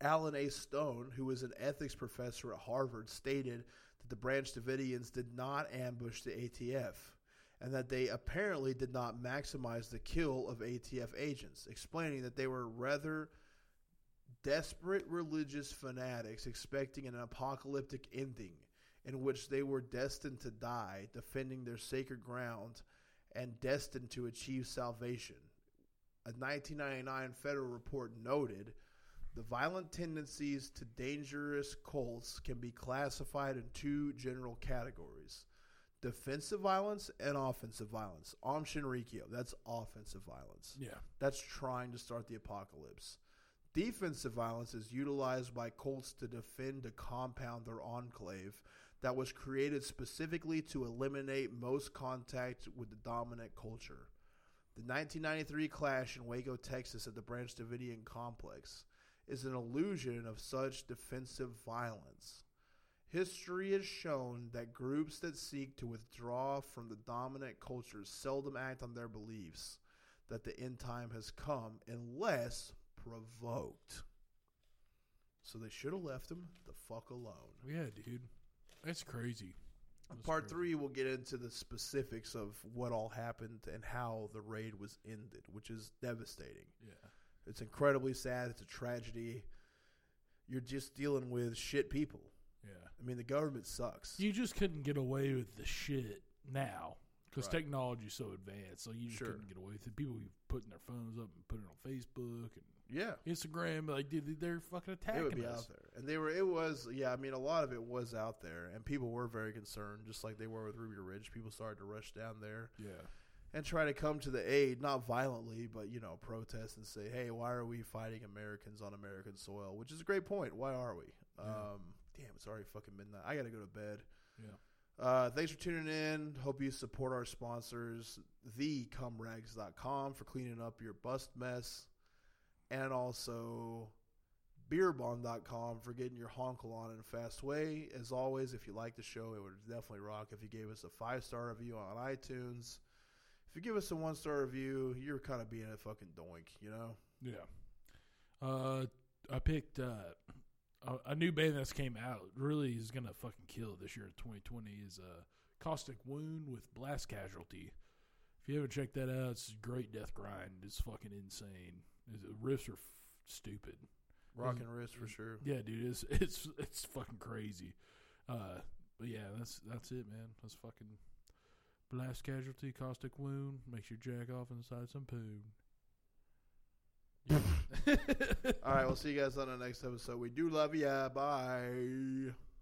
Speaker 1: Alan A. Stone, who is an ethics professor at Harvard, stated that the Branch Davidians did not ambush the ATF and that they apparently did not maximize the kill of ATF agents, explaining that they were rather desperate religious fanatics expecting an apocalyptic ending in which they were destined to die defending their sacred ground and destined to achieve salvation. A 1999 federal report noted the violent tendencies to dangerous cults can be classified in two general categories defensive violence and offensive violence. Om Shinrikyo, that's offensive violence.
Speaker 2: Yeah.
Speaker 1: That's trying to start the apocalypse. Defensive violence is utilized by cults to defend a compound their enclave that was created specifically to eliminate most contact with the dominant culture. The 1993 clash in Waco, Texas at the Branch Davidian complex is an illusion of such defensive violence. History has shown that groups that seek to withdraw from the dominant cultures seldom act on their beliefs that the end time has come unless provoked. So they should have left him the fuck alone.
Speaker 2: Yeah, dude. That's crazy. That's
Speaker 1: Part
Speaker 2: crazy.
Speaker 1: three, we'll get into the specifics of what all happened and how the raid was ended, which is devastating.
Speaker 2: Yeah.
Speaker 1: It's incredibly sad. It's a tragedy. You're just dealing with shit people.
Speaker 2: Yeah.
Speaker 1: I mean, the government sucks.
Speaker 2: You just couldn't get away with the shit now because
Speaker 1: Right.
Speaker 2: technology's so advanced. So you just
Speaker 1: Sure.
Speaker 2: couldn't get away with it. People were putting their phones up and putting it on Facebook and
Speaker 1: yeah,
Speaker 2: Instagram. Like, dude, they're fucking
Speaker 1: it
Speaker 2: attacking
Speaker 1: would be
Speaker 2: us.
Speaker 1: out there, and they were. It was. Yeah, I mean, a lot of it was out there, and people were very concerned, just like they were with Ruby Ridge. People started to rush down there
Speaker 2: Yeah.
Speaker 1: and try to come to the aid, not violently, but you know, protest and say, "Hey, why are we fighting Americans on American soil?" Which is a great point. Why are we?
Speaker 2: Yeah.
Speaker 1: Um, damn, it's already fucking midnight. I gotta go to bed.
Speaker 2: Yeah.
Speaker 1: Uh, thanks for tuning in. Hope you support our sponsors, thecumrags.com for cleaning up your bust mess, and also beerbond.com for getting your honkle on in a fast way. As always, if you like the show, it would definitely rock if you gave us a five star review on iTunes. If you give us a one star review, you're kind of being a fucking doink, you know?
Speaker 2: Yeah. Uh, I picked uh, a, a new band that's came out. Really is gonna fucking kill this year. in 2020 is uh, Caustic Wound with Blast Casualty. If you haven't checked that out, it's a great death grind. It's fucking insane. The riffs are f- stupid.
Speaker 1: Rock and wrist for sure.
Speaker 2: Yeah, dude, it's it's it's fucking crazy. Uh, but yeah, that's that's it, man. That's fucking blast casualty, caustic wound, makes you jack off inside some poo. Yeah.
Speaker 1: All right, we'll see you guys on the next episode. We do love ya. Bye.